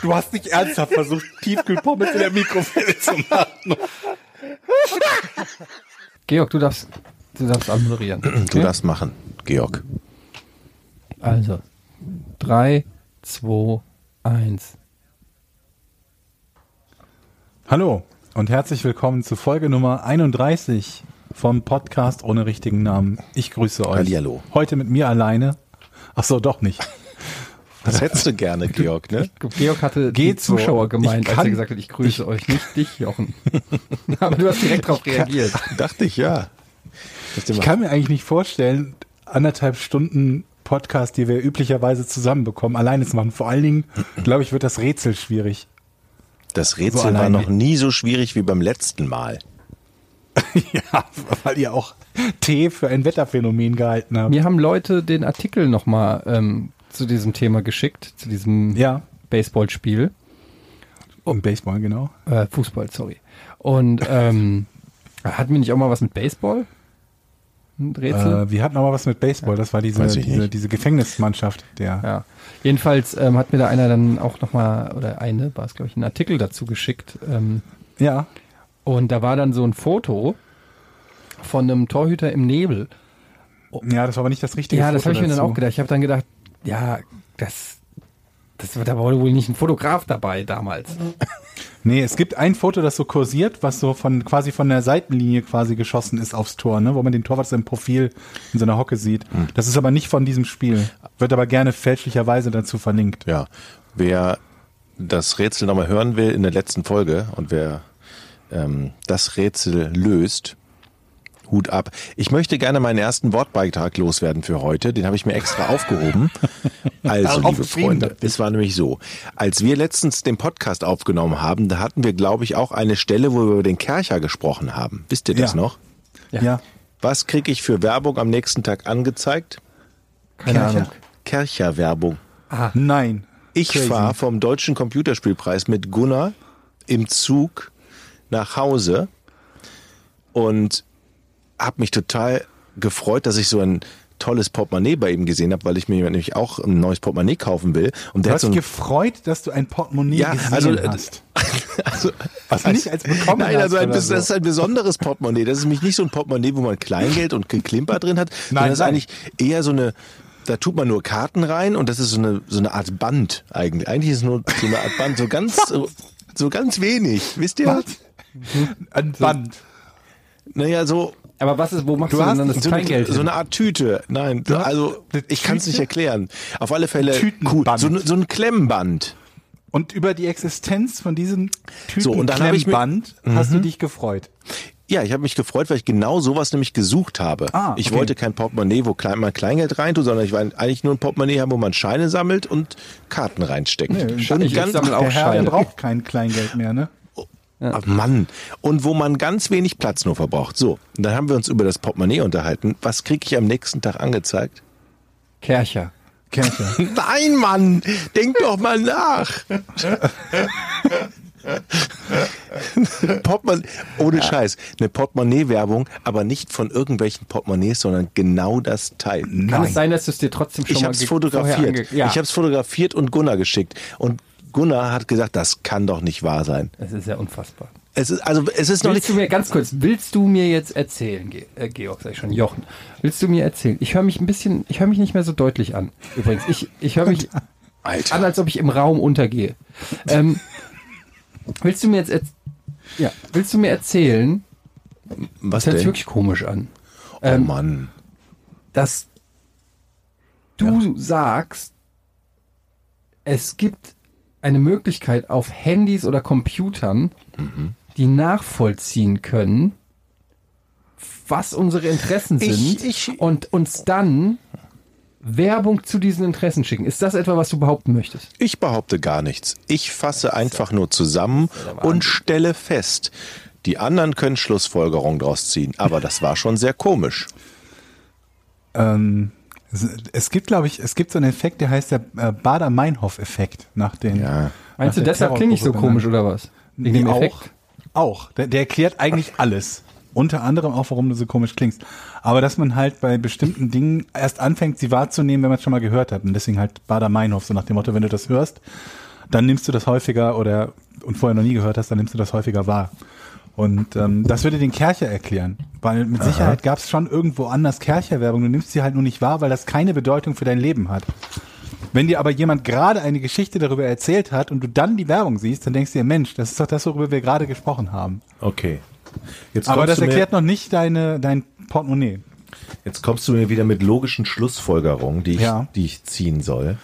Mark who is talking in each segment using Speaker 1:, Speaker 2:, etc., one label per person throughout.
Speaker 1: Du hast nicht ernsthaft versucht, Tiefkühlpommes in der Mikrowelle zu machen.
Speaker 2: Georg, du darfst, du darfst anmoderieren.
Speaker 1: Okay? Du darfst machen, Georg.
Speaker 2: Also, drei, zwei, eins.
Speaker 3: Hallo und herzlich willkommen zu Folge Nummer 31 vom Podcast ohne richtigen Namen. Ich grüße euch.
Speaker 1: Hallihallo.
Speaker 3: Heute mit mir alleine. Ach so, doch nicht.
Speaker 1: Das hättest du gerne, Georg, ne?
Speaker 2: Georg hatte
Speaker 3: Geht
Speaker 2: die Zuschauer
Speaker 3: so.
Speaker 2: gemeint,
Speaker 3: Ich kann-
Speaker 2: als er gesagt hat, ich grüße euch, nicht dich, Jochen. Aber du hast direkt darauf reagiert.
Speaker 1: Dachte ich, ja. Dass
Speaker 3: Ich kann mir eigentlich nicht vorstellen, anderthalb Stunden Podcast, die wir üblicherweise zusammenbekommen, alleine zu machen. Vor allen Dingen, glaube ich, wird das Rätsel schwierig.
Speaker 1: das Rätsel
Speaker 3: so
Speaker 1: war
Speaker 3: allein
Speaker 1: noch
Speaker 3: wie-
Speaker 1: nie so schwierig wie beim letzten Mal.
Speaker 3: ja, weil ihr auch Tee für ein Wetterphänomen gehalten habt.
Speaker 2: Mir haben Leute den Artikel nochmal ähm, zu diesem Thema geschickt, zu diesem
Speaker 3: Ja,
Speaker 2: Baseballspiel.
Speaker 3: und Baseball, genau.
Speaker 2: Äh, Fußball, sorry. Und ähm, hatten wir nicht auch mal was mit Baseball? Ein Rätsel?
Speaker 3: Äh, wir hatten aber was mit Baseball, das war diese,
Speaker 1: Weiß ich
Speaker 3: diese,
Speaker 1: nicht.
Speaker 3: diese Gefängnismannschaft, der
Speaker 2: Ja. Jedenfalls ähm, hat mir da einer dann auch nochmal, oder eine, war es glaube ich, einen Artikel dazu geschickt. Ähm,
Speaker 3: Ja,
Speaker 2: und da war dann so ein Foto von einem Torhüter im Nebel.
Speaker 3: ja, das war aber nicht das richtige
Speaker 2: Ja, das habe
Speaker 3: Foto
Speaker 2: ich mir dann
Speaker 3: dazu.
Speaker 2: auch gedacht. Ich habe dann gedacht, ja, das, das war, da war wohl nicht ein Fotograf dabei damals.
Speaker 3: Nee, es gibt ein Foto, das so kursiert, was so von quasi von der Seitenlinie quasi geschossen ist aufs Tor, ne, wo man den Torwart so im Profil in so einer Hocke sieht.
Speaker 1: Hm.
Speaker 3: Das ist aber nicht von diesem Spiel. Wird aber gerne fälschlicherweise dazu verlinkt.
Speaker 1: Ja. Wer das Rätsel nochmal hören will in der letzten Folge und wer ähm, das Rätsel löst, Hut ab. Ich möchte gerne meinen ersten Wortbeitrag loswerden für heute. Den habe ich mir extra aufgehoben. Also, liebe Freunde, es war nämlich so. Als wir letztens den Podcast aufgenommen haben, da hatten wir, glaube ich, auch eine Stelle, wo wir über den Kercher gesprochen haben. Wisst ihr das
Speaker 3: Ja.
Speaker 1: noch?
Speaker 2: Ja.
Speaker 3: Ja.
Speaker 1: Was kriege ich für Werbung am nächsten Tag angezeigt?
Speaker 2: Keine
Speaker 3: Kercher.
Speaker 2: Ahnung.
Speaker 1: Kercher-Werbung.
Speaker 2: Ah.
Speaker 3: Nein.
Speaker 1: Ich
Speaker 3: Crazy.
Speaker 1: fahre vom Deutschen Computerspielpreis mit Gunnar im Zug nach Hause und habe mich total gefreut, dass ich so ein tolles Portemonnaie bei ihm gesehen habe, weil ich mir nämlich auch ein neues Portemonnaie kaufen will. Und
Speaker 3: Du
Speaker 1: der hat
Speaker 3: hast
Speaker 1: so ein
Speaker 3: gefreut, dass du ein Portemonnaie
Speaker 1: Ja,
Speaker 3: gesehen
Speaker 1: also, äh,
Speaker 3: hast.
Speaker 1: also,
Speaker 3: Was du nicht als bekommen
Speaker 1: Nein,
Speaker 3: hast
Speaker 1: also ein,
Speaker 3: oder
Speaker 1: das
Speaker 3: so.
Speaker 1: ist ein besonderes Portemonnaie. Das ist nämlich nicht so ein Portemonnaie, wo man Kleingeld und Geklimper drin hat, sondern das ist
Speaker 3: nein.
Speaker 1: eigentlich eher so eine, da tut man nur Karten rein und das ist so eine, so eine Art Band eigentlich. Eigentlich ist es nur so eine Art Band, so ganz, so, so ganz wenig. Wisst ihr?
Speaker 3: Was? Ein Band.
Speaker 1: Naja, so,
Speaker 2: Aber was ist, wo machst du,
Speaker 3: Du
Speaker 2: denn
Speaker 3: hast
Speaker 2: dann das
Speaker 1: so, eine,
Speaker 2: Kleingeld?
Speaker 1: so
Speaker 2: hin?
Speaker 1: eine Art Tüte. Nein,
Speaker 3: hast
Speaker 1: also
Speaker 3: eine
Speaker 1: ich kann es nicht
Speaker 3: Tüte?
Speaker 1: erklären. Auf alle Fälle, cool.
Speaker 3: Tütenband.
Speaker 1: So, ne- so ein Klemmband.
Speaker 3: Und über die Existenz von diesem Typen
Speaker 1: So, und dann hab ich mir- Mhm.
Speaker 3: Klemmband hast du dich gefreut.
Speaker 1: Ja, ich habe mich gefreut, weil ich genau sowas nämlich gesucht habe.
Speaker 3: Ah,
Speaker 1: Ich
Speaker 3: okay.
Speaker 1: wollte kein Portemonnaie, wo klein, man Kleingeld reintut, sondern ich wollte eigentlich nur ein Portemonnaie haben, wo man Scheine sammelt und Karten reinsteckt. und
Speaker 2: ich- ich
Speaker 1: ganz,
Speaker 2: sammle auch
Speaker 3: der Herr, der
Speaker 2: Scheine.
Speaker 3: braucht kein Kleingeld mehr, ne?
Speaker 1: Ah, Mann. Und wo man ganz wenig Platz nur verbraucht. So, und dann haben wir uns über das Portemonnaie unterhalten. Was kriege ich am nächsten Tag angezeigt?
Speaker 2: Kercher.
Speaker 3: Kercher.
Speaker 1: Nein, Mann, denk doch mal nach. Portemonnaie, ohne Scheiß, eine Portemonnaie-Werbung, aber nicht von irgendwelchen Portemonnaies, sondern genau das Teil.
Speaker 2: Kann es sein, dass du es dir trotzdem schon
Speaker 1: Ich
Speaker 2: mal
Speaker 1: habe es
Speaker 2: ge- vorher
Speaker 1: fotografiert.
Speaker 2: ange- Ja.
Speaker 1: Ich habe es fotografiert und Gunnar geschickt. Und Gunnar hat gesagt, das kann doch nicht wahr sein.
Speaker 2: Es ist ja unfassbar.
Speaker 1: Es ist, also es ist noch
Speaker 2: Willst
Speaker 1: nicht.
Speaker 2: du mir ganz kurz, willst du mir jetzt erzählen, Ge äh, Georg, sag ich schon, Jochen, willst du mir erzählen? Ich höre mich ein bisschen, ich höre mich nicht mehr so deutlich an. Übrigens, ich, ich höre mich an, als ob ich im Raum untergehe. Ähm, willst du mir jetzt, erz- ja, willst du mir erzählen,
Speaker 1: Was
Speaker 2: das hört sich
Speaker 1: denn?
Speaker 2: wirklich komisch an,
Speaker 1: Oh Mann.
Speaker 2: dass du sagst, es gibt eine Möglichkeit auf Handys oder Computern,
Speaker 4: Mhm.
Speaker 2: die nachvollziehen können, was unsere Interessen
Speaker 1: Ich-
Speaker 2: sind
Speaker 1: ich-
Speaker 2: und uns dann Werbung zu diesen Interessen schicken. Ist das etwa, was du behaupten möchtest?
Speaker 1: Ich behaupte gar nichts. Ich fasse einfach nur zusammen und stelle fest, Die anderen können Schlussfolgerungen draus ziehen, aber das war schon sehr komisch.
Speaker 3: Ähm, es- es gibt, glaube ich, es gibt so einen Effekt, der heißt der äh, Bader-Meinhof-Effekt nach den.
Speaker 1: Ja.
Speaker 4: Meinst du,
Speaker 3: nach der
Speaker 4: deshalb klinge ich so
Speaker 3: Terrorgruppe ne?
Speaker 4: komisch
Speaker 3: benannt.
Speaker 4: oder was? Wegen
Speaker 3: Nee,
Speaker 4: dem Effekt?
Speaker 3: auch. Auch. Der, der erklärt eigentlich alles. Unter anderem auch, warum du so komisch klingst. Aber dass man halt bei
Speaker 4: Hm.
Speaker 3: bestimmten Dingen erst anfängt, sie wahrzunehmen, wenn man es schon mal gehört hat. Und deswegen halt Bader-Meinhof, so nach dem Motto, wenn du das hörst, dann nimmst du das häufiger oder und vorher noch nie gehört hast, dann nimmst du das häufiger wahr. Und ähm, das würde den Kercher erklären. Weil mit Sicherheit gab es schon irgendwo anders Kercher-Werbung. Du nimmst sie halt nur nicht wahr, weil das keine Bedeutung für dein Leben hat. Wenn dir aber jemand gerade eine Geschichte darüber erzählt hat und du dann die Werbung siehst, dann denkst du dir, Mensch, das ist doch das, worüber wir gerade gesprochen haben.
Speaker 5: Okay. Jetzt
Speaker 3: Aber
Speaker 5: kommst
Speaker 3: das
Speaker 5: du mir-
Speaker 3: erklärt noch nicht deine, dein Portemonnaie.
Speaker 5: Jetzt kommst du mir wieder mit logischen Schlussfolgerungen, die ich,
Speaker 3: Ja.
Speaker 5: die ich ziehen soll.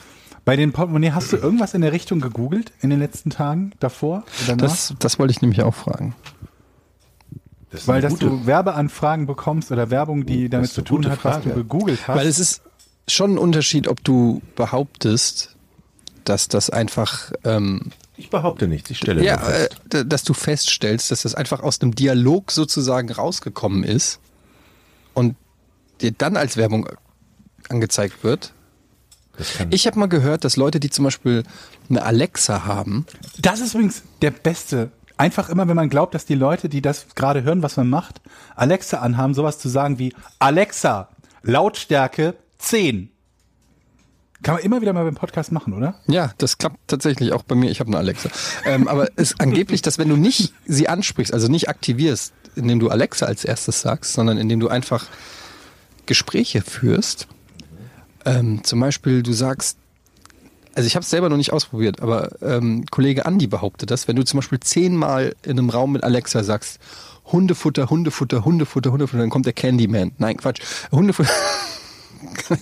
Speaker 3: Bei den Portemonnaie hast du irgendwas in der Richtung gegoogelt in den letzten Tagen davor? Oder danach?
Speaker 4: Das, das wollte ich nämlich auch fragen.
Speaker 5: Das ist
Speaker 3: Weil
Speaker 5: eine
Speaker 3: dass
Speaker 5: gute- Oh,
Speaker 3: du Werbeanfragen bekommst oder Werbung, die damit
Speaker 5: ist
Speaker 3: zu
Speaker 5: eine
Speaker 3: tun
Speaker 5: gute
Speaker 3: hat, was
Speaker 5: Frage.
Speaker 3: du gegoogelt hast.
Speaker 2: Weil es ist schon ein Unterschied, ob du behauptest, dass das einfach, ähm,
Speaker 5: ich behaupte nichts, ich stelle nur
Speaker 2: ja, äh,
Speaker 5: fest.
Speaker 2: d- dass du feststellst, dass das einfach aus einem Dialog sozusagen rausgekommen ist und dir dann als Werbung angezeigt wird. Ich habe mal gehört, dass Leute, die zum Beispiel eine Alexa haben,
Speaker 3: Das ist übrigens der beste. Einfach immer, wenn man glaubt, dass die Leute, die das gerade hören, was man macht, Alexa anhaben, sowas zu sagen wie Alexa, Lautstärke 10. Kann man immer wieder mal beim Podcast machen, oder?
Speaker 2: Ja, das klappt tatsächlich auch bei mir. Ich habe eine Alexa. Ähm, aber es ist angeblich, dass wenn du nicht sie ansprichst, also nicht aktivierst, indem du Alexa als erstes sagst, sondern indem du einfach Gespräche führst, ähm, zum Beispiel du sagst, also ich habe es selber noch nicht ausprobiert, aber ähm, Kollege Andi behauptet das, wenn du zum Beispiel zehnmal in einem Raum mit Alexa sagst, Hundefutter, Hundefutter, Hundefutter, Hundefutter, dann kommt der Candyman. Nein, Quatsch. Hundefutter.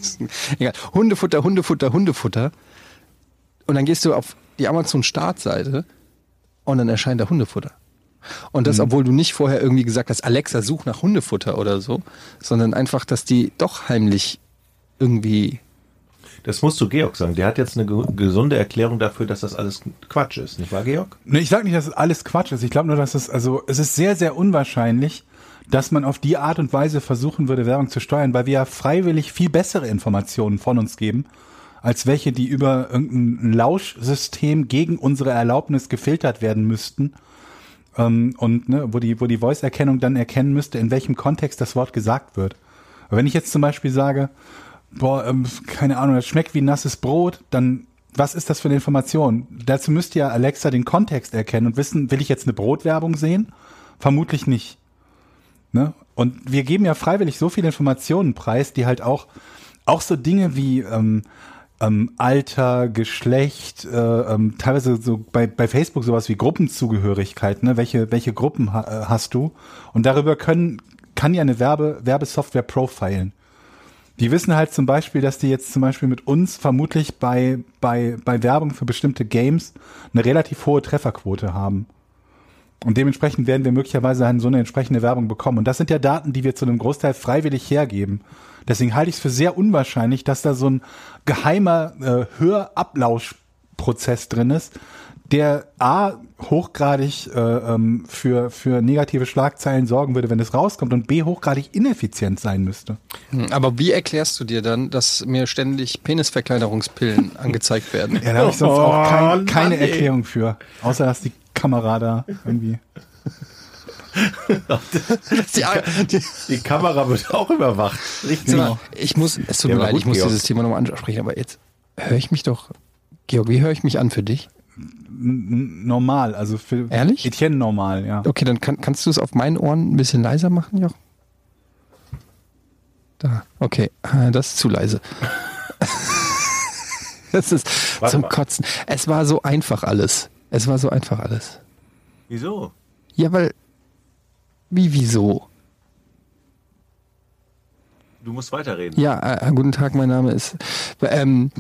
Speaker 2: Egal. Hundefutter, Hundefutter, Hundefutter. Und dann gehst du auf die Amazon-Startseite und dann erscheint da Hundefutter. Und das, obwohl du nicht vorher irgendwie gesagt hast, Alexa, such nach Hundefutter oder so, sondern einfach, dass die doch heimlich irgendwie.
Speaker 5: Das musst du Georg sagen. Der hat jetzt eine ge- gesunde Erklärung dafür, dass das alles Quatsch ist, nicht wahr, Georg?
Speaker 3: Ne, ich sag nicht, dass es alles Quatsch ist. Ich glaube nur, dass es, also, es ist sehr, sehr unwahrscheinlich, dass man auf die Art und Weise versuchen würde, Werbung zu steuern, weil wir ja freiwillig viel bessere Informationen von uns geben, als welche, die über irgendein Lauschsystem gegen unsere Erlaubnis gefiltert werden müssten. Ähm, und ne, wo die, wo die Voice-Erkennung dann erkennen müsste, in welchem Kontext das Wort gesagt wird. Aber wenn ich jetzt zum Beispiel sage, boah, ähm, keine Ahnung, das schmeckt wie nasses Brot, dann was ist das für eine Information? Dazu müsste ja Alexa den Kontext erkennen und wissen, will ich jetzt eine Brotwerbung sehen? Vermutlich nicht. Ne? Und wir geben ja freiwillig so viele Informationen preis, die halt auch, auch so Dinge wie ähm, ähm, Alter, Geschlecht, äh, ähm, teilweise so bei, bei Facebook sowas wie Gruppenzugehörigkeit, ne? welche, welche Gruppen ha äh, hast du? Und darüber können, kann ja eine Werbe, Werbesoftware profilen. Die wissen halt zum Beispiel, dass die jetzt zum Beispiel mit uns vermutlich bei, bei, bei Werbung für bestimmte Games eine relativ hohe Trefferquote haben. Und dementsprechend werden wir möglicherweise dann so eine entsprechende Werbung bekommen. Und das sind ja Daten, die wir zu einem Großteil freiwillig hergeben. Deswegen halte ich es für sehr unwahrscheinlich, dass da so ein geheimer äh, Hörablauschprozess drin ist, der A, hochgradig äh, ähm, für, für negative Schlagzeilen sorgen würde, wenn es rauskommt, und B, hochgradig ineffizient sein müsste.
Speaker 2: Hm, Aber wie erklärst du dir dann, dass mir ständig Penisverkleinerungspillen angezeigt werden?
Speaker 3: Ja, da habe ich sonst auch kein, keine Erklärung für. Außer, dass die Kamera da irgendwie.
Speaker 2: Die, die,
Speaker 5: Die Kamera wird auch überwacht.
Speaker 2: Sag mal, ich muss, es tut
Speaker 5: Ja,
Speaker 2: mir
Speaker 5: war
Speaker 2: leid,
Speaker 5: gut,
Speaker 2: ich muss
Speaker 5: Georg.
Speaker 2: dieses Thema nochmal ansprechen, aber jetzt höre ich mich doch. Georg, wie höre ich mich an für dich?
Speaker 3: Normal, also für
Speaker 2: Ehrlich?
Speaker 3: Etienne normal, ja.
Speaker 2: Okay, dann kann, kannst du es auf meinen Ohren ein bisschen leiser machen, Joch? Da, okay, äh, das ist zu leise. das ist
Speaker 5: Warte
Speaker 2: zum
Speaker 5: mal.
Speaker 2: Kotzen. Es war so einfach alles. Es war so einfach alles.
Speaker 5: Wieso?
Speaker 2: Ja, weil, wie, wieso?
Speaker 5: Du musst weiterreden.
Speaker 2: Ja, äh, guten Tag, mein Name ist. Ähm,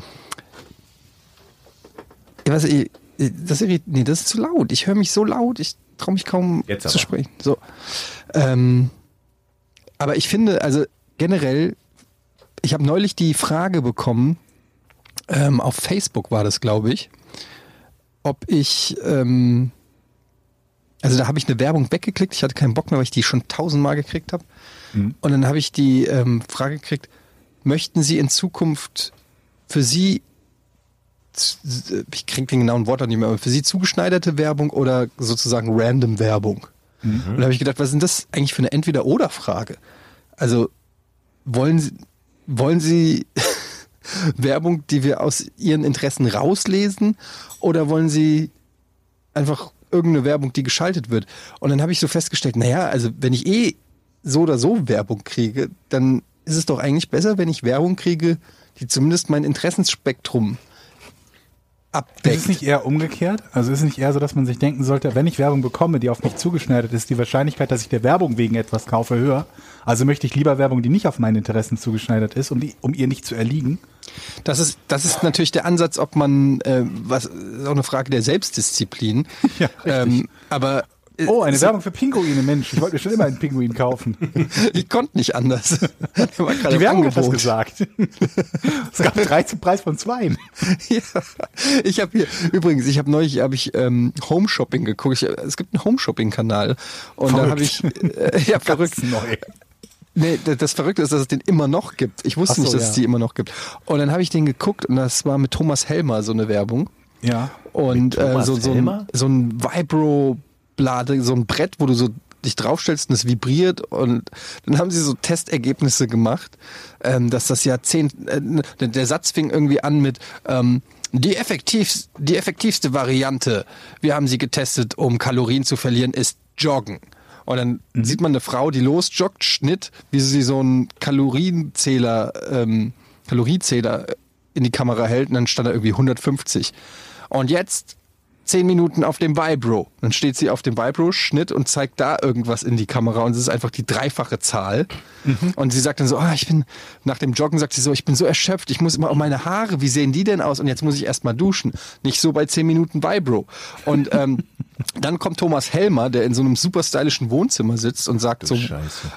Speaker 2: ja, was, äh, das, irrit- nee, das ist zu laut. Ich höre mich so laut, ich traue mich kaum
Speaker 5: Jetzt
Speaker 2: zu
Speaker 5: aber.
Speaker 2: sprechen. So. Ähm, aber ich finde, also generell, ich habe neulich die Frage bekommen, ähm, auf Facebook war das, glaube ich, ob ich ähm, Also da habe ich eine Werbung weggeklickt. Ich hatte keinen Bock mehr, weil ich die schon tausendmal gekriegt habe. Und dann habe ich die ähm, Frage gekriegt, möchten Sie in Zukunft für Sie, z- ich kriege den genauen Wort auch nicht mehr, aber für Sie zugeschneiderte Werbung oder sozusagen random Werbung?
Speaker 3: Mhm.
Speaker 2: Und da habe ich gedacht, was ist denn das eigentlich für eine Entweder-Oder-Frage? Also wollen Sie, wollen Sie Werbung, die wir aus Ihren Interessen rauslesen oder wollen Sie einfach irgendeine Werbung, die geschaltet wird. Und dann habe ich so festgestellt, naja, also wenn ich eh so oder so Werbung kriege, dann ist es doch eigentlich besser, wenn ich Werbung kriege, die zumindest mein Interessensspektrum
Speaker 3: Ist es
Speaker 2: abdeckt.
Speaker 3: nicht eher umgekehrt? Also ist es nicht eher so, dass man sich denken sollte, wenn ich Werbung bekomme, die auf mich zugeschneidert ist, die Wahrscheinlichkeit, dass ich der Werbung wegen etwas kaufe, höher. Also möchte ich lieber Werbung, die nicht auf meine Interessen zugeschneidert ist, um, die, um ihr nicht zu erliegen.
Speaker 2: Das ist, das ist natürlich der Ansatz, ob man, äh, was ist auch eine Frage der Selbstdisziplin.
Speaker 3: Ja, richtig.
Speaker 2: ähm, aber äh,
Speaker 3: Oh, eine
Speaker 2: so-
Speaker 3: Werbung für Pinguine, Mensch. Ich wollte mir schon immer einen Pinguin kaufen.
Speaker 2: ich konnte nicht anders. Der war gerade
Speaker 3: Die
Speaker 2: im
Speaker 3: Werbung hat das
Speaker 2: Angebot.
Speaker 3: gesagt. es gab drei zum Preis von zwei.
Speaker 2: Ja, ich habe hier übrigens, ich habe neulich habe ich ähm, Home Shopping geguckt. Ich, es gibt einen Home Shopping Kanal und da
Speaker 3: Verrückt.
Speaker 2: habe ich äh, ja verrückt.
Speaker 3: Neu.
Speaker 2: Nee, d- das Verrückte ist, dass es den immer noch gibt. Ich wusste
Speaker 3: Ach so,
Speaker 2: nicht, dass
Speaker 3: ja.
Speaker 2: es die immer noch gibt. Und dann habe ich den geguckt und das war mit Thomas Helmer so eine Werbung
Speaker 3: Ja.
Speaker 2: und äh,
Speaker 5: Thomas
Speaker 2: so, so, ein,
Speaker 5: Helmer?
Speaker 2: so ein Vibro Blade, so ein Brett, wo du so dich draufstellst und es vibriert und dann haben sie so Testergebnisse gemacht, ähm, dass das Jahrzehnt, äh, ne, der Satz fing irgendwie an mit ähm, die, effektivst, die effektivste Variante, wir haben sie getestet, um Kalorien zu verlieren, ist Joggen. Und dann sieht man eine Frau, die losjoggt, Schnitt, wie sie so einen Kalorienzähler, ähm, Kaloriezähler in die Kamera hält und dann stand da irgendwie 150. Und jetzt zehn Minuten auf dem Vibro. Dann steht sie auf dem Vibro-Schnitt und zeigt da irgendwas in die Kamera und es ist einfach die dreifache Zahl. Und sie sagt dann so, ah, ich bin, nach dem Joggen sagt sie so, ich bin so erschöpft, ich muss immer um meine Haare, wie sehen die denn aus? Und jetzt muss ich erstmal duschen. Nicht so bei zehn Minuten Vibro. Und ähm, dann kommt Thomas Helmer, der in so einem super stylischen Wohnzimmer sitzt und sagt so,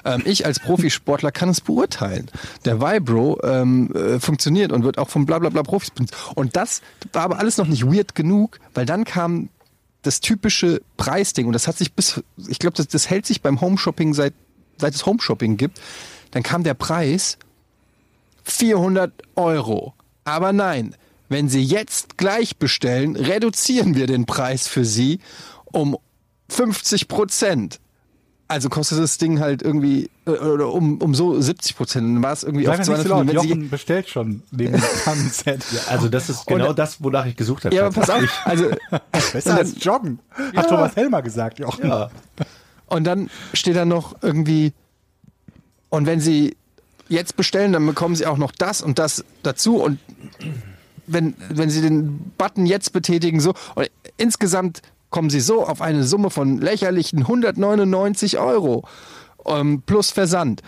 Speaker 2: ähm, ich als Profisportler kann es beurteilen. Der Vibro ähm, äh, funktioniert und wird auch vom blablabla Profis benutzt. Und das war aber alles noch nicht weird genug, weil dann kam das typische Preisding und das hat sich bis, ich glaube, das, das hält sich beim Homeshopping seit, seit es Homeshopping gibt. Dann kam der Preis 400 Euro. Aber nein, wenn Sie jetzt gleich bestellen, reduzieren wir den Preis für Sie um 50 Prozent. Also kostet das Ding halt irgendwie äh, oder um, um so 70 Prozent. Dann war es irgendwie
Speaker 3: Sag
Speaker 2: auf
Speaker 3: das nicht so laut.
Speaker 2: 250. Wenn Sie-
Speaker 3: Jochen bestellt schon neben dem Sunset.
Speaker 5: Also das ist genau das, wonach ich gesucht habe.
Speaker 2: ja, aber pass auf. Also,
Speaker 3: Besser als Joggen. Hat Thomas Helmer gesagt, Jochen.
Speaker 5: Ja.
Speaker 2: Und dann steht da noch irgendwie, und wenn sie jetzt bestellen, dann bekommen sie auch noch das und das dazu. Und wenn, wenn sie den Button jetzt betätigen, so, und insgesamt kommen sie so auf eine Summe von lächerlichen 199 Euro ähm, plus Versand.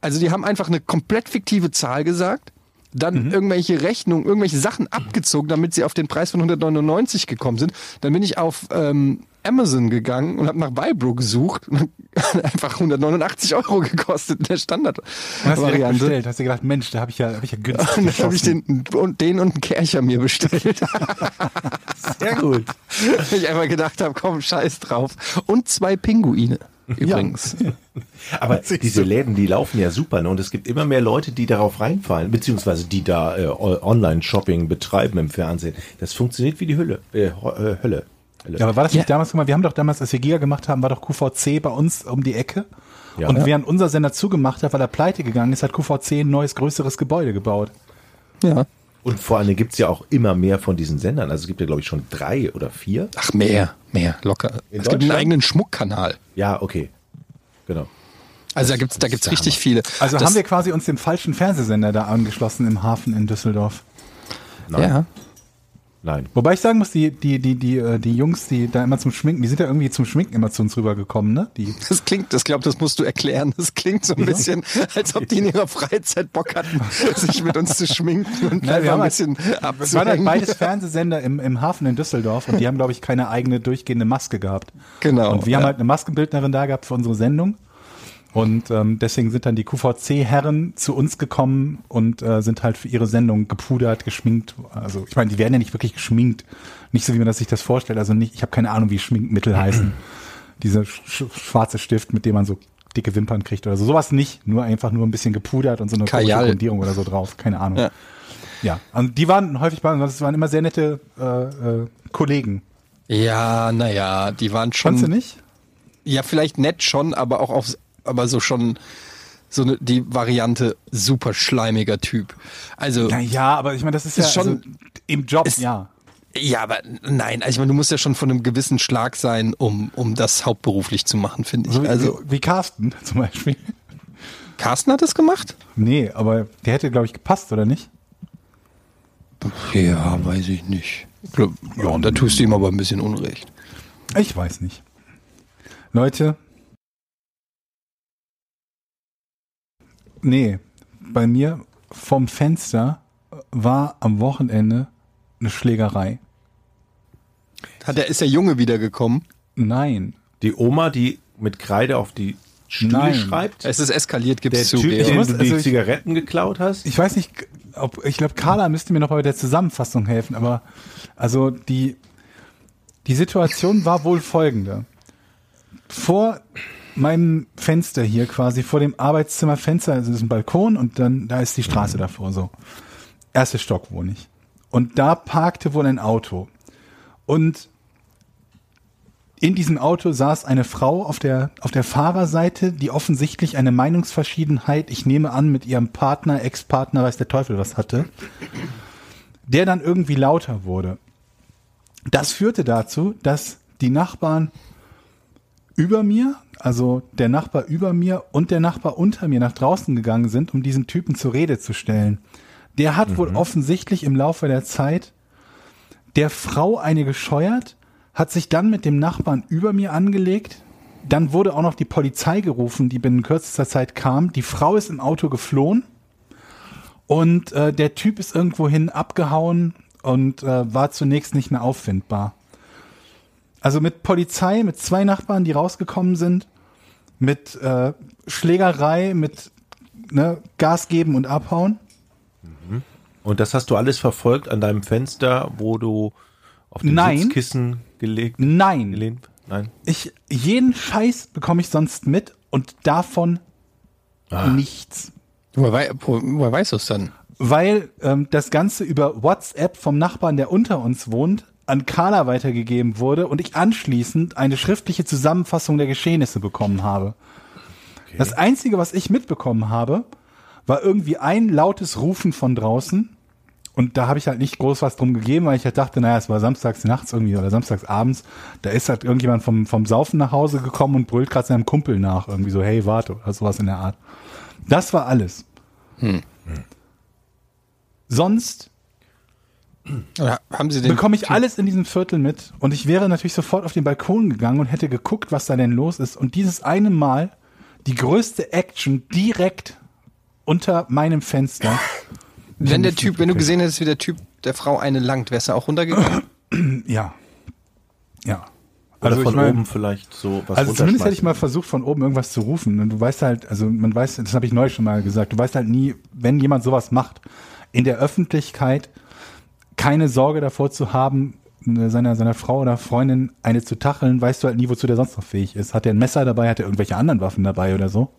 Speaker 2: Also die haben einfach eine komplett fiktive Zahl gesagt, dann irgendwelche Rechnungen, irgendwelche Sachen abgezogen, damit sie auf den Preis von 199 gekommen sind. Dann bin ich auf ähm, Amazon gegangen und habe nach Vibro gesucht und hat einfach 189 Euro gekostet in der
Speaker 3: Hast du direkt
Speaker 2: Standardvariante.
Speaker 3: bestellt. Hast du gedacht, Mensch, da habe ich ja, hab ich ja
Speaker 2: Und
Speaker 3: günstig
Speaker 2: dann habe ich
Speaker 3: geschossen.
Speaker 2: den und, den und einen Kercher mir bestellt.
Speaker 5: Sehr gut.
Speaker 2: Weil ich einfach gedacht habe, komm, scheiß drauf. Und zwei Pinguine übrigens.
Speaker 5: Aber diese Läden, die laufen ja super. Ne? Und es gibt immer mehr Leute, die darauf reinfallen, beziehungsweise die da äh, Online-Shopping betreiben im Fernsehen. Das funktioniert wie die Hülle, äh, Ho- äh, Hölle. Hölle.
Speaker 3: Ja, aber war das
Speaker 2: Ja.
Speaker 3: nicht damals, guck mal, wir haben doch damals, als wir Giga gemacht haben, war doch QVC bei uns um die Ecke.
Speaker 5: Ja.
Speaker 3: Und
Speaker 5: Ja.
Speaker 3: während unser Sender zugemacht hat, weil er pleite gegangen ist, hat QVC ein neues, größeres Gebäude gebaut.
Speaker 2: Ja.
Speaker 5: Und vor allem gibt's ja auch immer mehr von diesen Sendern. Also es gibt ja, glaube ich, schon drei oder vier.
Speaker 2: Ach, mehr, mehr, locker.
Speaker 5: In
Speaker 2: es gibt einen
Speaker 5: Deutschland?
Speaker 2: eigenen Schmuckkanal.
Speaker 5: Ja, okay. Genau.
Speaker 2: Also da gibt's da gibt's richtig viele.
Speaker 3: Also
Speaker 2: Das-
Speaker 3: haben wir quasi uns dem falschen Fernsehsender da angeschlossen im Hafen in Düsseldorf.
Speaker 5: Nein.
Speaker 2: Ja.
Speaker 5: Nein.
Speaker 3: Wobei ich sagen muss, die, die, die, die, äh, die Jungs, die da immer zum Schminken, die sind ja irgendwie zum Schminken immer zu uns rübergekommen, ne? Die,
Speaker 2: Das klingt, das glaube, das musst du erklären. Das klingt so ein bisschen, als ob die in ihrer Freizeit Bock hatten, sich mit uns zu schminken und
Speaker 3: Nein,
Speaker 2: einfach
Speaker 3: wir haben
Speaker 2: ein bisschen
Speaker 3: halt- es waren halt
Speaker 2: abzuhängen.
Speaker 3: beides Fernsehsender im, im Hafen in Düsseldorf und die haben, glaube ich, keine eigene durchgehende Maske gehabt.
Speaker 2: Genau,
Speaker 3: Und wir haben
Speaker 2: ja.
Speaker 3: halt eine Maskenbildnerin da gehabt für unsere Sendung. Und ähm, deswegen sind dann die QVC-Herren zu uns gekommen und äh, sind halt für ihre Sendung gepudert, geschminkt. Also ich meine, die werden ja nicht wirklich geschminkt. Nicht so, wie man das sich das vorstellt. Also nicht, ich habe keine Ahnung, wie Schminkmittel heißen. dieser sch schwarze Stift, mit dem man so dicke Wimpern kriegt oder so. Sowas nicht, nur einfach nur ein bisschen gepudert und so eine komische
Speaker 2: Kajal.
Speaker 3: Grundierung oder so drauf. Keine Ahnung.
Speaker 2: Ja.
Speaker 3: Ja, und die waren häufig bei uns, das waren immer sehr nette äh, äh, Kollegen.
Speaker 2: Ja, naja, die waren schon.
Speaker 3: Fandst du nicht?
Speaker 2: Ja, vielleicht nett schon, aber auch auf, aber so schon so ne, die Variante super schleimiger Typ. Also
Speaker 3: Naja, aber ich meine, das ist,
Speaker 2: Ist
Speaker 3: ja
Speaker 2: schon-
Speaker 3: also, im Job,
Speaker 2: ist-
Speaker 3: ja.
Speaker 2: ja, aber nein, also ich meine, du musst ja schon von einem gewissen Schlag sein, um um das hauptberuflich zu machen, finde ich.
Speaker 3: So wie,
Speaker 2: Also
Speaker 3: wie Carsten zum Beispiel.
Speaker 2: Carsten hat das gemacht?
Speaker 3: Nee, aber der hätte, glaube ich, gepasst, oder nicht?
Speaker 2: Ja, weiß ich nicht. Ja, und da tust du ihm aber ein bisschen Unrecht.
Speaker 3: Ich weiß nicht. Leute. Nee, bei mir vom Fenster war am Wochenende eine Schlägerei.
Speaker 2: Hat der ist der Junge wiedergekommen?
Speaker 3: Nein.
Speaker 5: Die Oma, die mit Kreide auf die Stühle
Speaker 3: Nein.
Speaker 5: schreibt.
Speaker 2: Es ist eskaliert,
Speaker 5: der
Speaker 2: gibst du.
Speaker 5: Typ,
Speaker 2: Georg.
Speaker 3: Ich
Speaker 5: dem
Speaker 3: muss-
Speaker 5: du
Speaker 3: also
Speaker 5: die
Speaker 3: ich-
Speaker 5: Zigaretten geklaut hast.
Speaker 3: Ich weiß nicht, ob ich glaube, Carla müsste mir noch bei der Zusammenfassung helfen, aber also die, die Situation war wohl folgende. Vor meinem Fenster hier quasi, vor dem Arbeitszimmerfenster, also es ist ein Balkon und dann da ist die Straße davor so. Erster Stock wohne ich. Und da parkte wohl ein Auto. Und in diesem Auto saß eine Frau auf der, auf der Fahrerseite, die offensichtlich eine Meinungsverschiedenheit, ich nehme an, mit ihrem Partner, Ex-Partner, weiß der Teufel was hatte, der dann irgendwie lauter wurde. Das führte dazu, dass die Nachbarn über mir, also der Nachbar über mir und der Nachbar unter mir nach draußen gegangen sind, um diesen Typen zur Rede zu stellen. Der hat wohl offensichtlich im Laufe der Zeit der Frau eine gescheuert, hat sich dann mit dem Nachbarn über mir angelegt. Dann wurde auch noch die Polizei gerufen, die binnen kürzester Zeit kam. Die Frau ist im Auto geflohen und äh, der Typ ist irgendwohin abgehauen und äh, war zunächst nicht mehr auffindbar. Also mit Polizei, mit zwei Nachbarn, die rausgekommen sind, mit äh, Schlägerei, mit ne, Gas geben und abhauen.
Speaker 5: Und das hast du alles verfolgt an deinem Fenster, wo du auf dem
Speaker 3: Nein.
Speaker 5: Sitzkissen gelegt,
Speaker 3: Nein.
Speaker 5: gelehnt. Nein.
Speaker 3: ich jeden Scheiß bekomme ich sonst mit und davon nichts.
Speaker 2: Woher, wei- woher weißt du es dann?
Speaker 3: Weil ähm, das Ganze über WhatsApp vom Nachbarn, der unter uns wohnt, an Carla weitergegeben wurde und ich anschließend eine schriftliche Zusammenfassung der Geschehnisse bekommen habe. Das Einzige, was ich mitbekommen habe, war irgendwie ein lautes Rufen von draußen. Und da habe ich halt nicht groß was drum gegeben, weil ich halt dachte, naja, es war samstags nachts irgendwie oder samstags abends. Da ist halt irgendjemand vom, vom Saufen nach Hause gekommen und brüllt gerade seinem Kumpel nach. Irgendwie so, hey, warte oder sowas in der Art. Das war alles. Sonst
Speaker 2: Oder haben sie den
Speaker 3: bekomme ich alles in diesem Viertel mit und ich wäre natürlich sofort auf den Balkon gegangen und hätte geguckt, was da denn los ist. Und dieses eine Mal die größte Action direkt unter meinem Fenster.
Speaker 2: Wenn der Typ, wenn du gesehen hättest, wie der Typ der Frau eine langt, wärst du auch runtergegangen?
Speaker 3: Ja. Ja.
Speaker 5: Oder
Speaker 3: Also ich
Speaker 5: von
Speaker 3: mein-
Speaker 5: oben vielleicht so was
Speaker 3: Also zumindest hätte ich
Speaker 5: runterschmeißen.
Speaker 3: mal versucht, von oben irgendwas zu rufen. Und du weißt halt, also man weiß, das habe ich neulich schon mal gesagt, du weißt halt nie, wenn jemand sowas macht, in der Öffentlichkeit keine Sorge davor zu haben, eine- seiner, seiner Frau oder Freundin eine zu tacheln, weißt du halt nie, wozu der sonst noch fähig ist. Hat er ein Messer dabei, hat er irgendwelche anderen Waffen dabei oder so?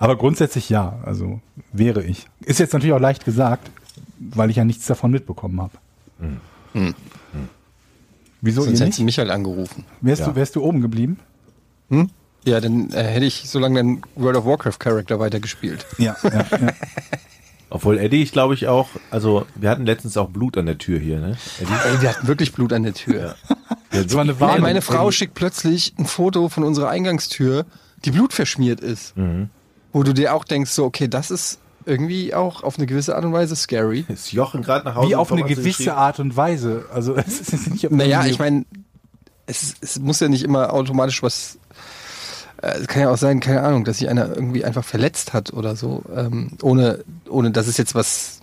Speaker 3: Aber grundsätzlich ja, also wäre ich. Ist jetzt natürlich auch leicht gesagt, weil ich ja nichts davon mitbekommen habe. Wieso ihr
Speaker 2: Sonst hättest
Speaker 3: nicht?
Speaker 2: du mich halt angerufen.
Speaker 3: Wärst, du, wärst du oben geblieben?
Speaker 2: Ja, dann äh, hätte ich so lange deinen World of Warcraft Charakter weitergespielt.
Speaker 3: Ja, ja, ja.
Speaker 5: Obwohl Eddie, ich glaube ich auch, also wir hatten letztens auch Blut an der Tür hier, ne?
Speaker 3: Ah.
Speaker 5: Eddie?
Speaker 2: Ey, wir hatten wirklich Blut an der Tür.
Speaker 3: Das war eine
Speaker 2: Ey,
Speaker 3: Warnung.
Speaker 2: meine Frau schickt plötzlich ein Foto von unserer Eingangstür, die blutverschmiert ist. Wo du dir auch denkst, so, okay, das ist irgendwie auch auf eine gewisse Art und Weise scary.
Speaker 5: Ist Jochen gerade nach Hause
Speaker 3: Wie auf eine
Speaker 5: gekommen, hat sie
Speaker 3: gewisse
Speaker 5: geschrieben,
Speaker 3: Art und Weise. Also es ist nicht ob
Speaker 2: Naja,
Speaker 3: irgendwie-
Speaker 2: ich meine, es, ist- es muss ja nicht immer automatisch was. äh, Es kann ja auch sein, keine Ahnung, dass sich einer irgendwie einfach verletzt hat oder so, ähm, ohne, ohne dass es jetzt was,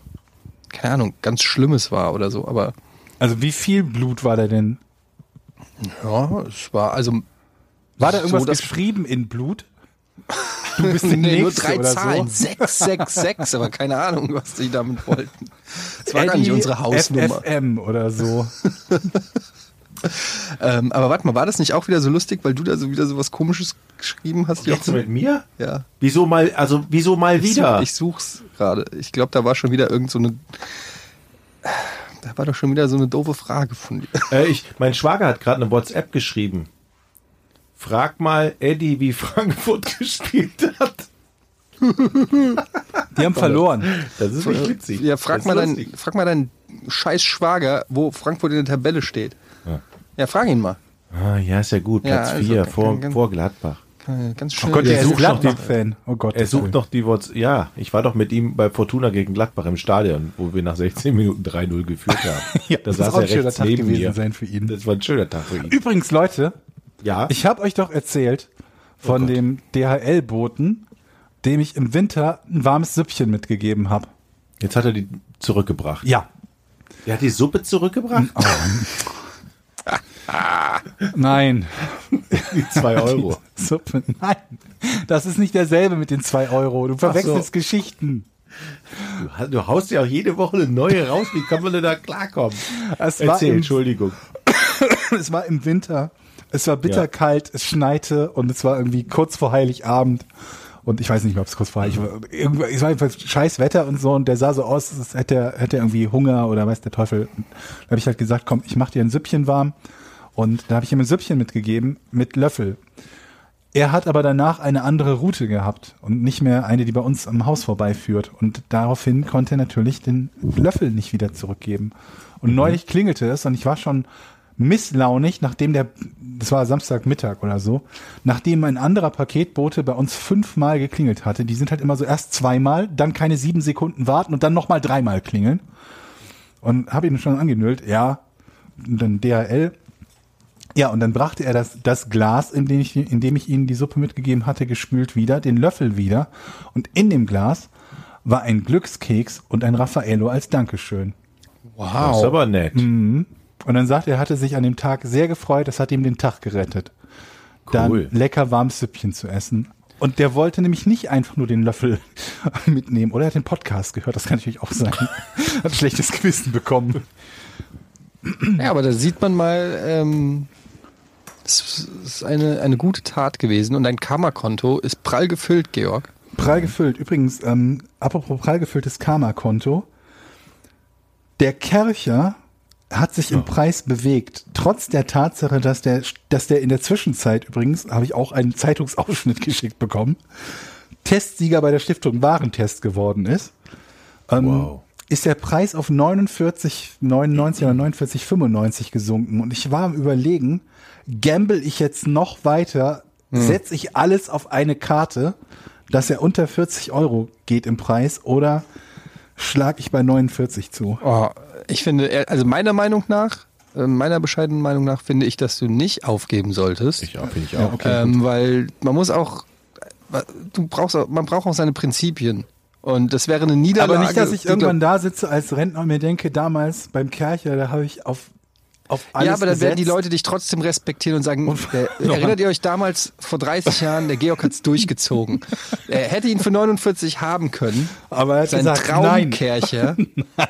Speaker 2: keine Ahnung, ganz Schlimmes war oder so. Aber
Speaker 3: Also wie viel Blut war da denn?
Speaker 2: ja, es war also.
Speaker 3: War da
Speaker 2: so,
Speaker 3: irgendwas
Speaker 2: dass-
Speaker 3: geschrieben in Blut? Du bist der
Speaker 2: Nee, nur
Speaker 3: Nächste
Speaker 2: drei
Speaker 3: oder
Speaker 2: Zahlen.
Speaker 3: So.
Speaker 2: sechs, sechs, sechs. aber keine Ahnung, was die
Speaker 5: Äh,
Speaker 2: damit wollten. Es war gar
Speaker 3: Eddie
Speaker 2: nicht unsere Hausnummer.
Speaker 3: FFM oder so.
Speaker 2: Ähm, aber warte mal, war das nicht auch wieder so lustig, weil du da so wieder so was Komisches geschrieben hast?
Speaker 5: Jetzt mit mir?
Speaker 2: Ja.
Speaker 5: Wieso mal, also wieso mal
Speaker 2: Ich
Speaker 5: wieder?
Speaker 2: Such, ich such's gerade. Ich glaube, da war schon wieder irgend so eine. Da war doch schon wieder so eine doofe Frage von dir.
Speaker 5: Äh, ich, mein Schwager hat gerade eine WhatsApp geschrieben. Frag mal Eddie, wie Frankfurt gespielt hat.
Speaker 3: Die haben verloren.
Speaker 5: Das ist nicht witzig.
Speaker 2: Ja, frag
Speaker 5: das
Speaker 2: mal,
Speaker 5: ist
Speaker 2: deinen,
Speaker 5: lustig.
Speaker 2: frag mal deinen scheiß Schwager, wo Frankfurt in der Tabelle steht. Ja, frag ihn mal.
Speaker 5: Ah, ja, ist ja gut.
Speaker 2: Ja,
Speaker 5: Platz
Speaker 2: also
Speaker 5: 4
Speaker 2: kann-
Speaker 5: vor,
Speaker 2: kann-
Speaker 5: vor Gladbach.
Speaker 2: Äh, Ganz schön.
Speaker 3: Gott,
Speaker 5: der
Speaker 3: er ist
Speaker 5: sucht noch die-
Speaker 3: Gladbach-Fan. Oh Gott.
Speaker 5: Er sucht noch die WhatsApp. Ja, ich war doch mit ihm bei Fortuna gegen Gladbach im Stadion, wo wir nach 16 Minuten 3-0 geführt haben.
Speaker 3: Ja,
Speaker 5: da
Speaker 3: das
Speaker 5: saß
Speaker 3: muss auch ein
Speaker 5: er
Speaker 3: schöner
Speaker 5: rechts
Speaker 3: Tag
Speaker 5: neben
Speaker 3: gewesen
Speaker 5: mir.
Speaker 3: sein für ihn.
Speaker 5: Das war ein schöner Tag für ihn.
Speaker 3: Übrigens, Leute,
Speaker 5: Ja,
Speaker 3: ich habe euch doch erzählt von
Speaker 5: Oh
Speaker 3: dem DHL-Boten, dem ich im Winter ein warmes Süppchen mitgegeben habe.
Speaker 5: jetzt hat er die zurückgebracht.
Speaker 3: Ja.
Speaker 5: Er hat die Suppe zurückgebracht?
Speaker 3: Nein.
Speaker 5: Die 2 Euro.
Speaker 3: Suppe. Nein. Das ist nicht derselbe mit den zwei Euro. Du verwechselst
Speaker 5: so.
Speaker 3: Geschichten.
Speaker 5: Du, hast- du haust ja auch jede Woche eine neue raus. Wie kann man denn da klarkommen?
Speaker 3: Es war
Speaker 5: Erzähl,
Speaker 3: im-
Speaker 5: Entschuldigung.
Speaker 3: Es war im Winter. Es war bitterkalt, es schneite und es war irgendwie kurz vor Heiligabend. Und ich weiß nicht mehr, ob es kurz vor
Speaker 5: Mhm.
Speaker 3: Heiligabend war. Irgendwann- Es war jedenfalls scheiß Wetter und so. Und der sah so aus, als hätte er, hätte er irgendwie Hunger oder weiß der Teufel. Und Da habe ich halt gesagt, komm, ich mache dir ein Süppchen warm. Und da habe ich ihm ein Süppchen mitgegeben mit Löffel. Er hat aber danach eine andere Route gehabt und nicht mehr eine, die bei uns am Haus vorbeiführt. Und daraufhin konnte er natürlich den Löffel nicht wieder zurückgeben. Und neulich klingelte es und ich war schon misslaunig, nachdem der, das war Samstagmittag oder so, nachdem ein anderer Paketbote bei uns fünfmal geklingelt hatte. Die sind halt immer so erst zweimal, dann keine sieben Sekunden warten und dann nochmal dreimal klingeln. Und habe ihn schon angenüllt, ja, und dann DHL, ja, und dann brachte er das, das Glas, in dem, ich, in dem ich ihnen die Suppe mitgegeben hatte, gespült wieder, den Löffel wieder. Und in dem Glas war ein Glückskeks und ein Raffaello als Dankeschön.
Speaker 5: Das ist aber nett.
Speaker 3: Hm, Und dann sagte er, er hatte sich an dem Tag sehr gefreut, das hat ihm den Tag gerettet.
Speaker 5: Cool.
Speaker 3: Dann lecker warmes Süppchen zu essen. Und der wollte nämlich nicht einfach nur den Löffel mitnehmen. Oder er hat den Podcast gehört, das kann natürlich auch sein. Hat ein schlechtes Gewissen bekommen.
Speaker 2: Ja, aber da sieht man mal, ähm, es ist eine, eine gute Tat gewesen und dein Karma-Konto ist prall gefüllt, Georg.
Speaker 3: Prall gefüllt. Übrigens, ähm, apropos prall gefülltes Karma-Konto. Der Kercher hat sich im Preis bewegt. Trotz der Tatsache, dass der, dass der in der Zwischenzeit übrigens, habe ich auch einen Zeitungsausschnitt geschickt bekommen, Testsieger bei der Stiftung Warentest geworden ist. Ähm,
Speaker 5: Wow.
Speaker 3: Ist der Preis auf 49,99 oder 49,95 gesunken. Und ich war am überlegen, gamble ich jetzt noch weiter, setze ich alles auf eine Karte, dass er unter 40 Euro geht im Preis oder schlage ich bei 49 zu?
Speaker 2: Oh, ich finde, er- also meiner Meinung nach, äh, meiner bescheidenen Meinung nach, finde ich, dass du nicht aufgeben solltest.
Speaker 5: Ja, finde ich
Speaker 3: Ja,
Speaker 5: auch.
Speaker 3: okay.
Speaker 2: ähm, weil man muss auch, äh, du brauchst, auch- man braucht auch seine Prinzipien. Und das wäre eine Niederlage.
Speaker 3: Aber nicht, dass ich
Speaker 2: die-
Speaker 3: irgendwann da sitze als Rentner und mir denke, damals beim Kercher, da habe ich auf, auf alles
Speaker 2: ja, aber dann werden die
Speaker 3: gesetzt.
Speaker 2: Leute dich trotzdem respektieren und sagen, der, erinnert ihr euch damals vor 30 Jahren, der Georg hat's durchgezogen. Er hätte ihn für 49 haben können.
Speaker 3: Aber er hat
Speaker 2: sein
Speaker 3: gesagt,
Speaker 2: Traumkercher.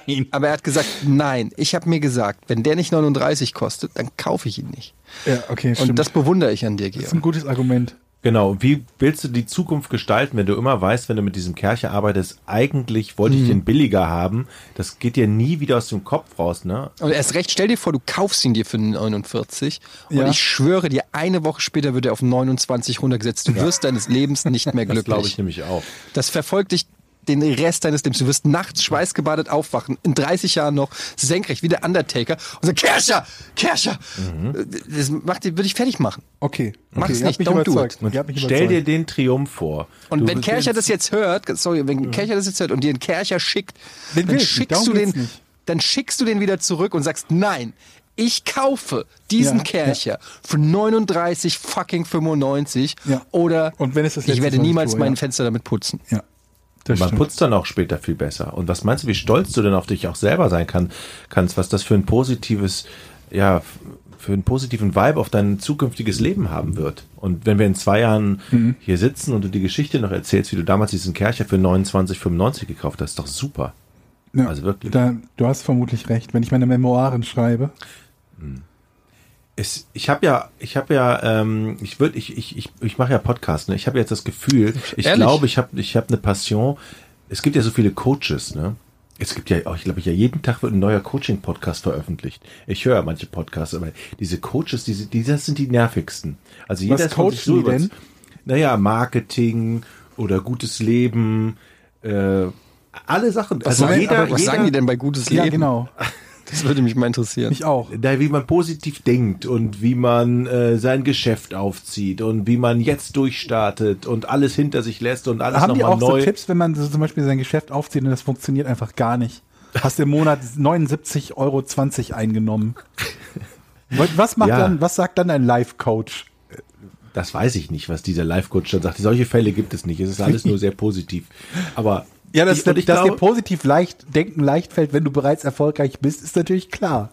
Speaker 3: Nein.
Speaker 2: Aber er hat gesagt, nein, ich habe mir gesagt, wenn der nicht 39 kostet, dann kaufe ich ihn nicht.
Speaker 3: Ja, okay,
Speaker 2: Und
Speaker 3: stimmt.
Speaker 2: das bewundere ich an dir,
Speaker 3: Das ist ein
Speaker 2: Georg.
Speaker 3: gutes Argument.
Speaker 5: Genau, und wie willst du die Zukunft gestalten, wenn du immer weißt, wenn du mit diesem Kercher arbeitest, eigentlich wollte
Speaker 2: Mhm.
Speaker 5: ich den billiger haben. Das geht dir nie wieder aus dem Kopf raus, ne?
Speaker 2: Und erst recht, stell dir vor, du kaufst ihn dir für 49 und
Speaker 3: Ja.
Speaker 2: ich schwöre dir, eine Woche später wird er auf 29 runtergesetzt. Du wirst deines Lebens nicht mehr
Speaker 5: Das
Speaker 2: glücklich.
Speaker 5: glaube ich nämlich auch.
Speaker 2: Das verfolgt dich den Rest deines Lebens. Du wirst nachts schweißgebadet aufwachen, in 30 Jahren noch, senkrecht wie der Undertaker und so, Kerscher, Kerscher,
Speaker 3: Mhm.
Speaker 2: das macht, dich- würde ich fertig machen.
Speaker 3: Okay.
Speaker 2: Mach's
Speaker 3: okay. ihr
Speaker 2: nicht,
Speaker 3: habt mich
Speaker 2: don't do
Speaker 3: überzeugt.
Speaker 5: Und
Speaker 3: Ihr habt mich
Speaker 5: stell dir
Speaker 3: überzeugt.
Speaker 5: den Triumph vor.
Speaker 2: Und
Speaker 5: Du-
Speaker 2: wenn Kercher das jetzt hört, sorry, wenn Kercher das jetzt hört und dir einen Kercher schickt,
Speaker 3: Den will
Speaker 2: dann
Speaker 3: ich nicht,
Speaker 2: schickst
Speaker 3: darum
Speaker 2: du
Speaker 3: geht's
Speaker 2: den,
Speaker 3: nicht.
Speaker 2: dann schickst du den wieder zurück und sagst, nein, ich kaufe diesen
Speaker 3: Ja,
Speaker 2: Kercher für 39 fucking 95
Speaker 3: Ja.
Speaker 2: oder
Speaker 3: Und wenn es das
Speaker 2: ich
Speaker 3: letzte
Speaker 2: werde
Speaker 3: Mal nicht
Speaker 2: niemals
Speaker 3: tue,
Speaker 2: mein
Speaker 3: ja.
Speaker 2: Fenster damit putzen.
Speaker 3: Ja. Das
Speaker 5: Man
Speaker 3: stimmt.
Speaker 5: putzt dann auch später viel besser. Und was meinst du, wie stolz du denn auf dich auch selber sein kann, kannst, was das für ein positives, ja, f- für einen positiven Vibe auf dein zukünftiges Leben haben wird. Und wenn wir in zwei Jahren
Speaker 2: Mhm.
Speaker 5: hier sitzen und du die Geschichte noch erzählst, wie du damals diesen Kercher für 29,95 gekauft hast, ist doch super.
Speaker 3: Ja.
Speaker 5: also wirklich.
Speaker 3: Da, du hast vermutlich recht. Wenn ich meine Memoiren schreibe,
Speaker 5: es, ich habe ja, ich habe ja, ähm, ich würde, ich, ich, ich, ich mache ja Podcast, ne? Ich habe jetzt das Gefühl, ich
Speaker 2: Ehrlich?
Speaker 5: glaube, ich habe, ich habe eine Passion. Es gibt ja so viele Coaches, ne? Es gibt ja, auch, ich glaube, ja jeden Tag wird ein neuer Coaching-Podcast veröffentlicht. Ich höre ja manche Podcasts, aber diese Coaches, diese, die, das sind die nervigsten. Also jeder ist von sich
Speaker 3: coachen die
Speaker 5: über-
Speaker 3: denn?
Speaker 5: Naja, Marketing oder gutes Leben, äh, alle Sachen. Also
Speaker 2: Was, sagen, aber was sagen die denn bei gutes Leben?
Speaker 3: Also Ja, genau.
Speaker 2: Das würde mich mal interessieren.
Speaker 3: Ich auch.
Speaker 5: Da, wie man positiv denkt und wie man äh, sein Geschäft aufzieht und wie man jetzt durchstartet und alles hinter sich lässt und alles
Speaker 3: Haben die
Speaker 5: nochmal
Speaker 3: auch
Speaker 5: neu.
Speaker 3: so Tipps, wenn man so zum Beispiel sein Geschäft aufzieht und das funktioniert einfach gar nicht? Hast im Monat 79,20 Euro eingenommen. Was macht
Speaker 5: Ja.
Speaker 3: dann, was sagt dann ein Life-Coach?
Speaker 5: das weiß ich nicht, was dieser Life-Coach dann sagt. Solche Fälle gibt es nicht. Es ist alles nur sehr positiv. Aber
Speaker 3: Ja, dass,
Speaker 5: und
Speaker 3: dass dir
Speaker 5: glaube,
Speaker 3: positiv leicht denken leicht fällt, wenn du bereits erfolgreich bist, ist natürlich klar.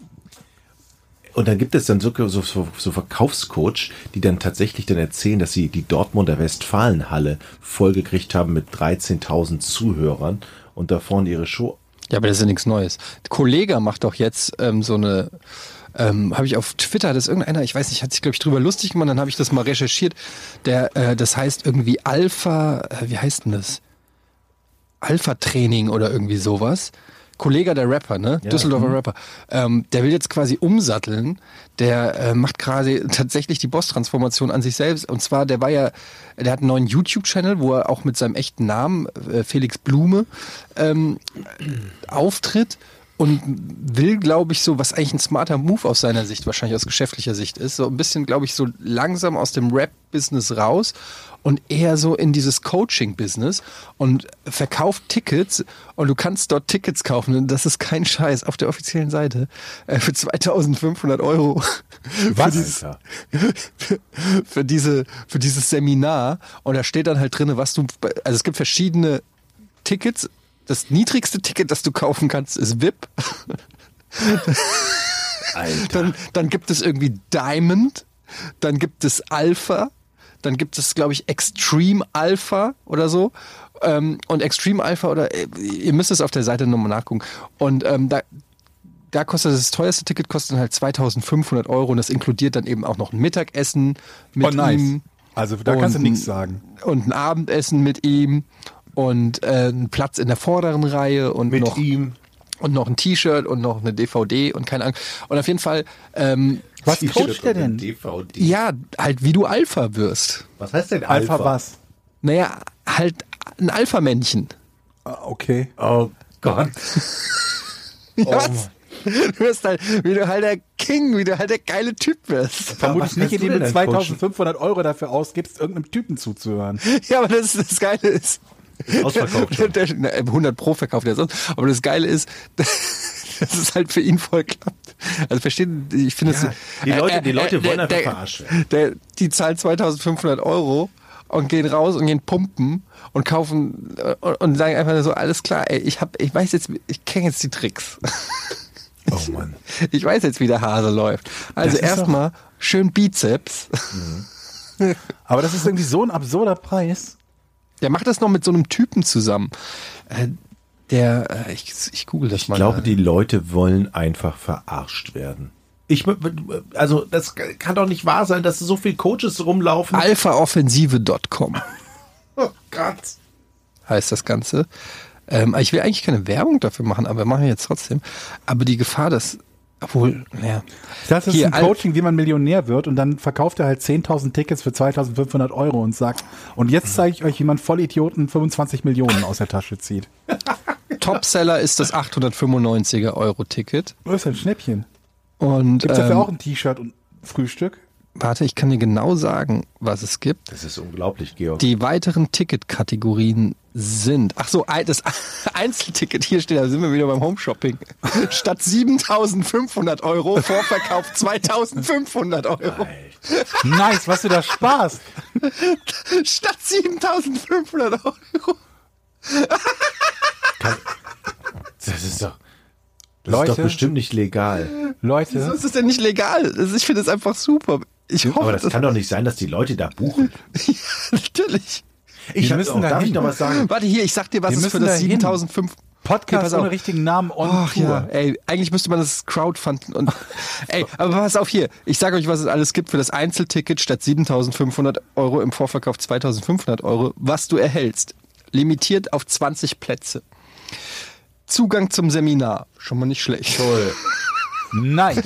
Speaker 5: Und dann gibt es dann so, so, so, so Verkaufscoach, die dann tatsächlich dann erzählen, dass sie die Dortmunder Westfalenhalle vollgekriegt haben mit 13.000 Zuhörern und da vorne ihre Show
Speaker 2: Ja, aber das ist ja nichts Neues. Der Kollege macht doch jetzt ähm, so eine, ähm, habe ich auf Twitter, das irgendeiner, ich weiß nicht, hat sich, glaube ich, drüber lustig gemacht, dann habe ich das mal recherchiert. Der, äh, das heißt irgendwie Alpha, äh, wie heißt denn das? Alpha-Training oder irgendwie sowas. Kollege der Rapper, ne? Düsseldorfer Rapper. Ähm, der will jetzt quasi umsatteln. Der äh, macht gerade tatsächlich die Boss-Transformation an sich selbst. Und zwar, der war ja, der hat einen neuen YouTube-Channel, wo er auch mit seinem echten Namen, äh, Felix Blume, ähm, auftritt und will, glaube ich, so, was eigentlich ein smarter Move aus seiner Sicht, wahrscheinlich aus geschäftlicher Sicht ist, so ein bisschen, glaube ich, so langsam aus dem Rap-Business raus und eher so in dieses Coaching-Business und verkauft Tickets und du kannst dort Tickets kaufen und das ist kein Scheiß auf der offiziellen Seite äh, für 2500 Euro. Was? Für dieses,
Speaker 5: Alter.
Speaker 2: für, diese, für dieses Seminar und da steht dann halt drin, was du, bei- also es gibt verschiedene Tickets. Das niedrigste Ticket, das du kaufen kannst, ist VIP.
Speaker 5: Alter.
Speaker 2: Dann, dann gibt es irgendwie Diamond, dann gibt es Alpha, dann gibt es, glaube ich, Extreme Alpha oder so. Ähm, und Extreme Alpha oder äh, ihr müsst es auf der Seite nochmal nachgucken. Und ähm, da, da kostet das teuerste Ticket kostet dann halt 2500 Euro und das inkludiert dann eben auch noch ein Mittagessen
Speaker 3: Oh,
Speaker 2: mit ihm
Speaker 3: Also da
Speaker 2: Und-
Speaker 3: kannst du nichts sagen.
Speaker 2: und ein Abendessen mit ihm und äh, einen Platz in der vorderen Reihe und
Speaker 5: Mit
Speaker 2: noch
Speaker 5: ihm.
Speaker 2: und noch ein T-Shirt und noch eine DVD und keine Ahnung. Und auf jeden Fall, ähm,
Speaker 3: Was
Speaker 5: T-Shirt
Speaker 3: coacht der
Speaker 5: und ein
Speaker 3: denn?
Speaker 5: DVD.
Speaker 2: ja, halt wie du Alpha wirst.
Speaker 5: Was heißt denn Alpha?
Speaker 3: Alpha was?
Speaker 2: Naja, halt ein Alpha-Männchen.
Speaker 3: Ah, Okay.
Speaker 5: Oh Gott. Oh.
Speaker 2: Was? Du wirst halt, wie du halt der King, wie du halt der geile Typ wirst.
Speaker 3: Vermutlich
Speaker 5: was
Speaker 3: nicht,
Speaker 5: kannst du
Speaker 3: indem du
Speaker 5: denn dann coachen?
Speaker 3: 2500 Euro dafür ausgibst, irgendeinem Typen zuzuhören.
Speaker 2: Ja, aber das, das Geile ist.
Speaker 5: ausverkauft schon.
Speaker 2: Der, na, 100 Pro verkauft er sonst. Aber das Geile ist, dass es halt für ihn voll klappt. Also verstehen, ich finde es.
Speaker 5: die Leute-
Speaker 2: äh,
Speaker 5: die
Speaker 2: äh,
Speaker 5: Leute
Speaker 2: äh,
Speaker 5: wollen
Speaker 2: der-
Speaker 5: einfach
Speaker 2: der-
Speaker 5: verarscht werden.
Speaker 2: Der, die zahlen 2500 Euro und gehen raus und gehen pumpen und kaufen äh, und, und sagen einfach so, alles klar, ey, ich, hab, ich weiß jetzt, ich kenne jetzt die Tricks.
Speaker 5: Oh Mann.
Speaker 2: Ich weiß jetzt, wie der Hase läuft. Also
Speaker 3: Das ist doch-
Speaker 2: erstmal schön Bizeps.
Speaker 3: Aber das ist irgendwie so ein absurder Preis.
Speaker 2: Der macht das noch mit so einem Typen zusammen. Äh, Der, äh, ich, ich google das mal.
Speaker 5: Ich glaube,
Speaker 2: gerade.
Speaker 5: die Leute wollen einfach verarscht werden. Ich, mö- also, das kann doch nicht wahr sein, dass so viele Coaches rumlaufen.
Speaker 2: alphaoffensive.com
Speaker 5: Oh Gott.
Speaker 2: heißt das Ganze. Ähm, ich will eigentlich keine Werbung dafür machen, aber machen wir jetzt trotzdem. Aber die Gefahr, dass, obwohl, naja.
Speaker 3: Das ist
Speaker 2: Hier,
Speaker 3: ein
Speaker 2: Al-
Speaker 3: Coaching, wie man Millionär wird und dann verkauft er halt 10.000 Tickets für 2.500 Euro und sagt, und jetzt zeige ich euch, wie man Vollidioten 25 Millionen aus der Tasche zieht.
Speaker 2: Topseller ist das 895er Euro Ticket.
Speaker 3: Das ist ein Schnäppchen.
Speaker 2: Und
Speaker 3: Gibt es
Speaker 2: ähm,
Speaker 3: dafür auch ein T-Shirt und Frühstück?
Speaker 2: warte, ich kann dir genau sagen, was es gibt.
Speaker 5: Das ist unglaublich, Georg.
Speaker 2: Die weiteren Ticketkategorien sind, ach so, ein- das Einzelticket, hier steht, da sind wir wieder beim Homeshopping. Statt 7500 Euro, Vorverkauf 2500 Euro.
Speaker 3: Nice, was du da sparst.
Speaker 2: Statt 7500 Euro.
Speaker 5: das ist doch, das
Speaker 3: Leute.
Speaker 5: ist doch bestimmt nicht legal.
Speaker 2: Wieso
Speaker 3: Leute,
Speaker 2: ist das denn nicht legal? Das- Ich finde das einfach super. Ich hoffe,
Speaker 5: Aber das
Speaker 2: dass-
Speaker 5: kann doch nicht sein, dass die Leute da buchen.
Speaker 2: natürlich.
Speaker 5: Ich
Speaker 3: Wir
Speaker 5: hab-
Speaker 3: müssen
Speaker 5: oh,
Speaker 3: da
Speaker 5: darf
Speaker 3: hin.
Speaker 5: ich noch was sagen?
Speaker 2: Warte hier, ich sag dir, was
Speaker 3: Wir
Speaker 2: es für
Speaker 3: müssen
Speaker 2: das
Speaker 3: da hin.
Speaker 2: 7500
Speaker 3: Podcast
Speaker 2: Okay, pass
Speaker 3: ohne
Speaker 2: auf.
Speaker 3: richtigen Namen on
Speaker 2: Ach
Speaker 3: Tour.
Speaker 2: ja, ey, eigentlich müsste man das Crowdfunden und ey, aber pass auf hier. Ich sage euch, was es alles gibt für das Einzelticket statt 7.500 Euro im Vorverkauf 2.500 Euro, was du erhältst. Limitiert auf 20 Plätze. Zugang zum Seminar, schon mal nicht schlecht.
Speaker 3: Nice.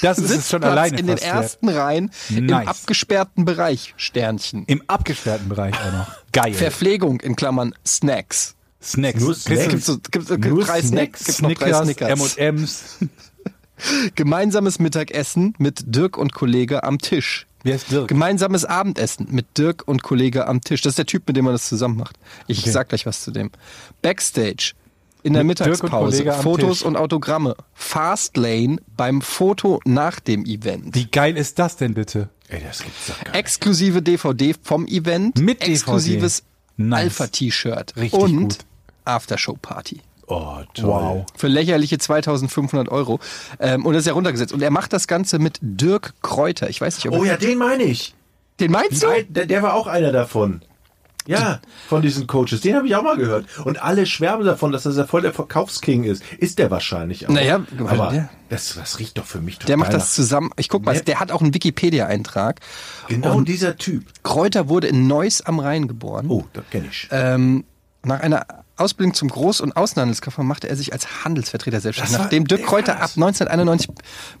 Speaker 3: Das ist es schon alleine
Speaker 2: in den
Speaker 3: fast wert.
Speaker 2: ersten Reihen im
Speaker 3: Nice.
Speaker 2: abgesperrten Bereich Sternchen.
Speaker 3: Im abgesperrten Bereich auch noch. Geil.
Speaker 2: Verpflegung in Klammern Snacks.
Speaker 3: Snacks.
Speaker 5: Nur
Speaker 3: Kriegst du
Speaker 5: Snacks.
Speaker 2: Gibt's, so- gibt's, gibt's
Speaker 3: Nur
Speaker 2: drei Snacks, gibt's noch drei
Speaker 3: Snickers,
Speaker 2: Snickers.
Speaker 3: M&M's.
Speaker 2: Gemeinsames Mittagessen mit Dirk und Kollege am Tisch.
Speaker 3: Wer ist Dirk?
Speaker 2: Gemeinsames Abendessen mit Dirk und Kollege am Tisch. Das ist der Typ, mit dem man das zusammen macht. Ich
Speaker 3: Okay.
Speaker 2: sag gleich was zu dem. Backstage. In der
Speaker 3: Mit Dirk und
Speaker 2: Mittagspause.
Speaker 3: Kollege am
Speaker 2: Fotos
Speaker 3: Tisch.
Speaker 2: und Autogramme. Fastlane beim Foto nach dem Event.
Speaker 3: Wie geil ist das denn bitte?
Speaker 5: Ey, das gibt's doch gar nicht.
Speaker 2: Exklusive DVD vom Event.
Speaker 3: Mit DVD.
Speaker 2: Exklusives
Speaker 3: Nice.
Speaker 2: Alpha-T-Shirt.
Speaker 3: Richtig
Speaker 2: und
Speaker 3: gut.
Speaker 2: Aftershow-Party.
Speaker 5: Oh, toll.
Speaker 3: Wow.
Speaker 2: Für lächerliche 2500 Euro. Ähm, und das ist ja runtergesetzt. Und er macht das Ganze mit Dirk Kräuter. Ich weiß nicht, ob
Speaker 5: Oh ja, den meine ich.
Speaker 2: Den meinst du?
Speaker 5: Weil, der, der war auch einer davon. Ja, von diesen Coaches. Den habe ich auch mal gehört. Und alle schwärmen davon, dass das ja voll der Verkaufsking ist. Ist der wahrscheinlich auch.
Speaker 2: Naja,
Speaker 5: aber
Speaker 2: ja.
Speaker 5: das, das riecht doch für mich total
Speaker 2: Der macht
Speaker 5: nach-
Speaker 2: das zusammen. Ich guck mal,
Speaker 5: Nee.
Speaker 2: der hat auch einen Wikipedia-Eintrag.
Speaker 5: Genau dieser Typ.
Speaker 2: Kräuter wurde in Neuss am Rhein geboren.
Speaker 5: Oh, das kenne ich.
Speaker 2: Ähm, nach einer Ausbildung zum Groß- und Außenhandelskaufmann machte er sich als Handelsvertreter selbstständig.
Speaker 5: Das war-
Speaker 2: Nachdem Dirk
Speaker 5: der
Speaker 2: Kräuter ab
Speaker 5: war's.
Speaker 2: 1991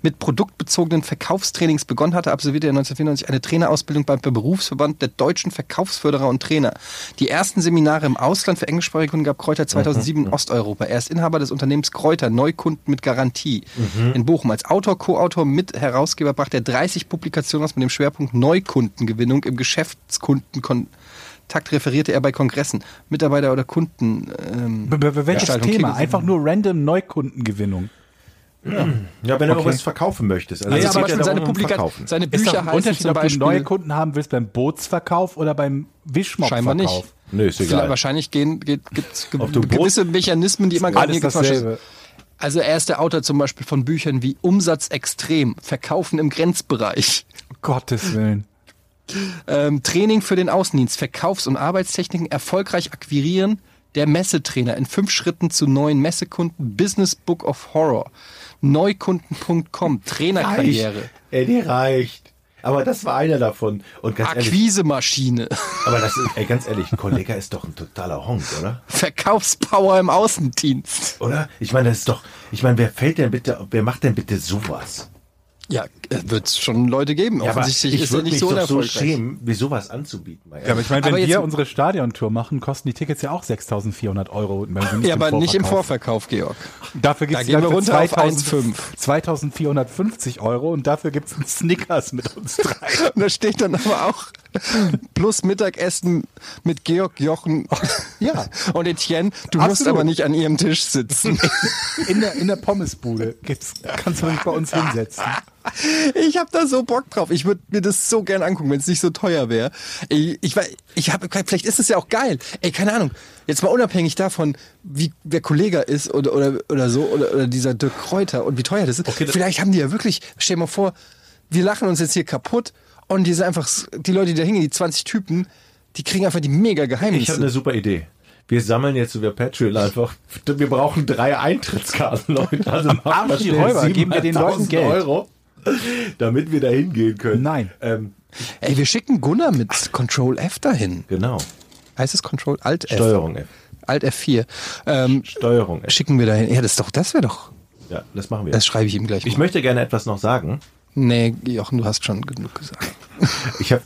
Speaker 2: mit produktbezogenen Verkaufstrainings begonnen hatte, absolvierte er 1994 eine Trainerausbildung beim Berufsverband der deutschen Verkaufsförderer und Trainer. Die ersten Seminare im Ausland für englischsprachige Kunden gab Kräuter 2007
Speaker 5: Mhm.
Speaker 2: in Osteuropa. Er ist Inhaber des Unternehmens Kräuter, Neukunden mit Garantie
Speaker 5: Mhm.
Speaker 2: in Bochum. Als Autor, Co-Autor, Mitherausgeber brachte er 30 Publikationen aus mit dem Schwerpunkt Neukundengewinnung im Geschäftskundenkontakt. Takt referierte er bei Kongressen, Mitarbeiter oder Kunden. Ähm,
Speaker 3: Be- be- Welches
Speaker 2: Gestaltung,
Speaker 3: Thema?
Speaker 2: Kegel-
Speaker 3: Einfach nur random Neukundengewinnung.
Speaker 5: Ja, wenn du irgendwas verkaufen möchtest. Also,
Speaker 2: also
Speaker 5: es
Speaker 2: zum
Speaker 5: geht ja
Speaker 2: Beispiel seine,
Speaker 5: darum, um
Speaker 2: Publika
Speaker 5: Verkaufen.
Speaker 2: seine
Speaker 3: Ist doch
Speaker 2: Bücher
Speaker 3: ein
Speaker 2: heißen
Speaker 3: Unterschied,
Speaker 2: zum
Speaker 3: ob du
Speaker 2: Beispiel
Speaker 3: Neukunden haben willst beim Bootsverkauf oder beim Wischmopfverkauf.
Speaker 2: scheinbar nicht.
Speaker 5: Nö, ist egal.
Speaker 2: Vielleicht Wahrscheinlich gehen, geht, gibt's ge
Speaker 5: Ob du
Speaker 2: gewisse Mechanismen, die immer gerade
Speaker 3: Alles
Speaker 2: gibt's zum Beispiel-
Speaker 3: dasselbe.
Speaker 2: Also er ist der Autor zum Beispiel von Büchern wie Umsatz extrem, Verkaufen im Grenzbereich,
Speaker 3: Gottes Willen.
Speaker 2: ähm, Training für den Außendienst, Verkaufs- und Arbeitstechniken erfolgreich akquirieren, der Messetrainer in fünf Schritten zu neuen Messekunden, Business Book of Horror, Neukunden.com, Trainerkarriere.
Speaker 5: Reicht. Ey, die reicht. Aber das war einer davon. Und ganz ehrlich,
Speaker 2: Akquisemaschine.
Speaker 5: aber das ist, ey, ganz ehrlich, Kollega ist doch ein totaler Honk, oder?
Speaker 2: Verkaufspower im Außendienst.
Speaker 5: Oder? Ich meine, das ist doch, ich meine, wer fällt denn bitte, wer macht denn bitte sowas?
Speaker 2: Ja, wird es schon Leute geben.
Speaker 5: aber
Speaker 2: Offensichtlich ist er
Speaker 5: würd
Speaker 2: nicht so
Speaker 5: doch so
Speaker 2: unerfolgreich.
Speaker 5: schämen, wie sowas anzubieten. Mal
Speaker 3: Ja, aber ich meine, wenn
Speaker 2: Aber jetzt-
Speaker 3: wir unsere Stadiontour machen, kosten die Tickets ja auch 6.400 Euro. wenn wir nicht
Speaker 2: ja, aber nicht im
Speaker 3: Vorverkauf-
Speaker 2: Vorverkauf, Georg.
Speaker 3: Dafür
Speaker 2: Da
Speaker 3: gibt's
Speaker 2: gehen wir
Speaker 3: dann für
Speaker 2: runter auf
Speaker 3: 2000 2450 Euro und dafür gibt's einen Snickers mit uns drei.
Speaker 2: Und da steht dann aber auch plus Mittagessen mit Georg Jochen
Speaker 3: Ja.
Speaker 2: und Etienne. Du musst
Speaker 3: Absolut.
Speaker 2: aber nicht an ihrem Tisch sitzen.
Speaker 3: In der, in der Pommesbude gibt's, kannst du dich bei uns hinsetzen.
Speaker 2: Ich habe da so Bock drauf. Ich würde mir das so gern angucken, wenn es nicht so teuer wäre. Ich, ich, wei- ich habe vielleicht ist es ja auch geil. Ey, keine Ahnung. Jetzt mal unabhängig davon, wie wer Kollege ist oder oder oder so oder, oder dieser Dirk Kräuter und wie teuer das ist. vielleicht haben die ja wirklich. Stell dir mal vor, wir lachen uns jetzt hier kaputt und die sind einfach s- die Leute, die da hingehen, die 20 Typen, die kriegen einfach die mega
Speaker 5: Ich ne- habe eine
Speaker 2: Geheimnisse.
Speaker 5: super Idee. Wir sammeln jetzt über Patreon einfach. Wir brauchen drei Eintrittskarten, Leute. Also Am
Speaker 3: Arsch die Räuber, geben wir den Leuten Geld.
Speaker 5: Euro, damit wir da hingehen können.
Speaker 3: Nein.
Speaker 5: Ähm,
Speaker 2: Ey, wir schicken Gunnar mit Control F dahin.
Speaker 5: genau.
Speaker 2: Heißt es Control Alt F?
Speaker 5: Steuerung F.
Speaker 2: Alt F4. Ähm,
Speaker 5: Steuerung F.
Speaker 2: schicken wir dahin. Ja, das ist doch, das wäre doch.
Speaker 5: Ja, das machen wir.
Speaker 2: Das schreibe ich ihm gleich.
Speaker 5: ich
Speaker 2: mal.
Speaker 5: möchte gerne etwas noch sagen.
Speaker 2: nee, Jochen, du hast schon genug gesagt.
Speaker 5: Ich habe,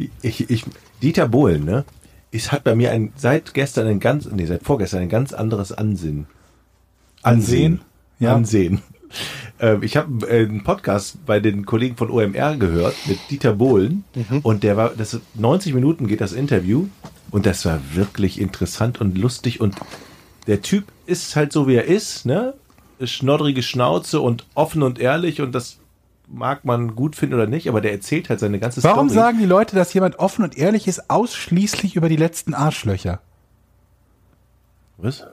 Speaker 5: ich, ich, Dieter Bohlen, ne, ist, hat bei mir ein, seit gestern ein ganz, nee, seit vorgestern ein ganz anderes Ansinnen. Ansehen?
Speaker 3: Ja.
Speaker 5: Ansehen. Ähm, ich habe äh, einen Podcast bei den Kollegen von OMR gehört mit Dieter Bohlen und der war, das 90 Minuten geht das Interview und das war wirklich interessant und lustig und der Typ ist halt so wie er ist, ne? Schnoddrige Schnauze und offen und ehrlich und das mag man gut finden oder nicht, aber der erzählt halt seine ganze
Speaker 3: Warum
Speaker 5: Story.
Speaker 3: sagen die Leute, dass jemand offen und ehrlich ist, ausschließlich über die letzten Arschlöcher?
Speaker 5: Was?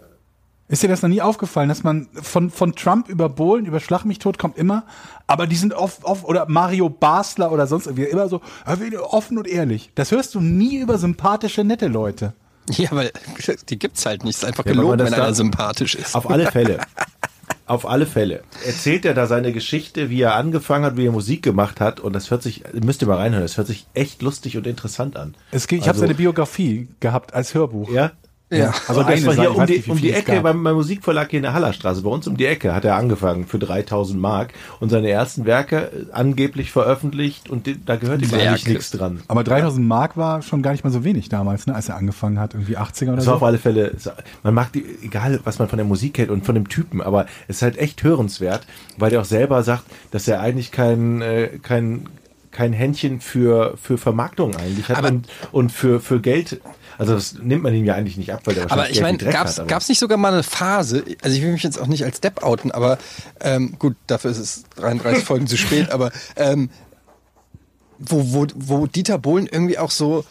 Speaker 3: Ist dir das noch nie aufgefallen, dass man von, von Trump über Bohlen, über Schlag mich tot kommt immer, aber die sind oft, oft oder Mario Basler oder sonst irgendwie immer so ja, wir- offen und ehrlich. Das hörst du nie über sympathische, nette Leute.
Speaker 2: Ja, weil die gibt's halt nicht. Es ist einfach
Speaker 5: Ja, aber
Speaker 2: gelogen,
Speaker 5: man das
Speaker 2: wenn einer
Speaker 5: darf-
Speaker 2: sympathisch ist.
Speaker 5: Auf alle Fälle. Auf alle Fälle. Erzählt er da seine Geschichte, wie er angefangen hat, wie er Musik gemacht hat. Und das hört sich, müsst ihr mal reinhören, das hört sich echt lustig und interessant an.
Speaker 3: Es geht, ich habe
Speaker 5: Also-
Speaker 3: seine Biografie gehabt als Hörbuch.
Speaker 5: Ja?
Speaker 2: ja.
Speaker 3: Also
Speaker 5: Und das war
Speaker 3: Seite,
Speaker 5: hier
Speaker 3: ich
Speaker 5: um
Speaker 3: weiß
Speaker 5: die,
Speaker 3: nicht, wie
Speaker 5: um
Speaker 3: viel
Speaker 5: die
Speaker 3: es
Speaker 5: Ecke
Speaker 3: gab.
Speaker 5: beim, beim Musikverlag hier in der Hallerstraße. Bei uns um die Ecke hat er angefangen für 3000 Mark und seine ersten Werke äh, angeblich veröffentlicht und die, da gehört ihm eigentlich
Speaker 2: Werke.
Speaker 5: nichts dran.
Speaker 3: Aber 3000 Mark war schon gar nicht mal so wenig damals, ne, als er angefangen hat, irgendwie 80er oder
Speaker 5: Das war auf
Speaker 3: so.
Speaker 5: alle Fälle, man mag die, egal was man von der Musik hält und von dem Typen, aber es ist halt echt hörenswert, weil der auch selber sagt, dass er eigentlich kein, äh, kein, kein Händchen für, für Vermarktung eigentlich hat
Speaker 2: Aber-
Speaker 5: und, und für, für Geld. Also das nimmt man ihm ja eigentlich nicht ab, weil der
Speaker 2: Aber ich meine,
Speaker 5: Geld wie Dreck
Speaker 2: gab's,
Speaker 5: hat, aber-
Speaker 2: gab's nicht sogar mal eine Phase, also ich will mich jetzt auch nicht als Depp outen, aber ähm, gut, dafür ist es 33 Folgen zu spät, aber ähm, wo, wo, wo Dieter Bohlen irgendwie auch so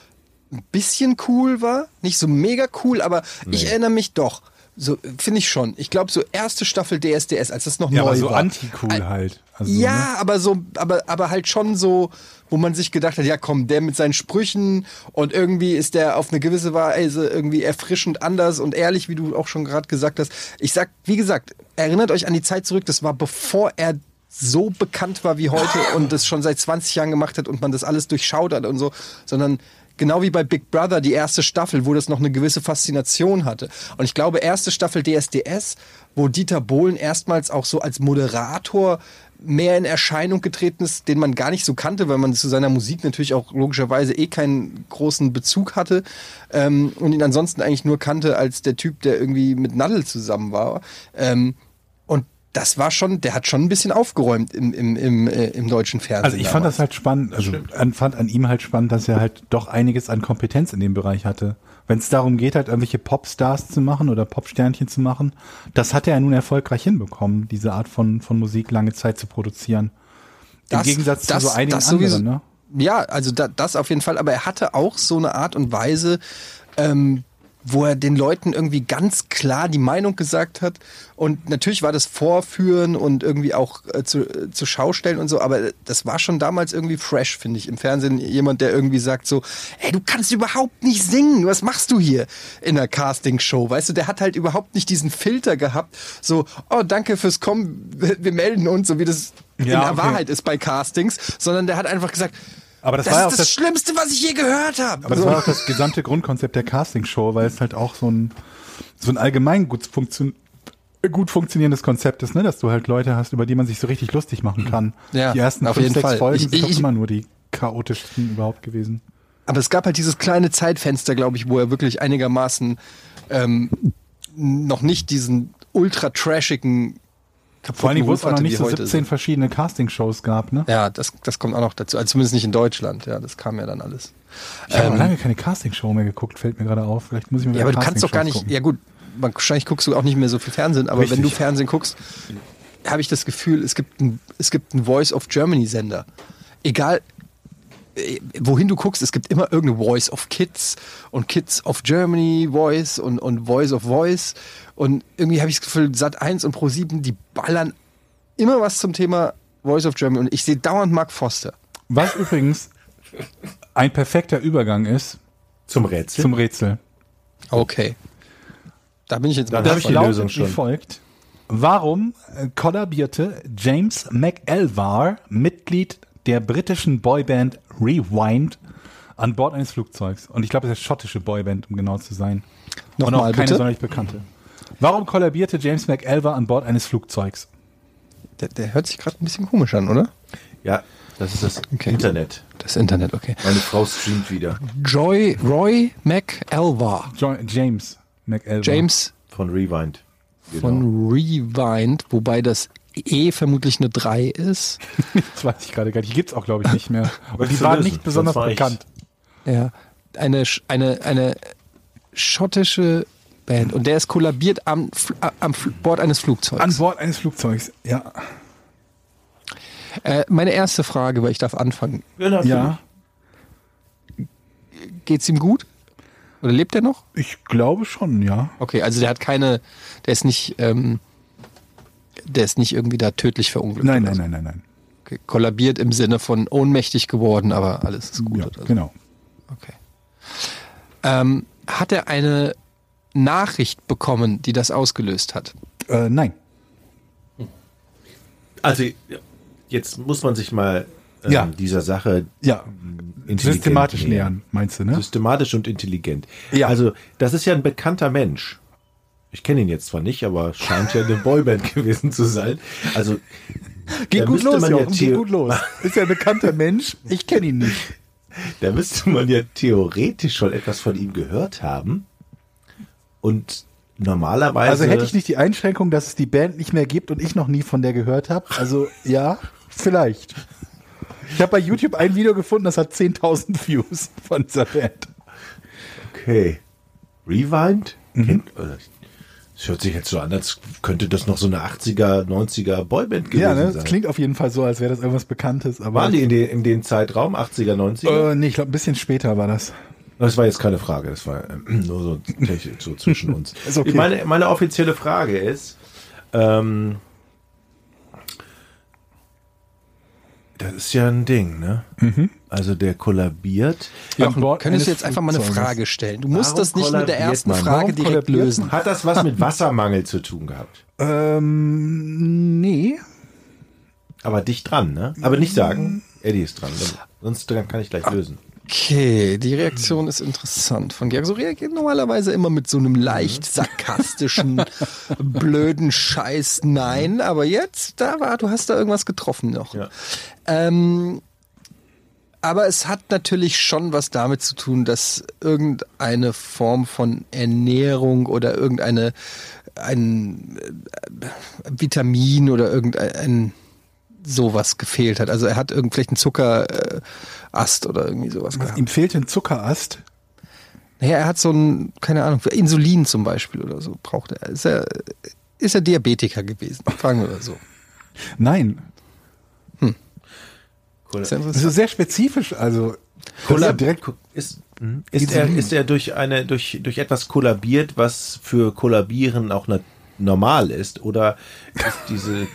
Speaker 2: ein bisschen cool war, nicht so mega cool, aber ich erinnere mich doch. So, finde ich schon. Ich glaube, so erste Staffel DSDS, als das noch
Speaker 3: Ja,
Speaker 2: neu
Speaker 3: aber so
Speaker 2: war.
Speaker 3: anti-cool halt. Also, ne?
Speaker 2: Ja, aber so, aber, aber halt schon so, wo man sich gedacht hat, ja komm, der mit seinen Sprüchen und irgendwie ist der auf eine gewisse Weise irgendwie erfrischend anders und ehrlich, wie du auch schon gerade gesagt hast. Ich sag, wie gesagt, erinnert euch an die Zeit zurück, das war bevor er so bekannt war wie heute und das schon seit 20 Jahren gemacht hat und man das alles durchschaut hat und so, sondern Genau wie bei Big Brother, die erste Staffel, wo das noch eine gewisse Faszination hatte. Und ich glaube, erste Staffel DSDS, wo Dieter Bohlen erstmals auch so als Moderator mehr in Erscheinung getreten ist, den man gar nicht so kannte, weil man zu seiner Musik natürlich auch logischerweise eh keinen großen Bezug hatte ähm, und ihn ansonsten eigentlich nur kannte als der Typ, der irgendwie mit Nadel zusammen war. Ähm, und das war schon, der hat schon ein bisschen aufgeräumt im, im, im, äh, im deutschen Fernsehen.
Speaker 3: Also ich fand
Speaker 2: damals.
Speaker 3: das halt spannend, also an, fand an ihm halt spannend, dass er halt doch einiges an Kompetenz in dem Bereich hatte. Wenn es darum geht, halt irgendwelche Popstars zu machen oder Popsternchen zu machen, das hat er ja nun erfolgreich hinbekommen, diese Art von, von Musik lange Zeit zu produzieren. Im
Speaker 2: Das-
Speaker 3: Gegensatz
Speaker 2: das-
Speaker 3: zu so einigen
Speaker 2: das sowieso-
Speaker 3: anderen, ne?
Speaker 2: Ja, also da, das auf jeden Fall. Aber er hatte auch so eine Art und Weise, ähm, wo er den Leuten irgendwie ganz klar die Meinung gesagt hat. Und natürlich war das Vorführen und irgendwie auch äh, zu, äh, zu Schaustellen und so. Aber das war schon damals irgendwie fresh, finde ich. Im Fernsehen jemand, der irgendwie sagt so, ey, du kannst überhaupt nicht singen. Was machst du hier in der Castingshow? Weißt du, der hat halt überhaupt nicht diesen Filter gehabt. So, oh, danke fürs Kommen. Wir melden uns, so wie das in
Speaker 3: Ja,
Speaker 2: der
Speaker 3: okay.
Speaker 2: Wahrheit ist bei Castings, sondern der hat einfach gesagt,
Speaker 3: Aber das
Speaker 2: das
Speaker 3: war
Speaker 2: ist
Speaker 3: ja auch
Speaker 2: das,
Speaker 3: das-
Speaker 2: Schlimmste, was ich je gehört habe.
Speaker 3: Aber das war auch das gesamte Grundkonzept der Castingshow, weil es halt auch so ein, so ein allgemein gut, funktion gut funktionierendes Konzept ist, ne? dass du halt Leute hast, über die man sich so richtig lustig machen kann.
Speaker 2: Ja,
Speaker 3: die ersten
Speaker 2: auf
Speaker 3: fünf,
Speaker 2: jeden
Speaker 3: sechs
Speaker 2: Fall.
Speaker 3: Folgen
Speaker 2: Ich-
Speaker 3: sind
Speaker 2: ich-
Speaker 3: doch
Speaker 2: ich-
Speaker 3: immer nur die chaotischsten überhaupt gewesen.
Speaker 2: Aber es gab halt dieses kleine Zeitfenster, glaube ich, wo er wirklich einigermaßen ähm, noch nicht diesen ultra trashigen kaputten
Speaker 3: Vor allem, wo
Speaker 2: Ruf
Speaker 3: es auch noch
Speaker 2: hatte, wie
Speaker 3: nicht so
Speaker 2: heute
Speaker 3: 17
Speaker 2: ist.
Speaker 3: verschiedene Castingshows gab, ne?
Speaker 2: Ja, das, das kommt auch noch dazu. Also zumindest nicht in Deutschland. Ja, das kam ja dann alles.
Speaker 3: Ich habe lange keine Castingshow mehr geguckt, fällt mir gerade auf. Vielleicht muss ich mir
Speaker 2: Ja,
Speaker 3: wieder
Speaker 2: aber du kannst doch gar nicht.
Speaker 3: Castingshows
Speaker 2: Ja, gut, man, wahrscheinlich guckst du auch nicht mehr so viel Fernsehen, aber wenn du
Speaker 3: Richtig.
Speaker 2: Fernsehen guckst, habe ich das Gefühl, es gibt ein- es gibt einen Voice of Germany Sender. Egal, äh, wohin du guckst, es gibt immer irgendeine Voice of Kids und Kids of Germany Voice und, und Voice of Voice. Und irgendwie habe ich das Gefühl, Sat 1 und Pro 7, die ballern immer was zum Thema Voice of Germany. Und ich sehe dauernd Mark Foster.
Speaker 3: Was übrigens ein perfekter Übergang ist
Speaker 5: Zum Rätsel.
Speaker 3: zum Rätsel.
Speaker 2: Okay. Da bin ich jetzt
Speaker 5: Dann
Speaker 2: mal
Speaker 5: hab ich die
Speaker 2: gespannt.
Speaker 3: lautet
Speaker 5: Lösung schon.
Speaker 3: wie folgt. Warum äh, kollabierte James McElvar, Mitglied der britischen Boyband Rewind, an Bord eines Flugzeugs? Und ich glaube, es ist eine schottische Boyband, um genau zu sein. Und
Speaker 2: Nochmal,
Speaker 3: auch keine
Speaker 2: bitte?
Speaker 3: sonderlich bekannte. Warum kollabierte James McElvar an Bord eines Flugzeugs?
Speaker 2: der, der hört sich gerade ein bisschen komisch an, oder?
Speaker 5: Ja, das ist das
Speaker 2: Okay.
Speaker 5: Internet.
Speaker 2: Das Internet, okay.
Speaker 5: Meine Frau streamt wieder
Speaker 2: Joy, Roy McElvar.
Speaker 3: Jo James McElvar.
Speaker 2: James
Speaker 5: von Rewind. Genau.
Speaker 2: von Rewind, wobei das E vermutlich eine 3 ist.
Speaker 3: Das weiß ich gerade gar nicht. Die gibt's auch, glaube ich, nicht mehr. Aber
Speaker 5: Willst
Speaker 3: die
Speaker 5: du
Speaker 3: waren
Speaker 5: lösen?
Speaker 3: nicht besonders
Speaker 5: Sonst war ich's.
Speaker 3: bekannt.
Speaker 2: Ja. Eine, Sch- eine, eine schottische Band. Und der ist kollabiert am, Fl- am Fl- Bord eines Flugzeugs.
Speaker 3: An Bord eines Flugzeugs, ja.
Speaker 2: äh, meine erste Frage, weil ich darf anfangen.
Speaker 3: Ja.
Speaker 2: Geht's ihm gut? Oder lebt er noch?
Speaker 3: Ich glaube schon, ja.
Speaker 2: Okay, also der hat keine, der ist nicht, ähm, der ist nicht irgendwie da tödlich verunglückt.
Speaker 3: Nein,
Speaker 2: oder
Speaker 3: nein,
Speaker 2: so.
Speaker 3: nein, nein, nein.
Speaker 2: Okay, kollabiert im Sinne von
Speaker 3: genau.
Speaker 2: ohnmächtig geworden, aber alles ist gut.
Speaker 3: Ja,
Speaker 2: oder so.
Speaker 3: genau.
Speaker 2: Okay. Ähm, hat er eine Nachricht bekommen, die das ausgelöst hat?
Speaker 3: Äh, nein.
Speaker 5: Also jetzt muss man sich mal ähm,
Speaker 3: Ja.
Speaker 5: dieser Sache
Speaker 3: Ja.
Speaker 5: intelligent
Speaker 3: Systematisch nähern, meinst du, ne?
Speaker 5: Systematisch und intelligent.
Speaker 3: Ja.
Speaker 5: Also, das ist ja ein bekannter Mensch. Ich kenne ihn jetzt zwar nicht, aber scheint ja eine Boyband gewesen zu sein. Also,
Speaker 3: Geht
Speaker 5: da
Speaker 3: gut
Speaker 5: müsste
Speaker 3: los,
Speaker 5: man
Speaker 3: Jochen, geht
Speaker 5: theo-
Speaker 3: gut los. Ist ja ein bekannter Mensch. Ich kenne ihn nicht.
Speaker 5: Da müsste man ja theoretisch schon etwas von ihm gehört haben. Und normalerweise.
Speaker 3: Also hätte ich nicht die Einschränkung, dass es die Band nicht mehr gibt und ich noch nie von der gehört habe. Also ja, vielleicht. Ich habe bei YouTube ein Video gefunden, das hat 10.000 Views von dieser Band.
Speaker 5: Okay. Rewind?
Speaker 3: Mhm.
Speaker 5: Kennt- oder- Das hört sich jetzt so an, als könnte das noch so eine 80er, 90er Boyband gewesen
Speaker 3: Ja, ne?
Speaker 5: sein.
Speaker 3: das klingt auf jeden Fall so, als wäre das irgendwas Bekanntes. Aber
Speaker 5: Waren die in, den, in den Zeitraum 80er, 90er?
Speaker 3: Äh, nee, ich glaube, ein bisschen später war das.
Speaker 5: Das war jetzt keine Frage, das war ähm, nur so, technisch- so zwischen uns.
Speaker 3: Ist okay.
Speaker 5: Ich meine, meine offizielle Frage ist, ähm, das ist ja ein Ding, ne?
Speaker 3: Mhm.
Speaker 5: Also der kollabiert.
Speaker 3: An
Speaker 2: Jochen,
Speaker 3: Bord
Speaker 2: könntest du
Speaker 3: eines
Speaker 2: jetzt einfach mal eine
Speaker 3: Flugzeuges.
Speaker 2: Frage stellen? Du musst
Speaker 5: Warum
Speaker 2: das nicht mit der
Speaker 5: kollabiert
Speaker 2: ersten
Speaker 5: man?
Speaker 2: Frage
Speaker 3: Warum
Speaker 2: direkt
Speaker 3: kollabiert
Speaker 2: lösen.
Speaker 5: Hat das was mit Wassermangel zu tun gehabt?
Speaker 3: Ähm, nee.
Speaker 5: Aber dicht dran, ne? Aber nicht sagen, Eddie ist dran. Sonst kann ich
Speaker 3: Ah.
Speaker 5: gleich lösen.
Speaker 2: Okay, die Reaktion ist interessant von Georg. So reagiert normalerweise immer mit so einem leicht
Speaker 5: Mhm.
Speaker 2: sarkastischen, blöden Scheiß. Nein, aber jetzt, da war, du hast da irgendwas getroffen noch.
Speaker 5: Ja.
Speaker 2: Ähm, aber es hat natürlich schon was damit zu tun, dass irgendeine Form von Ernährung oder irgendeine ein äh, Vitamin oder irgendein ein, sowas gefehlt hat. Also er hat irgend vielleicht einen Zuckerast äh, Ast oder irgendwie sowas gehabt.
Speaker 3: Ihm fehlt ein Zuckerast.
Speaker 2: Naja, er hat so ein, keine Ahnung, Insulin zum Beispiel oder so braucht er. Ist er, ist er Diabetiker gewesen? Fragen wir mal so.
Speaker 3: Nein.
Speaker 2: Ist ja
Speaker 3: Das
Speaker 2: interessant.
Speaker 3: ist sehr spezifisch. Also, das ist ja direkt
Speaker 5: ist,
Speaker 2: Hm?
Speaker 5: ist, er, ist er durch eine durch durch etwas kollabiert, was für kollabieren auch na- normal ist oder ist diese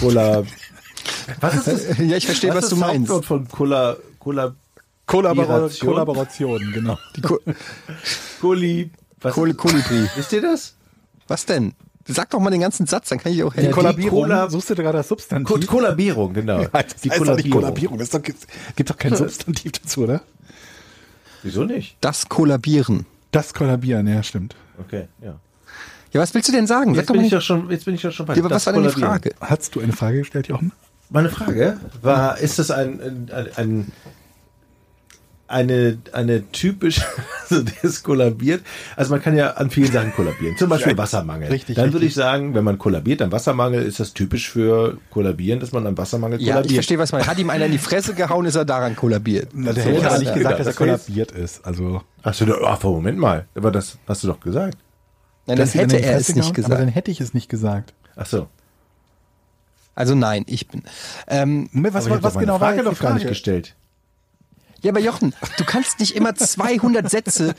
Speaker 5: Kolla Was ist das?
Speaker 2: Ja, ich verstehe, was
Speaker 5: ist
Speaker 2: du
Speaker 5: das
Speaker 2: meinst.
Speaker 5: Hauptwort von Kolla Kolla
Speaker 3: Kollaboration.
Speaker 5: Kollaboration?
Speaker 3: Kollaboration, genau.
Speaker 2: Die Ko
Speaker 5: Kolli was
Speaker 2: Kol
Speaker 5: ist-
Speaker 2: Kolibri.
Speaker 5: Wisst ihr das?
Speaker 2: Was denn? Sag doch mal den ganzen Satz, dann kann ich dir auch
Speaker 3: Die
Speaker 2: helfen.
Speaker 3: Kollabierung,
Speaker 5: Kollab-
Speaker 3: suchst du gerade das Substantiv?
Speaker 2: Hm?
Speaker 5: Ko Kollabierung, genau.
Speaker 3: Das heißt doch nicht Kollabierung. Es gibt, gibt doch kein Substantiv dazu, oder?
Speaker 5: Wieso nicht?
Speaker 2: Das Kollabieren.
Speaker 3: Das Kollabieren, ja, stimmt.
Speaker 5: Okay, ja.
Speaker 2: Ja, was willst du denn sagen? Sag
Speaker 5: Jetzt
Speaker 2: doch
Speaker 5: bin
Speaker 2: mal.
Speaker 5: ich doch schon jetzt bin ich doch schon bei
Speaker 2: Ja, aber was war denn die Frage?
Speaker 3: Hast du eine Frage gestellt, Jochen?
Speaker 5: Meine Frage war, ist das ein, ein, ein, ein eine, eine typische, also der ist kollabiert. Also man kann ja an vielen Sachen kollabieren. Zum Beispiel Wassermangel.
Speaker 3: Richtig,
Speaker 5: Dann würde ich sagen, wenn man kollabiert am Wassermangel, ist das typisch für kollabieren, dass man am Wassermangel
Speaker 2: Ja, ich
Speaker 5: kollabiert.
Speaker 2: verstehe, was man. Hat ihm einer in die Fresse gehauen, ist er daran kollabiert.
Speaker 3: Na, der
Speaker 5: So,
Speaker 3: hätte
Speaker 5: das
Speaker 3: aber
Speaker 5: hat
Speaker 3: nicht
Speaker 5: er
Speaker 3: gesagt, dass
Speaker 5: gedacht.
Speaker 3: er
Speaker 5: Das heißt-
Speaker 3: kollabiert ist. Also,
Speaker 5: hast du doch, ach, Moment mal. Aber das hast du doch gesagt.
Speaker 2: Nein, das
Speaker 3: dass sie dann
Speaker 2: hätte
Speaker 3: in die
Speaker 2: er
Speaker 3: Fresse
Speaker 2: es nicht
Speaker 3: gehauen, Aber dann
Speaker 2: gesagt.
Speaker 3: hätte ich es nicht gesagt.
Speaker 5: Ach so.
Speaker 2: Also nein, ich bin. Ähm,
Speaker 3: Moment, was,
Speaker 5: Aber ich
Speaker 3: was,
Speaker 5: hab doch meine
Speaker 3: genau war
Speaker 5: Frage
Speaker 3: jetzt die
Speaker 5: doch gar nicht
Speaker 3: Frage?
Speaker 5: gestellt.
Speaker 2: Ja, aber Jochen, du kannst nicht immer 200 Sätze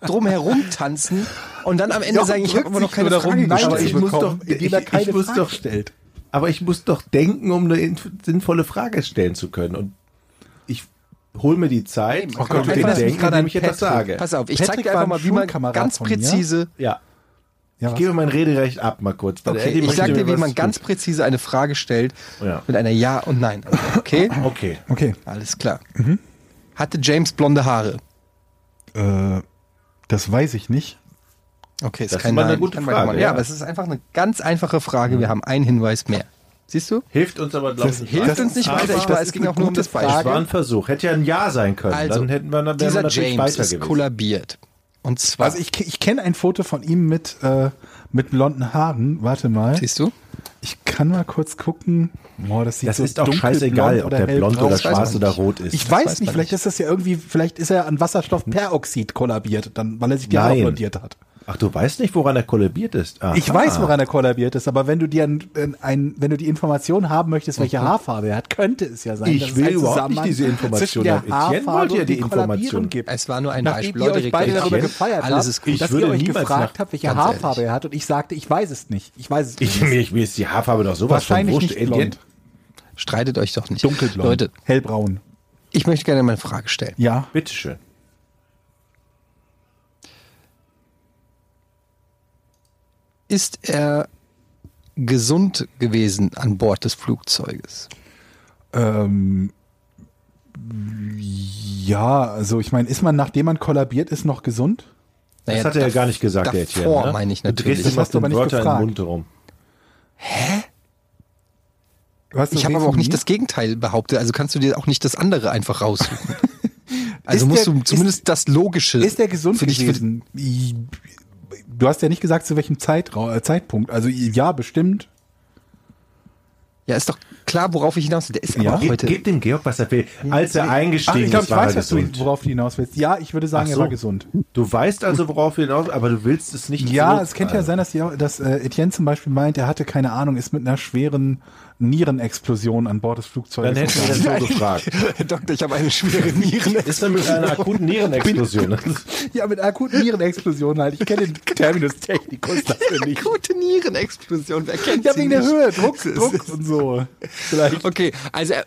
Speaker 2: drumherum tanzen und dann am Ende
Speaker 3: Jochen
Speaker 2: sagen, ich habe
Speaker 3: drückt
Speaker 2: immer noch
Speaker 3: sich
Speaker 2: keine
Speaker 3: nur darum,
Speaker 2: Frage
Speaker 3: Nein
Speaker 2: gestellt.
Speaker 3: zu
Speaker 5: Aber ich muss
Speaker 3: bekommen,
Speaker 5: doch-
Speaker 3: indem er
Speaker 5: ich- ich
Speaker 3: keine
Speaker 5: muss
Speaker 3: Frage
Speaker 5: doch-
Speaker 3: stellt.
Speaker 5: Aber ich muss doch denken, um eine inf- sinnvolle Frage stellen zu können. Und ich hole mir die Zeit
Speaker 2: Oh Gott,
Speaker 5: und
Speaker 2: du
Speaker 5: den
Speaker 2: erinnerst mich
Speaker 5: Denken,
Speaker 2: gerade
Speaker 5: indem
Speaker 2: an
Speaker 5: ich etwas sage.
Speaker 2: Pass auf, ich
Speaker 3: Patrick
Speaker 2: zeig dir
Speaker 3: war
Speaker 2: einfach
Speaker 3: ein
Speaker 2: mal, wie man
Speaker 3: Schulkamerad
Speaker 2: ganz
Speaker 3: von mir.
Speaker 2: präzise.
Speaker 5: Ja.
Speaker 3: Ja,
Speaker 5: Ich
Speaker 3: was?
Speaker 5: gebe mein Rederecht ab mal kurz. weil
Speaker 2: Okay,
Speaker 5: Eddie
Speaker 2: ich
Speaker 5: möchte
Speaker 2: sag
Speaker 5: mir
Speaker 2: dir, wie
Speaker 5: was
Speaker 2: man
Speaker 5: tun.
Speaker 2: ganz präzise eine Frage stellt
Speaker 5: Ja.
Speaker 2: mit einer Ja und Nein. Okay,
Speaker 5: Okay.
Speaker 3: okay.
Speaker 2: alles klar.
Speaker 3: Mhm.
Speaker 2: Hatte James blonde Haare?
Speaker 3: Äh, das weiß ich nicht.
Speaker 2: Okay, ist
Speaker 5: Das ist
Speaker 2: kein
Speaker 5: mal eine
Speaker 2: Nein.
Speaker 5: gute
Speaker 2: Kann
Speaker 5: Frage,
Speaker 2: weitermachen.
Speaker 5: ja.
Speaker 2: Ja, aber es ist einfach eine ganz einfache Frage.
Speaker 3: Mhm.
Speaker 2: Wir haben einen Hinweis mehr. Siehst du?
Speaker 5: Hilft uns aber, glaube ich, nicht
Speaker 2: hilft
Speaker 5: weiter.
Speaker 2: uns nicht weiter. Ich
Speaker 3: aber
Speaker 2: war,
Speaker 3: das
Speaker 2: es ging
Speaker 3: ist
Speaker 2: auch nur um
Speaker 3: eine
Speaker 2: das
Speaker 3: gute
Speaker 2: Beispiel.
Speaker 5: War ein Versuch. Hätte ja ein Ja sein können.
Speaker 2: Also,
Speaker 5: dann hätten wir, dann wären wir
Speaker 2: dieser
Speaker 5: natürlich
Speaker 2: James
Speaker 5: weiter
Speaker 2: ist
Speaker 5: gewesen.
Speaker 2: kollabiert. Und zwar,
Speaker 3: Also, ich, ich kenne ein Foto von ihm mit, äh, mit blonden Haaren. Warte mal.
Speaker 2: siehst du?
Speaker 3: Ich kann mal kurz gucken. Boah, das sieht
Speaker 5: Das
Speaker 3: so
Speaker 5: ist auch
Speaker 3: dunkelblond
Speaker 5: scheißegal, ob der
Speaker 3: hellbraun
Speaker 5: blond oder
Speaker 2: weiß
Speaker 3: aus.
Speaker 2: man
Speaker 5: schwarz oder
Speaker 2: nicht.
Speaker 5: rot ist.
Speaker 3: Ich
Speaker 2: weiß
Speaker 3: weiß,
Speaker 2: man
Speaker 3: nicht,
Speaker 2: nicht.
Speaker 3: vielleicht ist das ja irgendwie, vielleicht ist er an Wasserstoffperoxid kollabiert, dann, weil er sich die Haare
Speaker 5: Nein.
Speaker 3: blondiert hat.
Speaker 5: Ach, du weißt nicht, woran er kollabiert ist? Ah, Aha.
Speaker 3: Ich weiß, woran er kollabiert ist, aber wenn du dir ein, ein, wenn du die Information haben möchtest, welche Haarfarbe er hat, könnte es ja sein.
Speaker 5: Mhm. Ich
Speaker 3: dass es
Speaker 5: will
Speaker 3: einen
Speaker 5: überhaupt
Speaker 3: Zusammenhang
Speaker 5: nicht diese Information
Speaker 3: zwischen der
Speaker 5: haben. Etienne
Speaker 3: Haarfarbe
Speaker 5: wollte ja
Speaker 3: und
Speaker 5: die
Speaker 3: dem Kollabieren
Speaker 5: Information.
Speaker 3: gibt.
Speaker 2: Es war nur ein
Speaker 3: Nachdem
Speaker 2: Beispiel.
Speaker 3: ihr euch beide
Speaker 2: Leute,
Speaker 3: darüber
Speaker 2: Etienne,
Speaker 3: gefeiert
Speaker 2: alles
Speaker 3: habt,
Speaker 2: ist gut.
Speaker 3: dass
Speaker 5: Ich
Speaker 3: ihr
Speaker 5: würde
Speaker 3: euch
Speaker 5: niemals
Speaker 3: gefragt
Speaker 5: nach-
Speaker 3: habt, welche
Speaker 2: Ganz
Speaker 3: Haarfarbe
Speaker 2: ehrlich.
Speaker 3: er hat und ich sagte, ich weiß es nicht. Ich weiß es
Speaker 5: Ich,
Speaker 3: nicht.
Speaker 5: mir, mir ist die Haarfarbe doch sowas von
Speaker 3: Wahrscheinlich
Speaker 5: wurscht.
Speaker 3: nicht
Speaker 5: Eddie.
Speaker 3: blond.
Speaker 2: Streitet euch doch nicht.
Speaker 3: Dunkelblond.
Speaker 2: Leute,
Speaker 3: Hellbraun.
Speaker 2: ich möchte gerne mal eine Frage stellen.
Speaker 3: Ja.
Speaker 5: Bitteschön.
Speaker 2: ist er gesund gewesen an Bord des Flugzeuges?
Speaker 3: Ähm, ja, also ich meine, ist man, nachdem man kollabiert ist, noch gesund?
Speaker 5: Das hat er ja gar nicht gesagt, der Etienne.
Speaker 2: Davor
Speaker 5: ne?
Speaker 2: meine ich
Speaker 5: Du drehst
Speaker 2: natürlich.
Speaker 3: Das
Speaker 5: immer
Speaker 3: hast du aber
Speaker 5: den
Speaker 3: nicht
Speaker 5: Wörter im
Speaker 3: gefragt.
Speaker 5: Mund rum.
Speaker 3: Hast du
Speaker 2: Ich habe aber auch nicht das Gegenteil behauptet, also kannst du dir auch nicht das andere einfach raussuchen. Also
Speaker 3: Ist
Speaker 2: musst
Speaker 3: der-
Speaker 2: du zumindest das Logische.
Speaker 3: Ist er gesund
Speaker 2: für dich- für-
Speaker 3: gewesen? I- Du hast ja nicht gesagt, zu welchem Zeitraum, äh, Zeitpunkt. Also i- ja, bestimmt.
Speaker 2: Ja, ist doch klar, worauf ich hinaus will. Der ist
Speaker 3: Ja.
Speaker 2: aber auch
Speaker 5: Gib,
Speaker 2: heute.
Speaker 5: gib dem Georg, was er will. Als er
Speaker 3: Ach,
Speaker 5: eingestiegen
Speaker 3: ich glaube,
Speaker 5: ist,
Speaker 3: ich
Speaker 5: war
Speaker 3: weiß,
Speaker 5: er
Speaker 3: was du,
Speaker 5: gesund.
Speaker 3: worauf du hinaus willst. Ja, ich würde sagen,
Speaker 5: Ach
Speaker 3: er
Speaker 5: so.
Speaker 3: war gesund.
Speaker 5: Du weißt also, worauf wir hinaus, aber du willst es nicht
Speaker 3: Ja,
Speaker 5: zurück-
Speaker 3: es könnte ja sein, dass, die, auch- dass äh, Etienne zum Beispiel meint, er hatte keine Ahnung, ist mit einer schweren Nierenexplosion an Bord des Flugzeuges.
Speaker 5: Dann hätten wir das so gefragt.
Speaker 2: Herr Doktor, ich habe eine schwere Nieren.
Speaker 5: Ist er mit einer akuten Nierenexplosion?
Speaker 3: ja, mit einer akuten Nierenexplosion halt. Ich kenne den Terminus technicus dafür nicht.
Speaker 2: Gute Nierenexplosion, wer kennt
Speaker 3: Ja,
Speaker 2: sie
Speaker 3: wegen der
Speaker 2: nicht?
Speaker 3: Höhe, Druck,
Speaker 2: Es ist-
Speaker 3: Druck und so. Vielleicht.
Speaker 2: Okay, also er,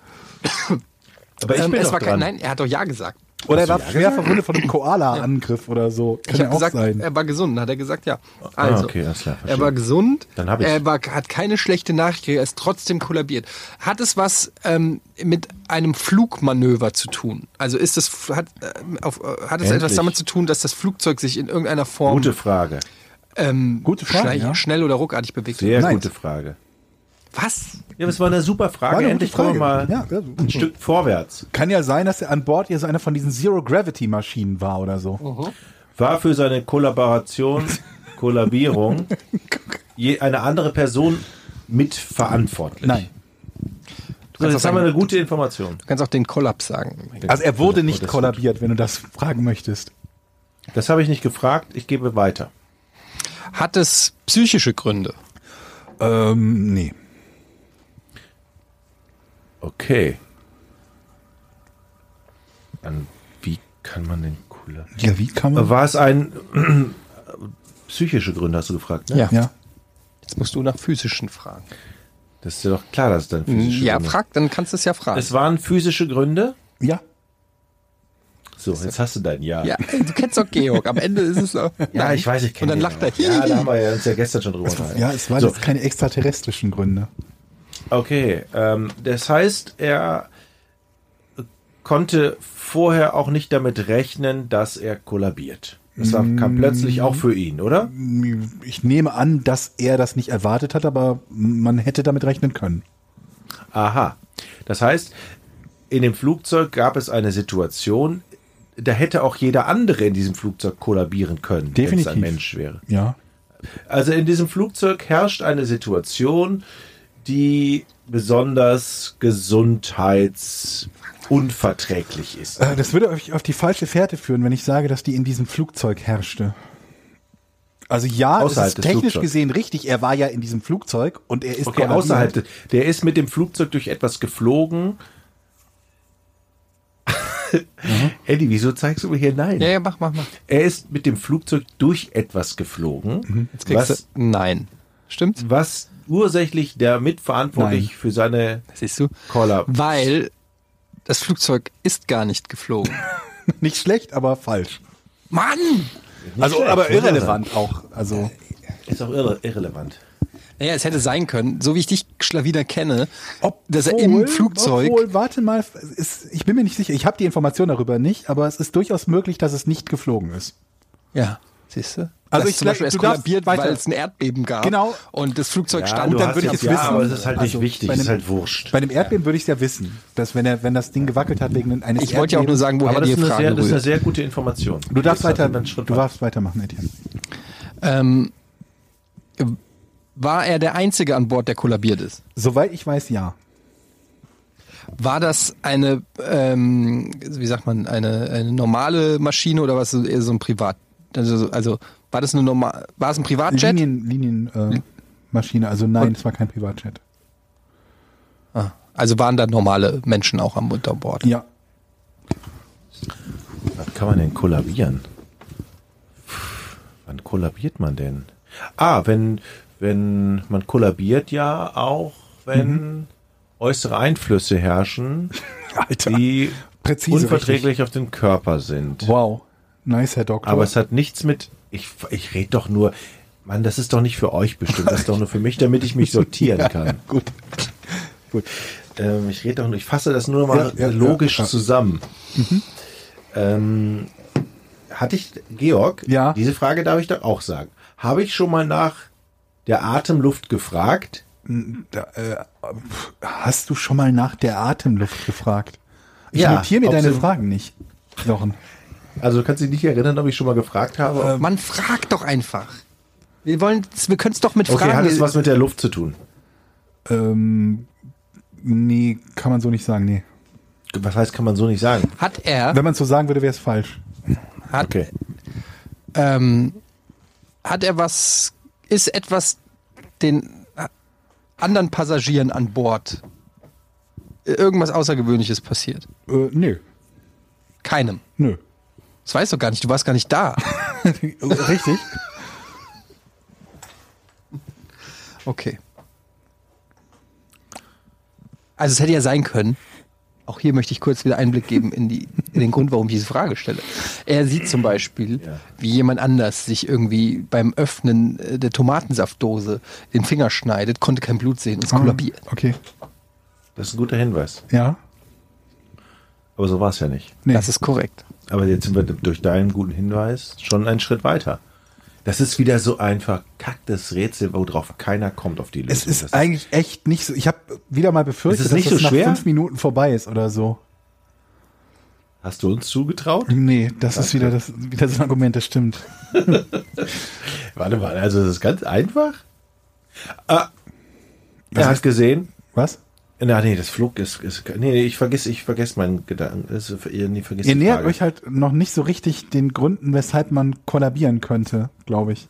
Speaker 5: Aber ich
Speaker 2: ähm,
Speaker 5: bin
Speaker 2: es
Speaker 5: doch
Speaker 2: war kein,
Speaker 5: dran.
Speaker 2: nein, er hat doch ja gesagt.
Speaker 3: Oder er war schwer verwundet von einem Koala-Angriff oder so. Kann
Speaker 2: Ich
Speaker 3: ja
Speaker 2: habe
Speaker 3: auch
Speaker 2: gesagt, ähm,
Speaker 3: sein.
Speaker 2: er war gesund, hat er gesagt, ja. Also,
Speaker 5: Ah, okay, alles klar, verstehe.
Speaker 2: er war gesund,
Speaker 5: Dann hab ich's.
Speaker 2: er war, hat keine schlechte Nachricht, gekriegt, er ist trotzdem kollabiert. Hat es was ähm, mit einem Flugmanöver zu tun? Also ist das, hat, ähm, auf, äh, hat es
Speaker 5: Endlich.
Speaker 2: etwas damit zu tun, dass das Flugzeug sich in irgendeiner Form
Speaker 5: Gute Frage.
Speaker 2: ähm,
Speaker 3: Gute Frage,
Speaker 2: schnell,
Speaker 3: ja.
Speaker 2: schnell oder ruckartig bewegt?
Speaker 5: Sehr
Speaker 3: Nein.
Speaker 5: gute Frage.
Speaker 2: Was?
Speaker 5: Ja, das war eine super Frage.
Speaker 3: War eine
Speaker 5: Endlich
Speaker 3: gute
Speaker 5: kommen wir mal
Speaker 3: Frage. Ja, ja.
Speaker 5: ein Stück vorwärts.
Speaker 3: Kann ja sein, dass er an Bord ja so einer von diesen Zero-Gravity-Maschinen war oder so.
Speaker 5: War für seine Kollaboration, Kollabierung je eine andere Person mitverantwortlich.
Speaker 3: Nein.
Speaker 5: So, jetzt haben wir eine gute Information.
Speaker 2: Du kannst auch den Kollaps sagen.
Speaker 3: Also er wurde
Speaker 5: Oh,
Speaker 3: nicht
Speaker 5: das-
Speaker 3: kollabiert, wenn du das fragen möchtest.
Speaker 5: Das habe ich nicht gefragt. Ich gebe weiter.
Speaker 2: Hat es psychische Gründe?
Speaker 3: Ähm, nee.
Speaker 5: Okay. Dann wie kann man den cooler?
Speaker 3: Ja, wie kann man?
Speaker 5: War es ein psychische Gründe, hast du gefragt, ne?
Speaker 3: Ja.
Speaker 2: Jetzt musst du nach physischen fragen.
Speaker 5: Das ist ja doch klar, dass es dann physische
Speaker 2: Ja,
Speaker 5: Gründe
Speaker 2: frag, dann kannst du es ja fragen.
Speaker 5: Es waren physische Gründe.
Speaker 3: Ja.
Speaker 5: So, jetzt hast du dein Ja.
Speaker 2: Ja, du kennst doch Georg. Am Ende ist es so.
Speaker 5: Ja, ich weiß, ich
Speaker 2: Und
Speaker 5: kenne
Speaker 2: dann
Speaker 5: den
Speaker 2: lacht er.
Speaker 5: auch. Ja, da haben wir ja uns ja gestern schon drüber unterhalten.
Speaker 3: Ja, es waren
Speaker 5: So.
Speaker 3: jetzt keine extraterrestrischen Gründe.
Speaker 5: Okay, ähm, das heißt, er konnte vorher auch nicht damit rechnen, dass er kollabiert. Das war, kam plötzlich auch für ihn, oder?
Speaker 3: Ich nehme an, dass er das nicht erwartet hat, aber man hätte damit rechnen können.
Speaker 5: Aha. Das heißt, in dem Flugzeug gab es eine Situation, da hätte auch jeder andere in diesem Flugzeug kollabieren können, wenn es
Speaker 3: Definitiv.
Speaker 5: ein Mensch wäre.
Speaker 3: Ja.
Speaker 5: Also in diesem Flugzeug herrscht eine Situation, die besonders gesundheitsunverträglich ist.
Speaker 3: Äh, Das würde euch auf die falsche Fährte führen, wenn ich sage, dass die in diesem Flugzeug herrschte. Also ja, es
Speaker 5: Außerhalb
Speaker 3: ist
Speaker 5: des
Speaker 3: technisch
Speaker 5: Flugzeugs.
Speaker 3: gesehen richtig. Er war ja in diesem Flugzeug und er ist
Speaker 5: Okay,
Speaker 3: kollabiert.
Speaker 5: außerhalb. des- Der ist mit dem Flugzeug durch etwas geflogen. Mhm. Eddie, wieso zeigst du mir hier nein?
Speaker 2: Ja, ja, mach, mach, mach.
Speaker 5: Er ist mit dem Flugzeug durch etwas geflogen,
Speaker 2: Jetzt kriegst
Speaker 5: was,
Speaker 2: du. Nein. Stimmt?
Speaker 5: was ursächlich damit verantwortlich für seine
Speaker 2: Siehst du?
Speaker 5: Caller.
Speaker 2: Weil das Flugzeug ist gar nicht geflogen.
Speaker 3: Nicht schlecht, aber falsch.
Speaker 2: Mann!
Speaker 3: also
Speaker 5: schlecht,
Speaker 3: aber
Speaker 5: muss man
Speaker 3: irrelevant auch. Also
Speaker 5: Ist auch irre, irrelevant.
Speaker 2: Naja, es hätte sein können, so wie ich dich Schlawiner kenne, dass er
Speaker 3: Äh, Obwohl-
Speaker 2: im Flugzeug.
Speaker 3: Obwohl, warte mal, es ist, ich bin mir nicht sicher. Ich habe die Information darüber nicht, aber es ist durchaus möglich, dass es nicht geflogen ist.
Speaker 2: Ja. Siehst du?
Speaker 3: Also ich
Speaker 2: zum Beispiel
Speaker 3: glaub,
Speaker 2: erst
Speaker 3: du darfst
Speaker 2: kollabiert,
Speaker 3: weiter.
Speaker 2: weil es ein Erdbeben gab.
Speaker 3: Genau.
Speaker 2: Und das Flugzeug
Speaker 5: Ja,
Speaker 2: stand.
Speaker 5: du
Speaker 3: dann
Speaker 5: hast
Speaker 3: würde ich
Speaker 5: jetzt
Speaker 3: es
Speaker 5: ja,
Speaker 3: wissen.
Speaker 5: aber es ist halt nicht
Speaker 3: Also,
Speaker 5: wichtig,
Speaker 3: bei
Speaker 5: es ist
Speaker 3: einem-
Speaker 5: halt wurscht.
Speaker 3: Bei einem Erdbeben würde ich es ja wissen, dass wenn er, wenn das Ding gewackelt hat wegen eines
Speaker 2: Ich wollte ja auch nur
Speaker 3: Erdbebens-
Speaker 2: sagen, woher
Speaker 5: Aber das
Speaker 2: die
Speaker 5: ist, eine
Speaker 2: Frage
Speaker 5: sehr, das ist eine
Speaker 2: rührt.
Speaker 5: sehr gute Information.
Speaker 3: Du darfst
Speaker 5: Das hat
Speaker 3: weiter,
Speaker 5: einen Schritt
Speaker 3: du darfst weitermachen, Etienne.
Speaker 2: Ähm, war er der Einzige an Bord, der kollabiert ist?
Speaker 3: Soweit ich weiß, ja.
Speaker 2: War das eine, ähm, wie sagt man, eine, eine normale Maschine oder was eher so ein Privat? Also, so- also war das eine normal? War es ein Privatjet?
Speaker 3: Linien, Linien, äh, Maschine, also nein, es war kein Privatjet.
Speaker 2: Ah, also waren da normale Menschen auch am Unterbord?
Speaker 3: Ja.
Speaker 5: Wann kann man denn kollabieren? Pff, Wann kollabiert man denn? Ah, wenn, wenn man kollabiert ja auch, wenn äußere Einflüsse herrschen,
Speaker 3: Alter.
Speaker 5: die
Speaker 3: Präzise,
Speaker 5: unverträglich auf den Körper sind.
Speaker 3: Wow. Nice, Herr Doktor.
Speaker 5: Aber es hat nichts mit. Ich, ich rede doch nur. Mann, das ist doch nicht für euch bestimmt, das ist doch nur für mich, damit ich mich sortieren kann.
Speaker 3: Gut.
Speaker 5: Gut. Ähm, ich rede doch nur, ich fasse das nur noch mal
Speaker 3: Ja, ja,
Speaker 5: logisch
Speaker 3: ja.
Speaker 5: zusammen. Mhm. Ähm, hatte ich, Georg,
Speaker 3: Ja.
Speaker 5: diese Frage darf ich doch auch sagen. Habe ich schon mal nach der Atemluft gefragt?
Speaker 3: Da, äh, pf, hast du schon mal nach der Atemluft gefragt? Ich
Speaker 5: Ja,
Speaker 3: notiere mir
Speaker 5: ob
Speaker 3: deine
Speaker 5: sie-
Speaker 3: Fragen nicht. Jochen.
Speaker 5: Also du kannst dich nicht erinnern, ob ich schon mal gefragt habe. ob-
Speaker 2: Äh, Man fragt doch einfach. Wir wollen, wir können es doch mit
Speaker 5: okay, hat
Speaker 2: Fragen.
Speaker 5: es was mit der Luft zu tun?
Speaker 3: Ähm, nee, kann man so nicht sagen, nee.
Speaker 5: Was heißt, kann man so nicht sagen?
Speaker 2: hat er,
Speaker 3: Wenn man es so sagen würde, wäre es falsch.
Speaker 2: hat,
Speaker 5: Okay.
Speaker 2: ähm, hat er was, ist etwas den anderen Passagieren an Bord irgendwas Außergewöhnliches passiert?
Speaker 3: Äh, nö,
Speaker 2: Keinem.
Speaker 3: nö.
Speaker 2: Das weißt du gar nicht, du warst gar nicht da.
Speaker 3: Richtig?
Speaker 2: Okay. Also es hätte ja sein können. Auch hier möchte ich kurz wieder Einblick geben in, die, in den Grund, warum ich diese Frage stelle. Er sieht zum Beispiel, wie jemand anders sich irgendwie beim Öffnen äh, der Tomatensaftdose den Finger schneidet, konnte kein Blut sehen und
Speaker 3: Ah.
Speaker 2: ist kollabiert.
Speaker 3: Okay.
Speaker 5: Das ist ein guter Hinweis.
Speaker 3: Ja?
Speaker 5: Aber so war es ja nicht.
Speaker 3: Nee.
Speaker 2: Das ist korrekt.
Speaker 5: Aber jetzt sind wir durch deinen guten Hinweis schon einen Schritt weiter. Das ist wieder so ein verkacktes Rätsel, worauf keiner kommt auf die Lösung.
Speaker 3: es
Speaker 5: Das
Speaker 3: ist eigentlich echt nicht so. Ich habe wieder mal befürchtet,
Speaker 5: Es ist nicht
Speaker 3: dass
Speaker 5: so
Speaker 3: es
Speaker 5: schwer?
Speaker 3: nach fünf Minuten vorbei ist oder so.
Speaker 5: hast du uns zugetraut?
Speaker 3: Nee, das ist wieder, das, wieder so ein Argument, das stimmt.
Speaker 5: Warte mal, also es ist ganz einfach. Ah, er hat gesehen.
Speaker 3: Was?
Speaker 5: Na, nee, das Flug ist, ist nee, nee, ich vergesse, ich vergesse meinen Gedanken. Das ist- ihr- Nee, vergiss
Speaker 3: Ihr
Speaker 5: die
Speaker 3: nähert
Speaker 5: Frage.
Speaker 3: euch halt noch nicht so richtig den Gründen, weshalb man kollabieren könnte, glaube ich.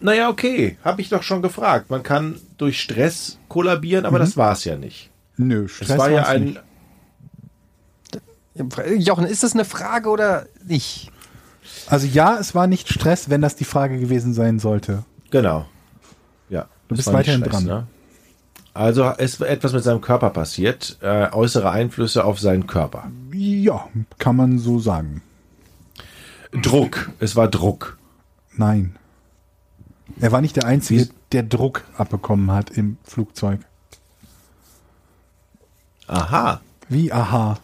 Speaker 5: Naja, okay, habe ich doch schon gefragt. Man kann durch Stress kollabieren, aber das war es ja nicht.
Speaker 3: Nö,
Speaker 5: Es war ja
Speaker 3: Mhm. war's
Speaker 5: ein,
Speaker 3: nicht.
Speaker 2: Jochen, ist das eine Frage oder nicht?
Speaker 3: Also ja, es war nicht Stress, wenn das die Frage gewesen sein sollte.
Speaker 5: Genau. Ja.
Speaker 3: Du
Speaker 5: das
Speaker 3: bist
Speaker 5: war nicht
Speaker 3: weiterhin dran.
Speaker 5: Ne? Also ist etwas mit seinem Körper passiert, äh, äußere Einflüsse auf seinen Körper.
Speaker 3: Ja, kann man so sagen.
Speaker 5: Druck, es war Druck.
Speaker 3: Nein. Er war nicht der Einzige,
Speaker 5: Wie-
Speaker 3: der Druck abbekommen hat im Flugzeug.
Speaker 5: Aha.
Speaker 3: Wie, aha.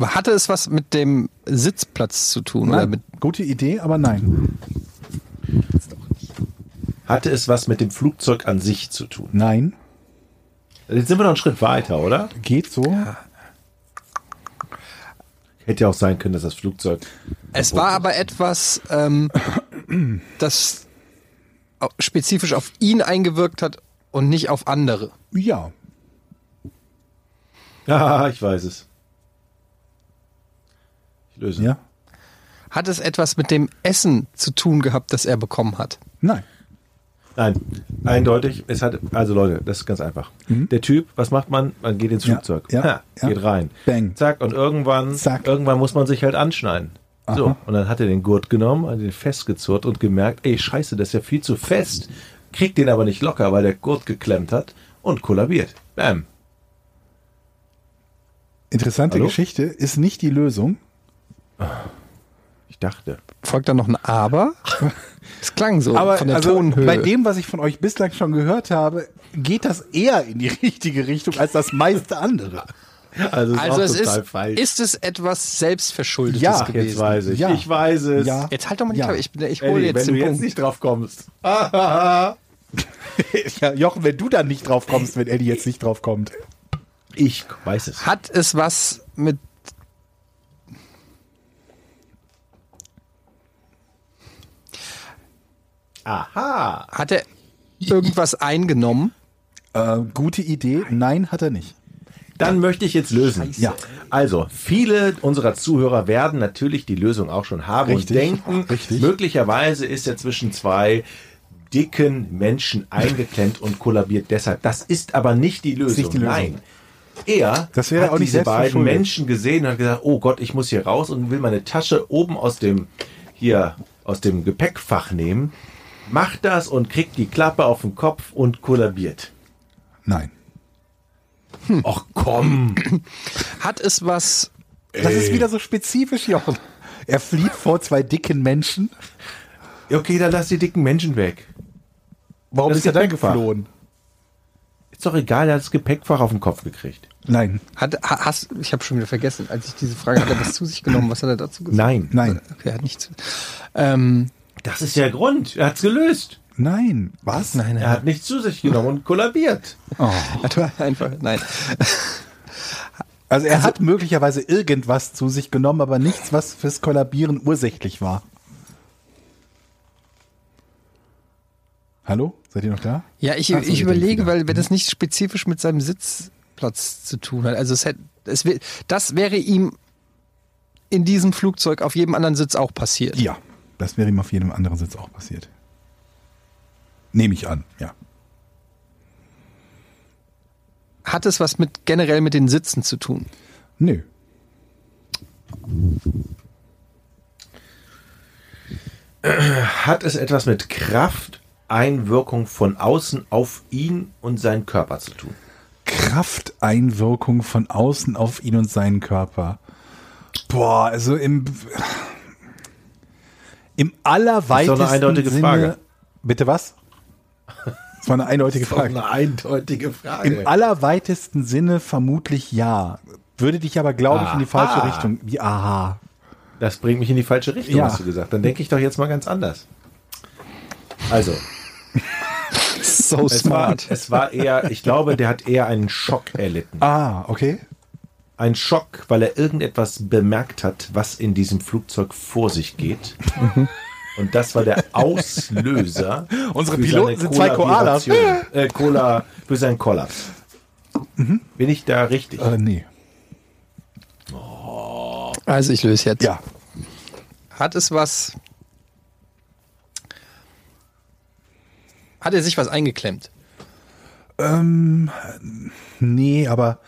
Speaker 2: Hatte es was mit dem Sitzplatz zu tun? Oder mit,
Speaker 3: Gute Idee, aber nein.
Speaker 5: Hatte es was mit dem Flugzeug an sich zu tun? Also,
Speaker 3: Nein.
Speaker 5: Jetzt sind wir noch einen Schritt weiter, oder?
Speaker 3: Geht so.
Speaker 5: Hätte ja auch sein können, dass das Flugzeug.
Speaker 2: Es war aber etwas, ähm, das au- spezifisch auf ihn eingewirkt hat und nicht auf andere.
Speaker 3: Ja.
Speaker 5: Ja, ich weiß es. Ich löse.
Speaker 3: Ja.
Speaker 2: Hat es etwas mit dem Essen zu tun gehabt, das er bekommen hat?
Speaker 3: Nein.
Speaker 5: Nein, eindeutig. Es hat, also Leute, das ist ganz einfach. Der Typ, was macht man? Man geht ins
Speaker 3: Mhm. Ja,
Speaker 5: Flugzeug.
Speaker 3: ja,
Speaker 5: ha,
Speaker 3: ja.
Speaker 5: Geht rein.
Speaker 3: Bang.
Speaker 5: Zack, und irgendwann,
Speaker 3: Zack.
Speaker 5: irgendwann muss man sich halt anschneiden. So,
Speaker 3: Aha.
Speaker 5: und dann hat er den Gurt genommen, hat den festgezurrt und gemerkt, ey, scheiße, das ist ja viel zu fest. Kriegt den aber nicht locker, weil der Gurt geklemmt hat und kollabiert. Bam.
Speaker 3: Interessante
Speaker 5: Hallo?
Speaker 3: Geschichte ist nicht die Lösung.
Speaker 5: Ich dachte.
Speaker 2: Folgt dann noch ein Aber? Es klang so
Speaker 3: Aber
Speaker 2: von der
Speaker 3: also,
Speaker 2: Tonhöhe.
Speaker 3: bei dem, was ich von euch bislang schon gehört habe, geht das eher in die richtige Richtung als das meiste andere.
Speaker 5: Also, ist
Speaker 2: also
Speaker 5: auch
Speaker 2: es
Speaker 5: total
Speaker 2: ist,
Speaker 5: falsch.
Speaker 2: ist es etwas selbstverschuldetes
Speaker 3: Ja, jetzt
Speaker 2: gewesen.
Speaker 5: jetzt weiß ich.
Speaker 3: Ja.
Speaker 5: Ich weiß es.
Speaker 3: Ja.
Speaker 2: Jetzt halt doch mal die
Speaker 3: Ja.
Speaker 2: Klappe. Ich, bin- ich hole
Speaker 5: Ellie,
Speaker 2: jetzt den
Speaker 5: wenn du
Speaker 2: Punkt.
Speaker 5: jetzt nicht drauf kommst.
Speaker 3: Ja, Jochen, wenn du dann nicht drauf kommst, wenn Eddie jetzt nicht drauf kommt.
Speaker 5: Ich weiß es.
Speaker 2: Hat es was mit.
Speaker 5: Aha.
Speaker 2: Hat er irgendwas eingenommen?
Speaker 3: Äh, gute Idee. Nein, hat er nicht.
Speaker 5: Dann möchte ich jetzt lösen.
Speaker 3: Ja.
Speaker 5: Also, viele unserer Zuhörer werden natürlich die Lösung auch schon haben
Speaker 3: Richtig.
Speaker 5: und denken,
Speaker 3: Richtig.
Speaker 5: möglicherweise ist er zwischen zwei dicken Menschen eingeklemmt und kollabiert deshalb. Das ist aber nicht die Lösung.
Speaker 3: nicht die Lösung.
Speaker 5: Nein. Er
Speaker 3: Das wäre
Speaker 5: hat
Speaker 3: auch nicht
Speaker 5: diese beiden
Speaker 3: selbstverschuldet.
Speaker 5: Menschen gesehen und hat gesagt, oh Gott, ich muss hier raus und will meine Tasche oben aus dem hier aus dem Gepäckfach nehmen. Macht das und kriegt die Klappe auf den Kopf und kollabiert.
Speaker 3: Nein.
Speaker 5: Och komm.
Speaker 2: Hat es was.
Speaker 3: Das ist wieder so spezifisch, Jochen. Er flieht vor zwei dicken Menschen.
Speaker 5: Okay, dann lass die dicken Menschen weg.
Speaker 3: Warum
Speaker 5: Das
Speaker 3: ist er dann
Speaker 5: Gepäckfach.
Speaker 3: geflohen?
Speaker 5: Ist doch egal, er hat das Gepäckfach auf den Kopf gekriegt.
Speaker 3: Nein,
Speaker 2: Hat, ha- hast, ich habe schon wieder vergessen, als ich diese Frage hatte, was zu sich genommen, was hat er dazu gesagt?
Speaker 5: Nein.
Speaker 3: nein,
Speaker 2: Okay, er hat nichts. Ähm,
Speaker 5: Das ist der Grund. Er hat's gelöst.
Speaker 3: nein. Was? Oh. Nein.
Speaker 5: Er hat nichts zu sich genommen und kollabiert.
Speaker 2: hat er einfach, nein.
Speaker 3: Also er hat möglicherweise irgendwas zu sich genommen, aber nichts, was fürs Kollabieren ursächlich war. Hallo? Seid ihr noch da?
Speaker 2: Ja, ich,
Speaker 3: Ach so,
Speaker 2: ich
Speaker 3: ihr denkt
Speaker 2: überlege,
Speaker 3: wieder.
Speaker 2: weil wenn das nicht spezifisch mit seinem Sitzplatz zu tun hat, also es hätte, es wär, das wäre ihm in diesem Flugzeug auf jedem anderen Sitz auch passiert.
Speaker 3: Ja, das wäre ihm auf jedem anderen Sitz auch passiert. Nehme ich an, ja.
Speaker 2: Hat es was mit generell mit den Sitzen zu tun?
Speaker 3: Nö.
Speaker 5: Hat es etwas mit Krafteinwirkung von außen auf ihn und seinen Körper zu tun?
Speaker 3: Krafteinwirkung von außen auf ihn und seinen Körper. Boah, also im im allerweitesten
Speaker 5: Das ist doch eine eindeutige
Speaker 3: Sinne.
Speaker 5: Frage.
Speaker 3: Bitte was? Das war eine eindeutige Frage.
Speaker 5: eindeutige
Speaker 3: Im
Speaker 5: Frage.
Speaker 3: allerweitesten Sinne vermutlich ja. Würde dich aber, glaube ich, in die falsche
Speaker 5: Aha.
Speaker 3: Richtung. Wie, aha.
Speaker 5: Das bringt mich in die falsche Richtung,
Speaker 3: Ja.
Speaker 5: hast du gesagt. Dann denke ich doch jetzt mal ganz anders. Also,
Speaker 2: So
Speaker 5: es war, es war eher, ich glaube, der hat eher einen Schock erlitten.
Speaker 3: Ah, okay.
Speaker 5: Ein Schock, weil er irgendetwas bemerkt hat, was in diesem Flugzeug vor sich geht. Und das war der Auslöser.
Speaker 3: Unsere
Speaker 5: für
Speaker 3: Piloten
Speaker 5: seine
Speaker 3: sind zwei Koalas.
Speaker 5: Kollaboration, Äh, Cola für seinen Kollaps. Bin ich da richtig?
Speaker 3: Äh, nee.
Speaker 2: Also ich löse jetzt.
Speaker 3: Ja.
Speaker 2: Hat es was? Hat er sich was eingeklemmt?
Speaker 3: Ähm, nee, aber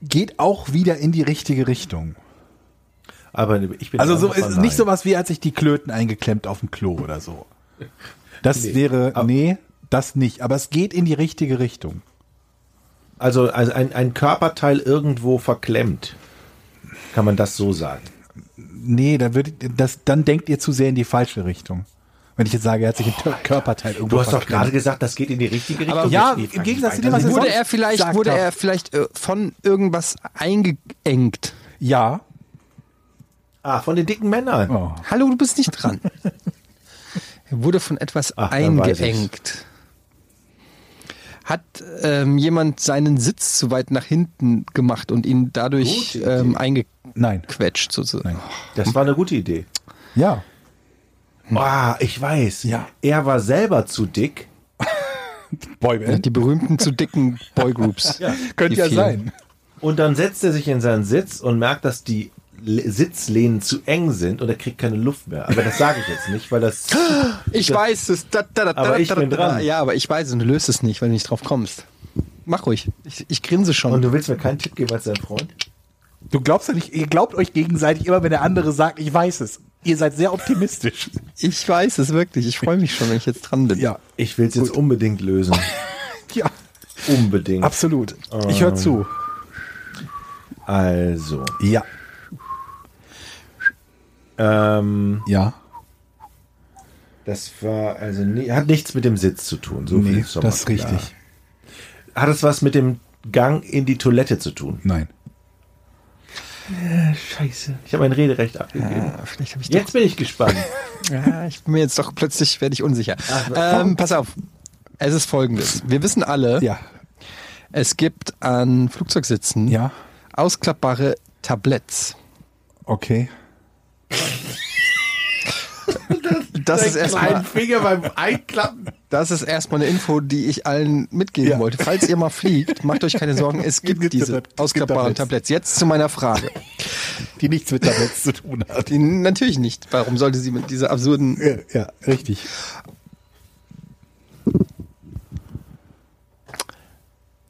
Speaker 3: geht auch wieder in die richtige Richtung.
Speaker 5: Aber ich bin
Speaker 3: Also so
Speaker 5: der Meinung,
Speaker 3: ist
Speaker 5: nein.
Speaker 3: nicht sowas wie, als ich die Klöten eingeklemmt auf dem Klo oder so. Das wäre, nee, das nicht. Aber es geht in die richtige Richtung.
Speaker 5: Also, also ein, ein Körperteil irgendwo verklemmt. Kann man das so sagen?
Speaker 3: Nee, dann, wird, das, dann denkt ihr zu sehr in die falsche Richtung. Wenn ich jetzt sage, er hat sich ein Körperteil irgendwo
Speaker 5: Du hast doch
Speaker 3: verklemmt.
Speaker 5: gerade gesagt, das geht in die richtige Richtung.
Speaker 3: ja,
Speaker 5: Ich stehe
Speaker 3: im Gegensatz zu dem,
Speaker 5: Frank
Speaker 3: was er
Speaker 5: weiter.
Speaker 2: Wurde
Speaker 3: sonst
Speaker 2: er vielleicht,
Speaker 3: gesagt
Speaker 2: wurde
Speaker 3: hab.
Speaker 2: er vielleicht äh, von irgendwas eingeengt?
Speaker 3: Ja.
Speaker 5: Ah, von den dicken Männern.
Speaker 3: Oh.
Speaker 2: Hallo, du bist nicht dran. Er wurde von etwas
Speaker 5: Ach, dann weiß
Speaker 2: eingeengt. Hat ähm, jemand seinen Sitz zu weit nach hinten gemacht und ihn dadurch
Speaker 5: Gute Idee.
Speaker 2: ähm, eingequetscht
Speaker 3: Nein.
Speaker 2: sozusagen?
Speaker 5: Das war eine gute Idee.
Speaker 3: Ja.
Speaker 5: Ah, ich weiß.
Speaker 3: Ja.
Speaker 5: Er war selber zu dick.
Speaker 2: Ja,
Speaker 3: Boyband.
Speaker 2: Die berühmten zu dicken Boygroups.
Speaker 3: Könnte
Speaker 2: Die
Speaker 3: ja
Speaker 2: vielen.
Speaker 3: sein.
Speaker 5: Und dann setzt er sich in seinen Sitz und merkt, dass die Le- Sitzlehnen zu eng sind und er kriegt keine Luft mehr. Aber das sage ich jetzt nicht, weil das.
Speaker 2: Ich weiß es. Da, da, da, da,
Speaker 5: Aber ich
Speaker 2: da, da,
Speaker 5: bin
Speaker 2: da.
Speaker 5: dran.
Speaker 2: Ja, aber ich weiß es und du löst es nicht, weil du nicht drauf kommst. Mach ruhig. Ich, ich grinse schon.
Speaker 5: Und du willst mir keinen Tipp geben als dein Freund?
Speaker 3: Du glaubst ja nicht, ihr glaubt euch gegenseitig immer, wenn der andere sagt, ich weiß es. Ihr seid sehr optimistisch.
Speaker 2: ich weiß es wirklich. Ich freue mich schon, wenn ich jetzt dran bin.
Speaker 3: Ja,
Speaker 5: Ich will es jetzt unbedingt lösen.
Speaker 3: ja,
Speaker 5: unbedingt.
Speaker 3: absolut. Ich höre zu.
Speaker 5: also.
Speaker 3: Ja.
Speaker 5: Ähm,
Speaker 3: Ja.
Speaker 5: das war also nie, hat nichts mit dem Sitz zu tun. So viel
Speaker 3: Nee,
Speaker 5: ist schon
Speaker 3: das ist
Speaker 5: mal klar.
Speaker 3: richtig.
Speaker 5: Hat es was mit dem Gang in die Toilette zu tun?
Speaker 3: Nein.
Speaker 5: Scheiße. Ich habe mein Rederecht abgegeben.
Speaker 2: Ah, Vielleicht habe ich
Speaker 5: Jetzt bin ich gespannt.
Speaker 2: Ja, Ah, ich bin mir jetzt doch plötzlich werde ich unsicher.
Speaker 3: Ah,
Speaker 2: ähm, pass auf. Es ist folgendes. Wir wissen alle,
Speaker 3: Ja.
Speaker 2: es gibt an Flugzeugsitzen
Speaker 3: Ja.
Speaker 2: ausklappbare Tabletts.
Speaker 3: Okay.
Speaker 2: Das ist erstmal,
Speaker 5: Finger beim Einklappen.
Speaker 2: das ist erstmal eine Info, die ich allen mitgeben
Speaker 3: Ja.
Speaker 2: wollte. Falls ihr mal fliegt, macht euch keine Sorgen, es gibt
Speaker 3: Gibt
Speaker 2: diese
Speaker 3: Tabletts.
Speaker 2: ausklappbaren
Speaker 3: Gibt
Speaker 2: Tabletts.
Speaker 3: Tabletts.
Speaker 2: Jetzt zu meiner Frage.
Speaker 3: Die nichts mit Tabletts zu tun hat.
Speaker 2: Die, natürlich nicht. Warum sollte sie mit dieser absurden...
Speaker 3: Ja, ja, richtig.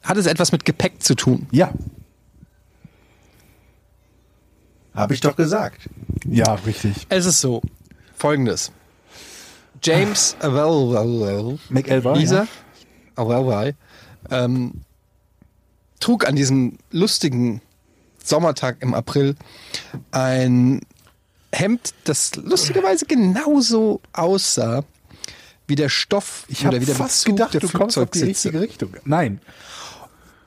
Speaker 2: Hat es etwas mit Gepäck zu tun?
Speaker 3: Ja.
Speaker 5: Habe ich doch gesagt.
Speaker 3: Ja, richtig.
Speaker 2: Es ist so. Folgendes. James... äh, Well, well, well,
Speaker 3: McElroy.
Speaker 2: Lisa,
Speaker 3: Ja.
Speaker 2: Awarai, ähm, trug an diesem lustigen Sommertag im April ein Hemd, das lustigerweise genauso aussah wie der Stoff
Speaker 3: Ich habe
Speaker 2: wie der
Speaker 3: fast
Speaker 2: Bezug
Speaker 3: gedacht,
Speaker 2: der
Speaker 3: du kommst auf die
Speaker 2: Flugzeugsitze.
Speaker 3: richtige Richtung. Nein,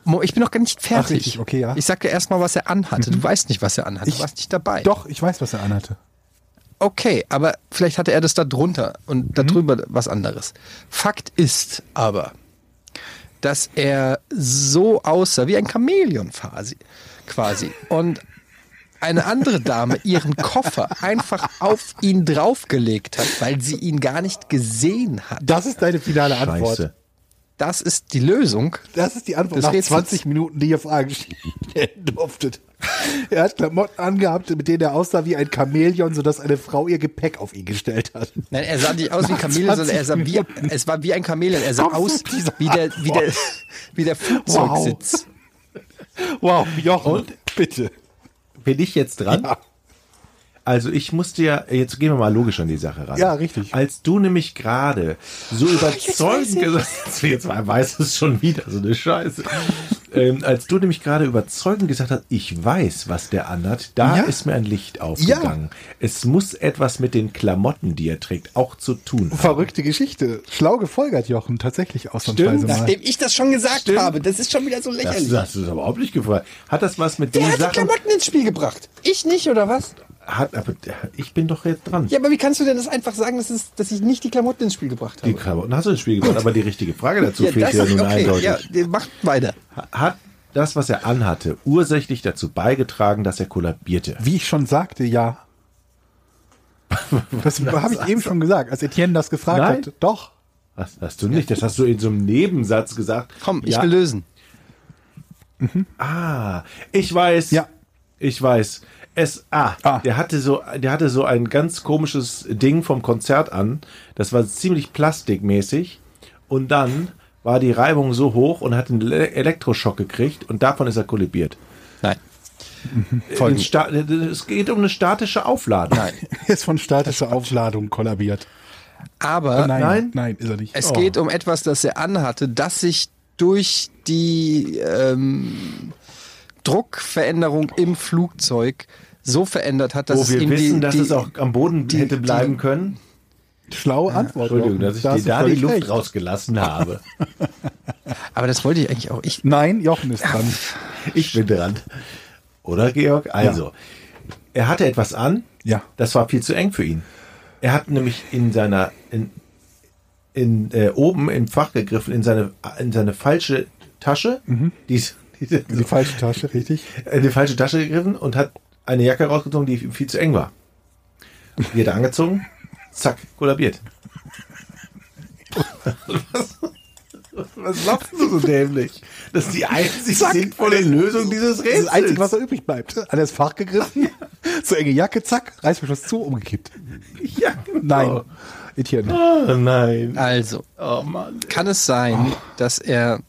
Speaker 2: Mo, Ich bin noch gar nicht fertig.
Speaker 3: Ach, richtig, okay, ja. Mhm.
Speaker 2: Ich sag dir erstmal, was er anhatte. Du weißt nicht, was er anhatte.
Speaker 3: Ich-
Speaker 2: du warst nicht dabei.
Speaker 3: doch, ich weiß, was er anhatte.
Speaker 2: Okay, aber vielleicht hatte er das da drunter und darüber was anderes. Fakt ist aber, dass er so aussah wie ein Chamäleon quasi. quasi. Und eine andere Dame ihren Koffer einfach auf ihn draufgelegt hat, weil sie ihn gar nicht gesehen hat.
Speaker 3: Das ist deine finale Antwort.
Speaker 5: Scheiße.
Speaker 2: Das ist die Lösung.
Speaker 3: Das ist die Antwort
Speaker 2: Des
Speaker 3: nach
Speaker 2: Rätsels.
Speaker 3: 20 Minuten, die ihr Fragen stellen durftet. Er hat Klamotten angehabt, mit denen er aussah wie ein Chamäleon, sodass eine Frau ihr Gepäck auf ihn gestellt hat.
Speaker 2: Nein, er sah nicht aus wie ein
Speaker 3: Nach
Speaker 2: Chamäleon, sondern er sah
Speaker 3: 20
Speaker 2: wie, es war wie ein Chamäleon. Er sah
Speaker 3: Kommst du
Speaker 2: aus
Speaker 3: zu dieser
Speaker 2: wie der, wie der, wie der Flugzeugsitz.
Speaker 3: Wow, Jochen, bitte.
Speaker 5: Bin ich jetzt dran? Also ich musste ja, jetzt gehen wir mal logisch an die Sache ran.
Speaker 3: Ja, richtig.
Speaker 5: Als du nämlich gerade so überzeugend gesagt hast, jetzt weiß es schon wieder, so eine Scheiße. ähm, als du nämlich gerade überzeugend gesagt hast, ich weiß, was der anhat, da
Speaker 3: Ja.
Speaker 5: ist mir ein Licht aufgegangen. Es muss etwas mit den Klamotten, die er trägt, auch zu tun haben.
Speaker 3: Verrückte Geschichte. Schlau gefolgert, Jochen, tatsächlich ausnahmsweise
Speaker 5: Stimmt.
Speaker 3: mal.
Speaker 2: Nachdem ich das schon gesagt
Speaker 5: Stimmt.
Speaker 2: habe, das ist schon wieder so lächerlich.
Speaker 5: Das, das ist überhaupt nicht gefragt. Hat das was mit
Speaker 2: Der
Speaker 5: den
Speaker 2: hat die
Speaker 5: Sachen?
Speaker 2: Klamotten ins Spiel gebracht. Ich nicht, oder was?
Speaker 5: Hat, aber, ich bin doch jetzt dran.
Speaker 2: Ja, aber wie kannst du denn das einfach sagen, dass, es, dass ich nicht die Klamotten ins Spiel gebracht
Speaker 5: Die
Speaker 2: habe?
Speaker 5: Klamotten hast du ins Spiel gebracht, aber die richtige Frage dazu
Speaker 2: ja,
Speaker 5: fehlt
Speaker 2: das
Speaker 5: ja
Speaker 2: ist
Speaker 5: nun
Speaker 2: okay.
Speaker 5: eindeutig.
Speaker 2: Ja, der macht weiter.
Speaker 5: Hat das, was er anhatte, ursächlich dazu beigetragen, dass er kollabierte?
Speaker 3: Wie ich schon sagte, ja. Das habe ich eben schon gesagt, als Etienne das gefragt
Speaker 5: Nein.
Speaker 3: hat. Doch.
Speaker 5: Das hast du nicht, das hast du in so einem Nebensatz gesagt.
Speaker 2: Komm, ich
Speaker 5: ja,
Speaker 2: will lösen.
Speaker 5: Ah, ich weiß.
Speaker 3: Ja.
Speaker 5: Ich weiß. Es, ah,
Speaker 3: Ah.
Speaker 5: Der, hatte so, der hatte so ein ganz komisches Ding vom Konzert an. Das war ziemlich plastikmäßig. Und dann war die Reibung so hoch und hat einen Le- Elektroschock gekriegt und davon ist er kollabiert.
Speaker 2: Nein.
Speaker 5: Ein Sta- Es geht um eine statische Aufladung. Nein.
Speaker 3: Er ist von statischer Aufladung kollabiert.
Speaker 2: Aber
Speaker 3: Oh Nein,
Speaker 5: Ah, nein?
Speaker 3: nein, ist er nicht.
Speaker 5: Oh.
Speaker 2: es geht um etwas, das er anhatte, das sich durch die ähm, Druckveränderung im Flugzeug so verändert hat, dass
Speaker 5: Wo
Speaker 2: es
Speaker 5: wir
Speaker 2: ihm die,
Speaker 5: wissen, dass
Speaker 2: die,
Speaker 5: es auch am Boden
Speaker 2: die-
Speaker 5: hätte bleiben
Speaker 2: die-
Speaker 5: können.
Speaker 3: Oh. Schlaue Antwort.
Speaker 5: Ah, Entschuldigung,
Speaker 3: Jochen.
Speaker 5: dass ich
Speaker 3: hast
Speaker 5: dir
Speaker 3: du
Speaker 5: da die
Speaker 3: völlig
Speaker 5: Luft
Speaker 3: recht.
Speaker 5: rausgelassen habe.
Speaker 2: Aber das wollte ich eigentlich auch. Ich,
Speaker 3: Nein, Jochen ist dran.
Speaker 5: Ich bin dran. Oder, Georg? Also, er hatte etwas an.
Speaker 3: Ja.
Speaker 5: Das war viel zu eng für ihn. Er hat nämlich in seiner, in, in, äh, oben im Fach gegriffen, in seine, in seine falsche Tasche. Die, ist- die,
Speaker 3: Die falsche Tasche, richtig?
Speaker 5: in die falsche Tasche gegriffen und hat eine Jacke rausgezogen, die ihm viel zu eng war. Die hat er angezogen, zack, kollabiert. Was, was lachst du so dämlich? Das ist die einzig sinnvolle Lösung dieses
Speaker 3: Das ist
Speaker 5: Rätsels.
Speaker 3: das Einzige, was da übrig bleibt. An das Fach gegriffen, zur enge Jacke, zack, Reißverschluss zu, umgekippt.
Speaker 5: ja, genau.
Speaker 3: Nein, Etienne.
Speaker 5: Oh, nein.
Speaker 2: also,
Speaker 5: Oh Mann. Oh.
Speaker 2: kann es sein, dass er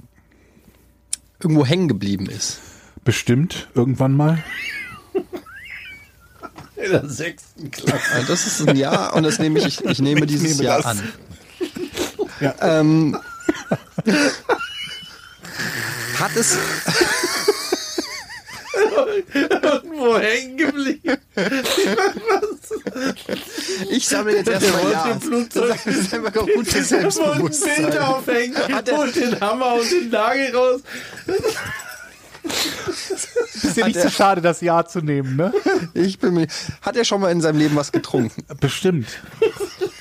Speaker 2: irgendwo hängen geblieben ist?
Speaker 3: Bestimmt, irgendwann mal.
Speaker 5: In der sechsten Klasse.
Speaker 2: Also das ist ein Ja und das nehme ich, ich, ich nehme dieses
Speaker 3: nehme
Speaker 2: Jahr
Speaker 3: das.
Speaker 2: an.
Speaker 3: Ja.
Speaker 2: Ähm, hat es,
Speaker 5: Wo hängen geblieben?
Speaker 2: ich sammle jetzt erstmal Ja.
Speaker 5: Flugzeug.
Speaker 2: Das ist einfach ein gutes Selbstbewusstsein.
Speaker 5: aufhängen,
Speaker 2: Hat er- holt
Speaker 5: den Hammer und den Nagel raus.
Speaker 3: Ist ja nicht so schade, das Ja zu nehmen, ne?
Speaker 2: Ich bin mir, hat er schon mal in seinem Leben was getrunken?
Speaker 3: Bestimmt.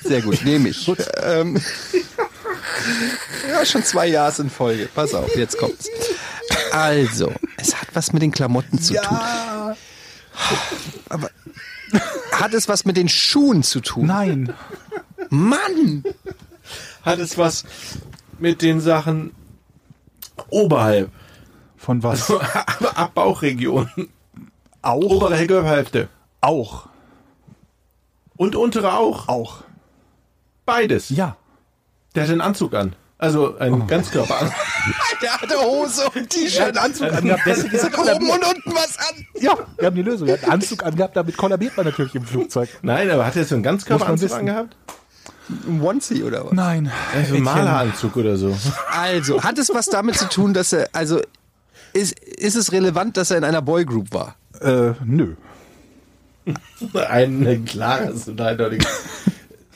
Speaker 2: Sehr gut, nehme ich. Ähm, ja, schon zwei Jahre in Folge. Pass auf, jetzt kommt's. Also, es hat was mit den Klamotten zu tun. Aber hat es was mit den Schuhen zu tun?
Speaker 3: Nein.
Speaker 2: Mann!
Speaker 5: Hat es was mit den Sachen oberhalb?
Speaker 3: Von was?
Speaker 5: Ab Bauchregion.
Speaker 3: Auch?
Speaker 5: Obere Körperhälfte.
Speaker 3: Auch.
Speaker 5: Und untere auch.
Speaker 3: Auch.
Speaker 5: Beides.
Speaker 3: Ja.
Speaker 5: Der hat einen Anzug an. Also einen Ganzkörperanzug.
Speaker 2: Der hatte Hose und T-Shirt an.
Speaker 3: Anzug angehabt, deswegen ist er
Speaker 2: Oben
Speaker 3: kollabiert.
Speaker 2: und unten was an.
Speaker 3: Ja, wir haben die Lösung. Er hat einen Anzug angehabt, damit kollabiert man natürlich im Flugzeug.
Speaker 5: Nein, aber hat er so einen Ganzkörperanzug
Speaker 3: Muss man wissen.
Speaker 5: angehabt?
Speaker 2: Ein Onesie oder was?
Speaker 3: Nein.
Speaker 5: Also einen Maleranzug oder so.
Speaker 2: Also, hat es was damit zu tun, dass er, also, ist, ist es relevant, dass er in einer Boygroup war?
Speaker 3: Äh, nö.
Speaker 5: Ein klares und eindeutiges.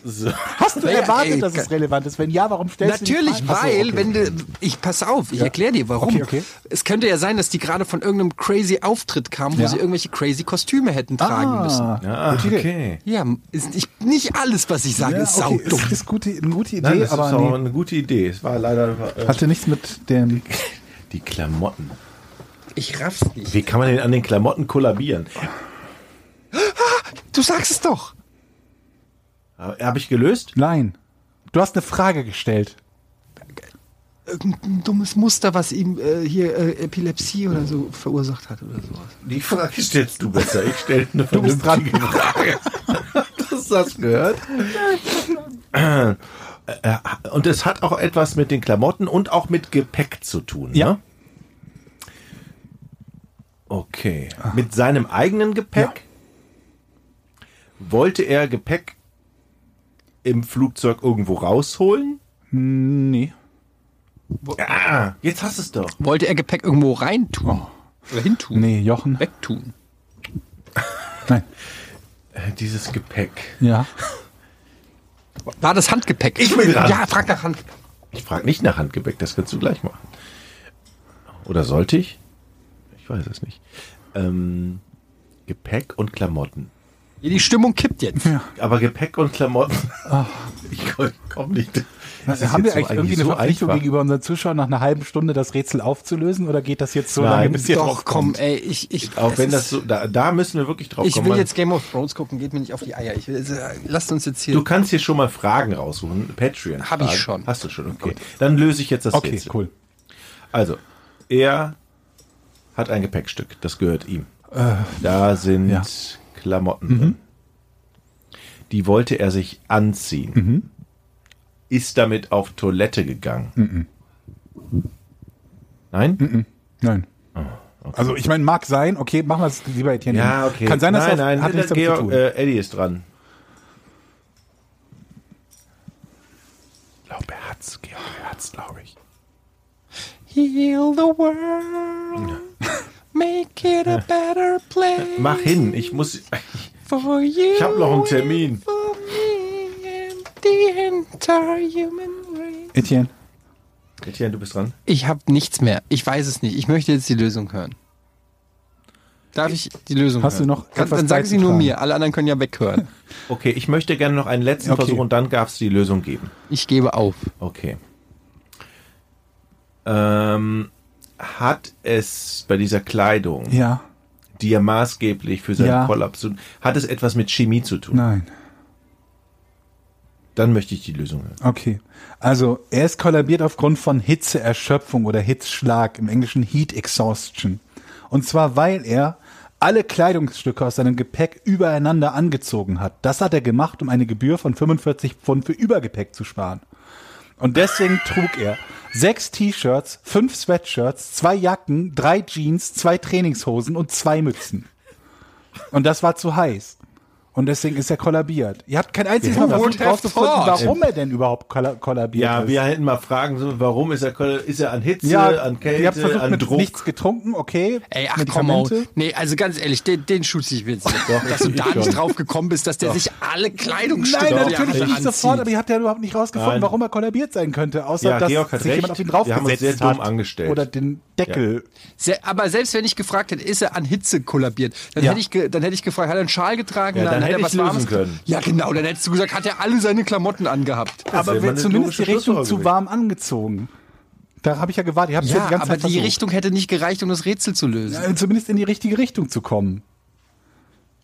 Speaker 5: So.
Speaker 3: Hast du
Speaker 2: Ja,
Speaker 3: erwartet,
Speaker 2: ey,
Speaker 3: dass es relevant ist? Wenn ja, warum stellst
Speaker 2: Natürlich,
Speaker 3: du die Frage?
Speaker 2: weil, wenn du, ich pass auf, Oh, ich erkläre dir warum.
Speaker 3: Okay, okay.
Speaker 2: Es könnte ja sein, dass die gerade von irgendeinem crazy Auftritt kamen, wo
Speaker 3: Ja.
Speaker 2: sie irgendwelche crazy Kostüme hätten tragen müssen.
Speaker 3: Ah,
Speaker 5: Ah,
Speaker 3: gute Idee.
Speaker 5: okay.
Speaker 2: Ja, ist nicht, nicht alles, was ich sage,
Speaker 3: Ja,
Speaker 2: ist
Speaker 3: okay,
Speaker 2: saudumm.
Speaker 3: Ist, ist gute, eine gute Idee,
Speaker 5: Nein, das ist
Speaker 3: aber
Speaker 5: aber
Speaker 3: nee,
Speaker 5: eine gute Idee. Es war leider äh,
Speaker 3: hatte nichts mit dem.
Speaker 5: die Klamotten.
Speaker 2: Ich raff's nicht.
Speaker 5: Wie kann man denn an den Klamotten kollabieren?
Speaker 2: Du sagst es doch.
Speaker 5: Habe Äh, ich gelöst?
Speaker 3: Nein. Du hast eine Frage gestellt.
Speaker 2: Irgendein dummes Muster, was ihm äh, hier äh, Epilepsie oder so verursacht hat oder sowas.
Speaker 5: Die Frage stellst du besser. Ich stelle eine
Speaker 3: Du bist dran.
Speaker 5: Hast du das gehört? Äh, äh, Und es hat auch etwas mit den Klamotten und auch mit Gepäck zu tun.
Speaker 3: Ja.
Speaker 5: Ne? Okay. Mit seinem eigenen Gepäck wollte er Gepäck im Flugzeug irgendwo rausholen.
Speaker 3: nee.
Speaker 5: Ah, jetzt hast du es doch.
Speaker 2: Wollte er Gepäck irgendwo reintun?
Speaker 5: Oh.
Speaker 2: Oder hintun?
Speaker 3: Nee, Jochen.
Speaker 2: Wegtun?
Speaker 3: Nein.
Speaker 5: Äh, Dieses Gepäck.
Speaker 3: Ja.
Speaker 2: War das Handgepäck?
Speaker 5: Ich bin dran.
Speaker 2: Ja, frag nach Handgepäck.
Speaker 5: Ich frage nicht nach Handgepäck, das kannst du gleich machen. Oder sollte ich? Ich weiß es nicht. Ähm, Gepäck und Klamotten.
Speaker 2: Die Stimmung kippt jetzt.
Speaker 5: Aber Gepäck und Klamotten. Ich komm- komm nicht. Das ist
Speaker 3: haben wir
Speaker 5: jetzt so
Speaker 3: eigentlich irgendwie eine
Speaker 5: so
Speaker 3: Verpflichtung
Speaker 5: einfach.
Speaker 3: gegenüber unseren Zuschauern, nach einer halben Stunde das Rätsel aufzulösen? Oder geht das jetzt so
Speaker 5: Nein.
Speaker 3: lange, bis ihr
Speaker 2: Doch,
Speaker 3: drauf
Speaker 2: komm,
Speaker 3: kommt?
Speaker 2: ey, ich, ich,
Speaker 5: Auch
Speaker 2: es
Speaker 5: wenn
Speaker 2: ist-
Speaker 5: das so, da, da müssen wir wirklich drauf
Speaker 2: ich
Speaker 5: kommen.
Speaker 2: will
Speaker 5: Man-
Speaker 2: jetzt Game of Thrones gucken, geht mir nicht auf die Eier. Ich will, jetzt, äh, lasst uns jetzt hier.
Speaker 5: du kannst hier schon mal Fragen raussuchen. Patreon.
Speaker 2: Hab ich
Speaker 5: Fragen.
Speaker 2: schon.
Speaker 5: Hast du schon, okay. Dann löse ich jetzt das
Speaker 3: Okay,
Speaker 5: Rätsel.
Speaker 3: cool.
Speaker 5: Also, er hat ein Gepäckstück, das gehört ihm. da sind
Speaker 3: ja.
Speaker 5: Klamotten drin. Die wollte er sich anziehen. Ist damit auf Toilette gegangen. Nein?
Speaker 3: Nein. Also ich meine, mag sein, okay, machen wir es lieber Etienne.
Speaker 5: Ah, Ja, Ah, okay.
Speaker 3: Kann sein, dass
Speaker 5: nein,
Speaker 3: das
Speaker 5: nein,
Speaker 3: hat
Speaker 5: der
Speaker 3: nichts damit
Speaker 5: Georg,
Speaker 3: zu tun.
Speaker 5: Äh, Eddie ist dran. Ich glaube, er hat's, Georg, er hat's, glaube ich.
Speaker 2: Heal the world. Make it a better place
Speaker 5: Mach hin, ich muss.
Speaker 2: for you.
Speaker 5: Ich hab noch einen Termin.
Speaker 2: For me and the entire human
Speaker 5: äh,
Speaker 2: race.
Speaker 3: Etienne.
Speaker 5: Etienne, du bist dran.
Speaker 2: Ich habe nichts mehr. Ich weiß es nicht. Ich möchte jetzt die Lösung hören. Darf ich die Lösung
Speaker 3: Hast du
Speaker 5: äh,
Speaker 2: hören?
Speaker 3: noch
Speaker 2: Dann,
Speaker 3: etwas
Speaker 2: dann sagen sie nur
Speaker 3: beizutragen?
Speaker 2: mir. Alle anderen können ja weghören.
Speaker 5: Okay, ich möchte gerne noch einen letzten
Speaker 3: Okay.
Speaker 5: Versuch und dann darfst du die Lösung geben.
Speaker 2: Ich gebe auf.
Speaker 5: Okay. Ähm, hat es bei dieser Kleidung,
Speaker 3: Ja.
Speaker 5: die ja maßgeblich für seinen
Speaker 3: Ja.
Speaker 5: Kollaps, zu- hat es etwas mit Chemie zu tun?
Speaker 3: Nein.
Speaker 5: Dann möchte ich die Lösung hören.
Speaker 3: Okay. Also, er ist kollabiert aufgrund von Hitzeerschöpfung oder Hitzschlag, im Englischen Heat Exhaustion. Und zwar, weil er alle Kleidungsstücke aus seinem Gepäck übereinander angezogen hat. Das hat er gemacht, um eine Gebühr von 45 Pfund für Übergepäck zu sparen. Und deswegen trug er sechs T-Shirts, fünf Sweatshirts, zwei Jacken, drei Jeans, zwei Trainingshosen und zwei Mützen. Und das war zu heiß. Und deswegen ist er kollabiert. Ihr habt kein einziges Mal
Speaker 2: Who
Speaker 3: versucht
Speaker 2: would have
Speaker 3: rauszufinden,
Speaker 2: thought?
Speaker 3: warum er denn überhaupt kolla- kollabiert
Speaker 5: Ja,
Speaker 3: ist.
Speaker 5: wir hätten mal fragen sollen, warum ist er, koll- ist er an Hitze, an
Speaker 3: ihr habt
Speaker 5: Kälte,
Speaker 3: versucht,
Speaker 5: an
Speaker 3: mit
Speaker 5: Druck?
Speaker 3: nichts getrunken, okay.
Speaker 2: Ey, ach komm
Speaker 3: Medikamente.
Speaker 2: out. Nee, also ganz ehrlich, den, den schütze ich jetzt nicht. dass du da nicht drauf gekommen bist, dass der sich alle Kleidungsstücke
Speaker 3: Nein,
Speaker 2: die er
Speaker 3: natürlich
Speaker 2: alle
Speaker 3: nicht sofort,
Speaker 2: anzieht.
Speaker 3: aber ihr habt ja überhaupt nicht rausgefunden,
Speaker 5: Nein.
Speaker 3: warum er kollabiert sein könnte, außer
Speaker 5: Ja,
Speaker 3: dass
Speaker 5: Georg hat
Speaker 3: sich jemand
Speaker 5: recht.
Speaker 3: auf ihn
Speaker 5: Wir haben uns
Speaker 3: draufgesetzt
Speaker 5: sehr dumm
Speaker 3: hat.
Speaker 5: angestellt.
Speaker 3: Oder den Deckel.
Speaker 2: Se- Aber selbst wenn ich gefragt hätte, ist er an Hitze kollabiert, dann,
Speaker 3: Ja.
Speaker 2: hätte, ich ge- dann hätte ich gefragt, hat er einen Schal getragen?
Speaker 5: Ja, dann
Speaker 2: hat er
Speaker 5: hätte ich lösen
Speaker 2: Warmes
Speaker 5: können.
Speaker 2: getra- Ja, genau, dann hättest du gesagt, hat er alle seine Klamotten angehabt.
Speaker 3: Aber
Speaker 5: wäre
Speaker 3: wir
Speaker 5: eine
Speaker 3: zumindest die
Speaker 5: logische
Speaker 3: Richtung zu
Speaker 5: Schlussfolgerung
Speaker 3: warm angezogen. Da habe ich ja gewartet. Ich habe ja,
Speaker 2: Ja,
Speaker 3: die ganze
Speaker 2: aber
Speaker 3: Zeit
Speaker 2: die
Speaker 3: versucht.
Speaker 2: Richtung hätte nicht gereicht, um das Rätsel zu lösen.
Speaker 3: Äh, Zumindest in die richtige Richtung zu kommen.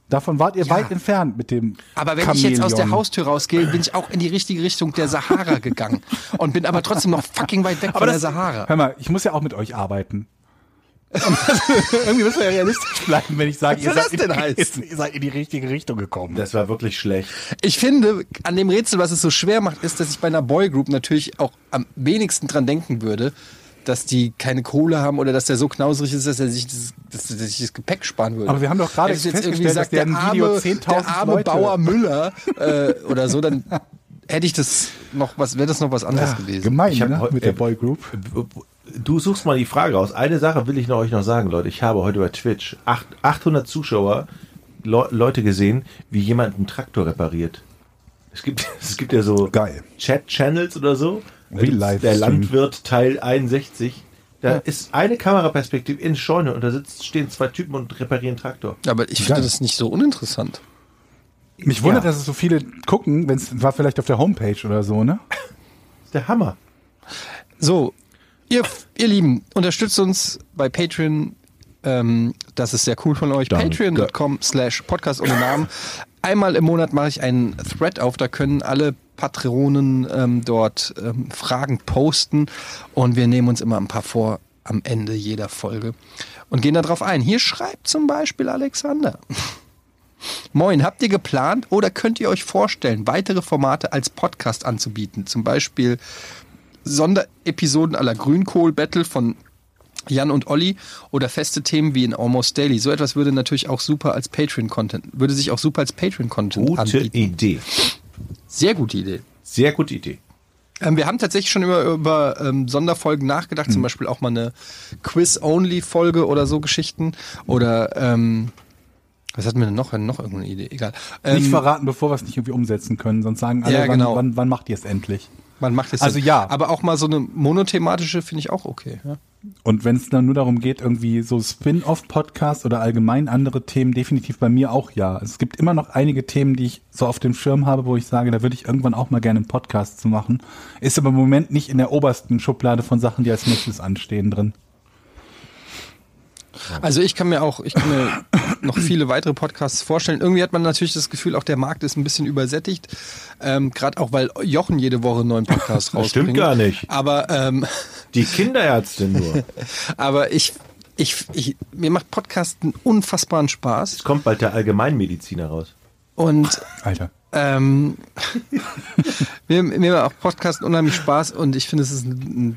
Speaker 3: Davon wart ihr
Speaker 2: Ja.
Speaker 3: weit entfernt mit dem.
Speaker 2: Aber wenn ich jetzt aus der
Speaker 3: Chamäleon.
Speaker 2: Haustür rausgehe, bin ich auch in die richtige Richtung der Sahara gegangen und bin aber trotzdem noch fucking weit weg von der Sahara.
Speaker 3: Hör mal, ich muss ja auch mit euch arbeiten. Irgendwie müssen wir ja realistisch bleiben, wenn ich sage, ihr
Speaker 2: soll
Speaker 3: seid,
Speaker 2: das denn heißen?
Speaker 3: in, ihr seid in die richtige Richtung gekommen.
Speaker 5: Das war wirklich schlecht.
Speaker 2: Ich finde, an dem Rätsel, was es so schwer macht, ist, dass ich bei einer Boygroup natürlich auch am wenigsten dran denken würde, dass die keine Kohle haben oder dass der so knauserig ist, dass er sich das, dass er sich das Gepäck sparen würde.
Speaker 3: Aber wir haben doch gerade
Speaker 2: Hättest du jetzt irgendwie
Speaker 3: festgestellt, dass
Speaker 2: gesagt,
Speaker 3: der
Speaker 2: der,
Speaker 3: im Video
Speaker 2: arme,
Speaker 3: 10.000
Speaker 2: der arme
Speaker 3: Leute-
Speaker 2: Bauer Müller äh, oder so, dann hätte ich das noch was, wäre das noch was anderes gewesen.
Speaker 3: Gemein,
Speaker 5: Ich hab
Speaker 3: ne?
Speaker 5: heu-
Speaker 3: Mit der
Speaker 5: äh,
Speaker 3: Boygroup.
Speaker 5: Du suchst mal die Frage raus. Eine Sache will ich noch euch noch sagen, Leute. Ich habe heute bei Twitch acht- 800 Zuschauer Le Leute gesehen, wie jemand einen Traktor repariert. Es gibt, es gibt ja so
Speaker 3: Geil.
Speaker 5: Chat-Channels oder so. Da
Speaker 3: Wie
Speaker 5: gibt's
Speaker 3: Livestream.
Speaker 5: Der Landwirt Teil 61. Da ist eine Kameraperspektive in Scheune und da sitzt, stehen zwei Typen und reparieren Traktor.
Speaker 2: Aber ich finde das nicht so uninteressant.
Speaker 3: Mich wundert, dass es so viele gucken, wenn es war vielleicht auf der Homepage oder so, ne?
Speaker 5: Das ist der Hammer.
Speaker 2: So, ihr, ihr Lieben, unterstützt uns bei Patreon. Ähm, das ist sehr cool von euch. Patreon.com slash Podcast ohne Namen. Einmal im Monat mache ich einen Thread auf, da können alle Patronen ähm, dort ähm, Fragen posten und wir nehmen uns immer ein paar vor am Ende jeder Folge und gehen darauf ein. Hier schreibt zum Beispiel Alexander. Moin, habt ihr geplant oder könnt ihr euch vorstellen, weitere Formate als Podcast anzubieten? Zum Beispiel Sonderepisoden aller Grünkohl-Battle von Jan und Olli oder feste Themen wie in Almost Daily. So etwas würde natürlich auch super als Patreon-Content, würde sich auch super als Patreon-Content
Speaker 5: Gute
Speaker 2: anbieten.
Speaker 5: Idee.
Speaker 2: Sehr gute Idee.
Speaker 5: Sehr gute Idee.
Speaker 2: Ähm, wir haben tatsächlich schon über, über ähm, Sonderfolgen nachgedacht, zum Beispiel auch mal eine Quiz-Only-Folge oder so Geschichten. Oder ähm, was hatten wir denn noch? Wir hatten noch irgendeine Idee, egal. Ähm,
Speaker 3: Nicht verraten, bevor wir es nicht irgendwie umsetzen können, sonst sagen alle,
Speaker 2: Ja, genau.
Speaker 3: wann, wann, wann macht ihr es endlich?
Speaker 2: man macht es
Speaker 3: Also
Speaker 2: dann.
Speaker 3: ja.
Speaker 2: Aber auch mal so eine monothematische finde ich auch okay. Ja.
Speaker 3: Und wenn es dann nur darum geht, irgendwie so Spin-off-Podcasts oder allgemein andere Themen, definitiv bei mir auch ja. Es gibt immer noch einige Themen, die ich so auf dem Schirm habe, wo ich sage, da würde ich irgendwann auch mal gerne einen Podcast zu machen. Ist aber im Moment nicht in der obersten Schublade von Sachen, die als nächstes anstehen drin.
Speaker 2: Also ich kann mir auch, ich kann mir noch viele weitere Podcasts vorstellen. Irgendwie hat man natürlich das Gefühl, auch der Markt ist ein bisschen übersättigt. Ähm, Gerade auch, weil Jochen jede Woche einen neuen Podcast rausbringt.
Speaker 5: stimmt gar nicht.
Speaker 2: Aber ähm,
Speaker 5: Die Kinderärztin nur.
Speaker 2: Aber ich, ich, ich, mir macht Podcast einen unfassbaren Spaß.
Speaker 5: Es kommt bald der Allgemeinmediziner raus.
Speaker 2: Und
Speaker 3: Alter.
Speaker 2: ähm, mir, mir macht auch Podcast unheimlich Spaß und ich finde, es ist ein, ein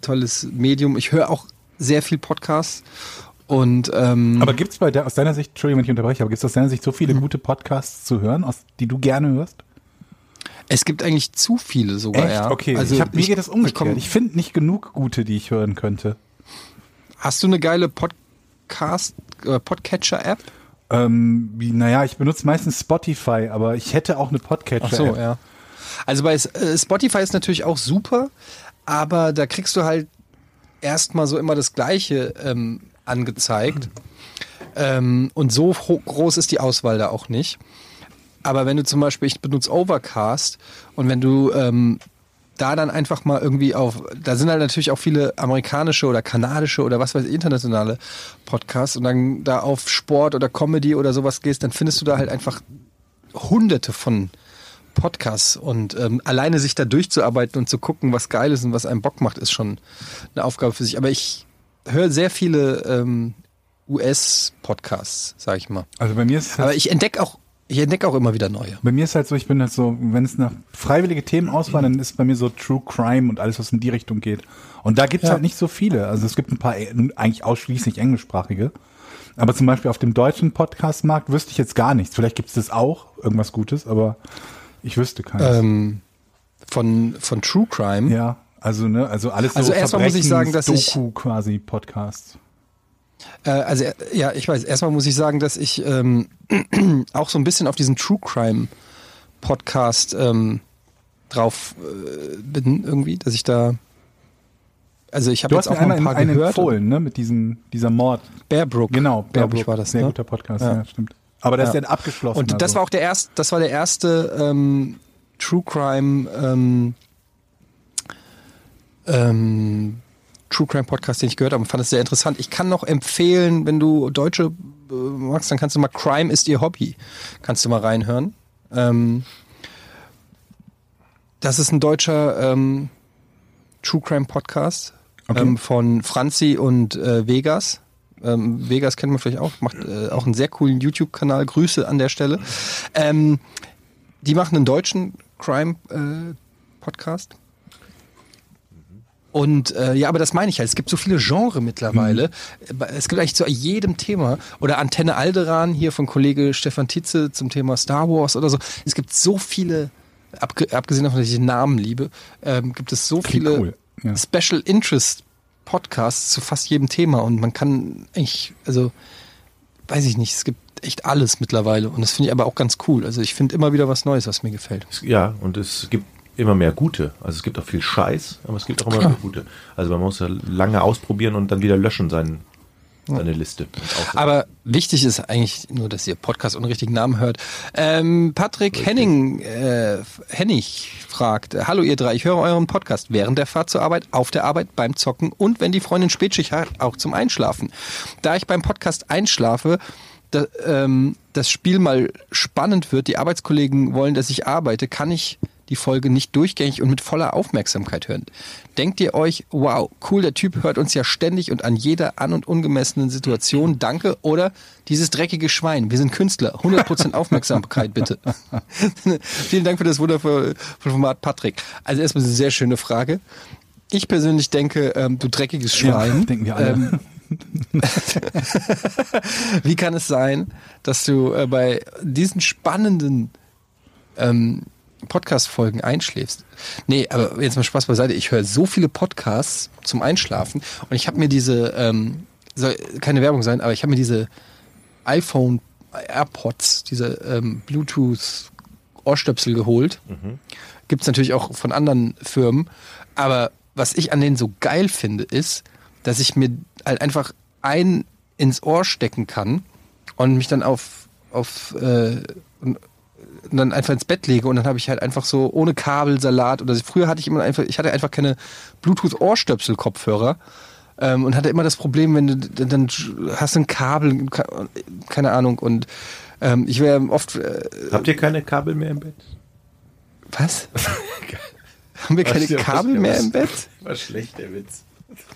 Speaker 2: tolles Medium. Ich höre auch sehr viel Podcasts. Und ähm,
Speaker 3: Aber gibt's bei der, aus deiner Sicht, Entschuldigung, wenn ich unterbreche, aber gibt's aus deiner Sicht so viele gute Podcasts zu hören, aus, die du gerne hörst?
Speaker 2: es gibt eigentlich zu viele sogar. Ja.
Speaker 3: Okay,
Speaker 2: Also
Speaker 3: ich hab, mir geht das umgekehrt. Ich,
Speaker 2: komm-
Speaker 3: finde nicht genug gute, die ich hören könnte.
Speaker 2: hast du eine geile Podcast, äh, Podcatcher-App?
Speaker 3: Ähm, wie, naja, ich benutze meistens Spotify, aber ich hätte auch eine
Speaker 2: Ach
Speaker 3: Podcatcher.
Speaker 2: so, ja. Also bei S- äh, Spotify ist natürlich auch super, aber da kriegst du halt erstmal so immer das Gleiche ähm, angezeigt. Ähm, und so ho- groß ist die Auswahl da auch nicht. Aber wenn du zum Beispiel, ich benutze Overcast und wenn du ähm, da dann einfach mal irgendwie auf, da sind halt natürlich auch viele amerikanische oder kanadische oder was weiß ich, internationale Podcasts und dann da auf Sport oder Comedy oder sowas gehst, dann findest du da halt einfach hunderte von Podcasts und ähm, alleine sich da durchzuarbeiten und zu gucken, was geil ist und was einem Bock macht, ist schon eine Aufgabe für sich. Aber ich höre sehr viele ähm, US-Podcasts, sag ich mal.
Speaker 3: Also bei mir ist
Speaker 2: Aber ich entdecke auch, ich entdecke auch immer wieder neue.
Speaker 3: Bei mir ist halt so, ich bin halt so, wenn es nach freiwillige Themen auswahl, dann ist bei mir so True Crime und alles, was in die Richtung geht. Und da gibt's halt nicht so viele. Also es gibt ein paar, äh, eigentlich ausschließlich englischsprachige. Aber zum Beispiel auf dem deutschen Podcast-Markt wüsste ich jetzt gar nichts. Vielleicht gibt's das auch, irgendwas Gutes, aber ich wüsste keins.
Speaker 2: Ähm, von, von True Crime.
Speaker 3: ja, also ne, also alles
Speaker 2: Also erstmal muss ich sagen, dass ich-
Speaker 3: Doku quasi Podcasts.
Speaker 2: Äh, also äh, ja, ich weiß, erstmal muss ich sagen, dass ich ähm, auch so ein bisschen auf diesen True Crime Podcast ähm, drauf äh, bin irgendwie, dass ich da also ich habe
Speaker 3: Du
Speaker 2: jetzt
Speaker 3: hast
Speaker 2: auch
Speaker 3: mir
Speaker 2: mal
Speaker 3: einmal
Speaker 2: ein paar
Speaker 3: einen
Speaker 2: gehört.
Speaker 3: empfohlen, ne, mit diesem dieser Mord.
Speaker 2: Bearbrook.
Speaker 3: Genau,
Speaker 2: Bearbrook
Speaker 3: Bearbrook.
Speaker 2: war das,
Speaker 3: Sehr
Speaker 2: ne?
Speaker 3: guter Podcast,
Speaker 2: Ja.
Speaker 3: ja, stimmt. Aber das
Speaker 2: Ja.
Speaker 3: ist ja abgeschlossen.
Speaker 2: Und das
Speaker 3: also.
Speaker 2: war auch der erste, das war der erste ähm, True Crime ähm, ähm, True Crime Podcast, den ich gehört habe und fand es sehr interessant. Ich kann noch empfehlen, wenn du Deutsche äh, magst, dann kannst du mal Crime ist ihr Hobby. Kannst du mal reinhören. Ähm, das ist ein deutscher ähm, True Crime Podcast ähm, von Franzi und äh, Vegas. Ähm, Vegas kennt man vielleicht auch, macht äh, auch einen sehr coolen YouTube-Kanal. Grüße an der Stelle. Ähm, die machen einen deutschen äh, Crime-Podcast. und äh, ja, aber das meine ich halt. Es gibt so viele Genre mittlerweile.
Speaker 3: Mhm.
Speaker 2: Es gibt eigentlich zu jedem Thema. Oder Antenne Alderan hier von Kollege Stefan Titze zum Thema Star Wars oder so. Es gibt so viele, abge abgesehen davon, dass ich den Namen liebe, ähm, gibt es so
Speaker 3: Klingt
Speaker 2: viele
Speaker 3: cool, ja.
Speaker 2: Special Interest Podcasts zu fast jedem Thema und man kann eigentlich, also weiß ich nicht, es gibt gibt echt alles mittlerweile. Und das finde ich aber auch ganz cool. Also ich finde immer wieder was Neues, was mir gefällt.
Speaker 5: Es- Ja, und es gibt immer mehr gute. Also es gibt auch viel Scheiß, aber es gibt auch immer mehr gute. Also man muss ja lange ausprobieren und dann wieder löschen seinen, seine Liste. Und auch-
Speaker 2: Aber wichtig ist eigentlich nur, dass ihr Podcast ohne richtigen Namen hört. Ähm, Patrick Henning, äh, Hennig fragt, äh, hallo ihr drei, ich höre euren Podcast während der Fahrt zur Arbeit, auf der Arbeit, beim Zocken und wenn die Freundin Spätschicht hat, auch zum Einschlafen. Da ich beim Podcast einschlafe, da, ähm, das Spiel mal spannend wird, die Arbeitskollegen wollen, dass ich arbeite, kann ich die Folge nicht durchgängig und mit voller Aufmerksamkeit hören. Denkt ihr euch, wow, cool, der Typ hört uns ja ständig und an jeder an- und ungemessenen Situation, danke, oder dieses dreckige Schwein, wir sind Künstler, 100% Aufmerksamkeit bitte. Vielen Dank für das wundervolle Format, Patrick. Also erstmal eine sehr schöne Frage. Ich persönlich denke, ähm, du dreckiges Schwein.
Speaker 3: denken wir alle.
Speaker 2: Ähm, Wie kann es sein, dass du äh, bei diesen spannenden ähm, Podcast-Folgen einschläfst? Nee, aber jetzt mal Spaß beiseite. Ich höre so viele Podcasts zum Einschlafen und ich habe mir diese, ähm, soll keine Werbung sein, aber ich habe mir diese iPhone AirPods, diese ähm, Bluetooth Ohrstöpsel geholt. Gibt es natürlich auch von anderen Firmen. Aber was ich an denen so geil finde, ist, dass ich mir halt einfach ein ins Ohr stecken kann und mich dann auf, auf äh, und und dann einfach ins Bett lege und dann habe ich halt einfach so ohne Kabelsalat oder so. früher hatte ich immer einfach, ich hatte einfach keine Bluetooth-Ohrstöpsel-Kopfhörer ähm, und hatte immer das Problem, wenn du dann, dann hast du ein Kabel, ke- keine Ahnung und ähm, ich wäre oft äh,
Speaker 5: Habt ihr keine Kabel mehr im Bett?
Speaker 2: was? Haben wir keine
Speaker 5: Was- was-
Speaker 2: Kabel
Speaker 5: was-
Speaker 2: mehr im Bett?
Speaker 5: War schlecht, der Witz.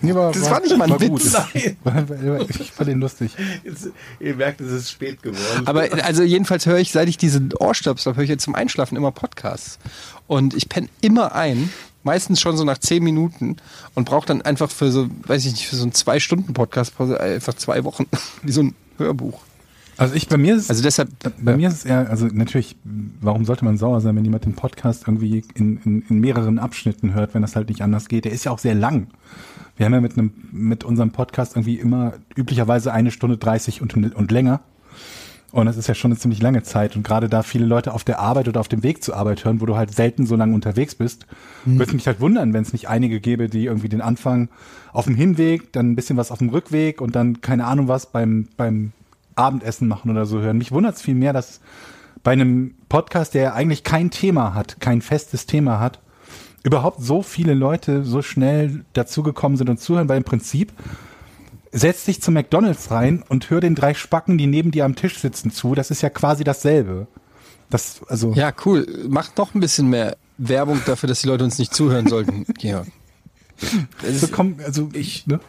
Speaker 3: Nee, war,
Speaker 2: Das war nicht mal ein Witz.
Speaker 5: Nein,
Speaker 3: War- war- war- Ich fand den lustig.
Speaker 5: jetzt, ihr merkt, es ist spät geworden.
Speaker 2: Aber also jedenfalls höre ich, seit ich diese Ohrstöpsel habe, höre ich jetzt zum Einschlafen immer Podcasts. Und ich penne immer ein, meistens schon so nach zehn Minuten und brauche dann einfach für so, weiß ich nicht, für so einen Zwei-Stunden-Podcast einfach zwei Wochen, wie so ein Hörbuch.
Speaker 3: Also ich bei mir ist
Speaker 2: Also deshalb,
Speaker 3: bei mir ist es eher, also natürlich, warum sollte man sauer sein, wenn jemand den Podcast irgendwie in, in, in mehreren Abschnitten hört, wenn das halt nicht anders geht? Der ist ja auch sehr lang. Wir haben ja mit einem, mit unserem Podcast irgendwie immer üblicherweise eine Stunde 30 und, und länger. Und das ist ja schon eine ziemlich lange Zeit. Und gerade da viele Leute auf der Arbeit oder auf dem Weg zur Arbeit hören, wo du halt selten so lange unterwegs bist, würde mich halt wundern, wenn es nicht einige gäbe, die irgendwie den Anfang auf dem Hinweg, dann ein bisschen was auf dem Rückweg und dann keine Ahnung was beim, beim Abendessen machen oder so hören. Mich wundert es viel mehr, dass bei einem Podcast, der ja eigentlich kein Thema hat, kein festes Thema hat, überhaupt so viele Leute so schnell dazugekommen sind und zuhören, weil im Prinzip setz dich zu McDonalds rein und hör den drei Spacken, die neben dir am Tisch sitzen, zu. Das ist ja quasi dasselbe. Das, also,
Speaker 2: ja cool, macht noch ein bisschen mehr Werbung dafür, dass die Leute uns nicht zuhören sollten, Georg.
Speaker 3: so komm, also ich, ne?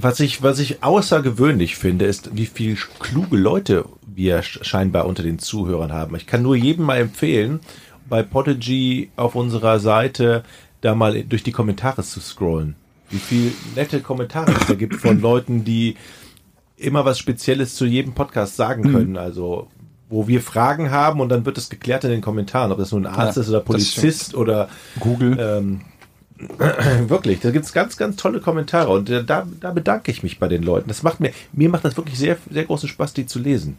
Speaker 5: Was ich, was ich außergewöhnlich finde, ist, wie viel kluge Leute wir sch- scheinbar unter den Zuhörern haben. Ich kann nur jedem mal empfehlen, bei Podigy auf unserer Seite da mal durch die Kommentare zu scrollen. Wie viel nette Kommentare es da gibt von Leuten, die immer was Spezielles zu jedem Podcast sagen
Speaker 2: Mhm.
Speaker 5: können. Also wo wir Fragen haben und dann wird es geklärt in den Kommentaren, ob das nun ein Arzt
Speaker 2: Ja,
Speaker 5: ist oder
Speaker 2: das stimmt.
Speaker 5: Polizist oder
Speaker 3: Google.
Speaker 5: ähm, wirklich, da gibt's ganz, ganz tolle Kommentare und äh, da, da bedanke ich mich bei den Leuten. Das macht mir, mir macht das wirklich sehr, sehr großen Spaß, die zu lesen.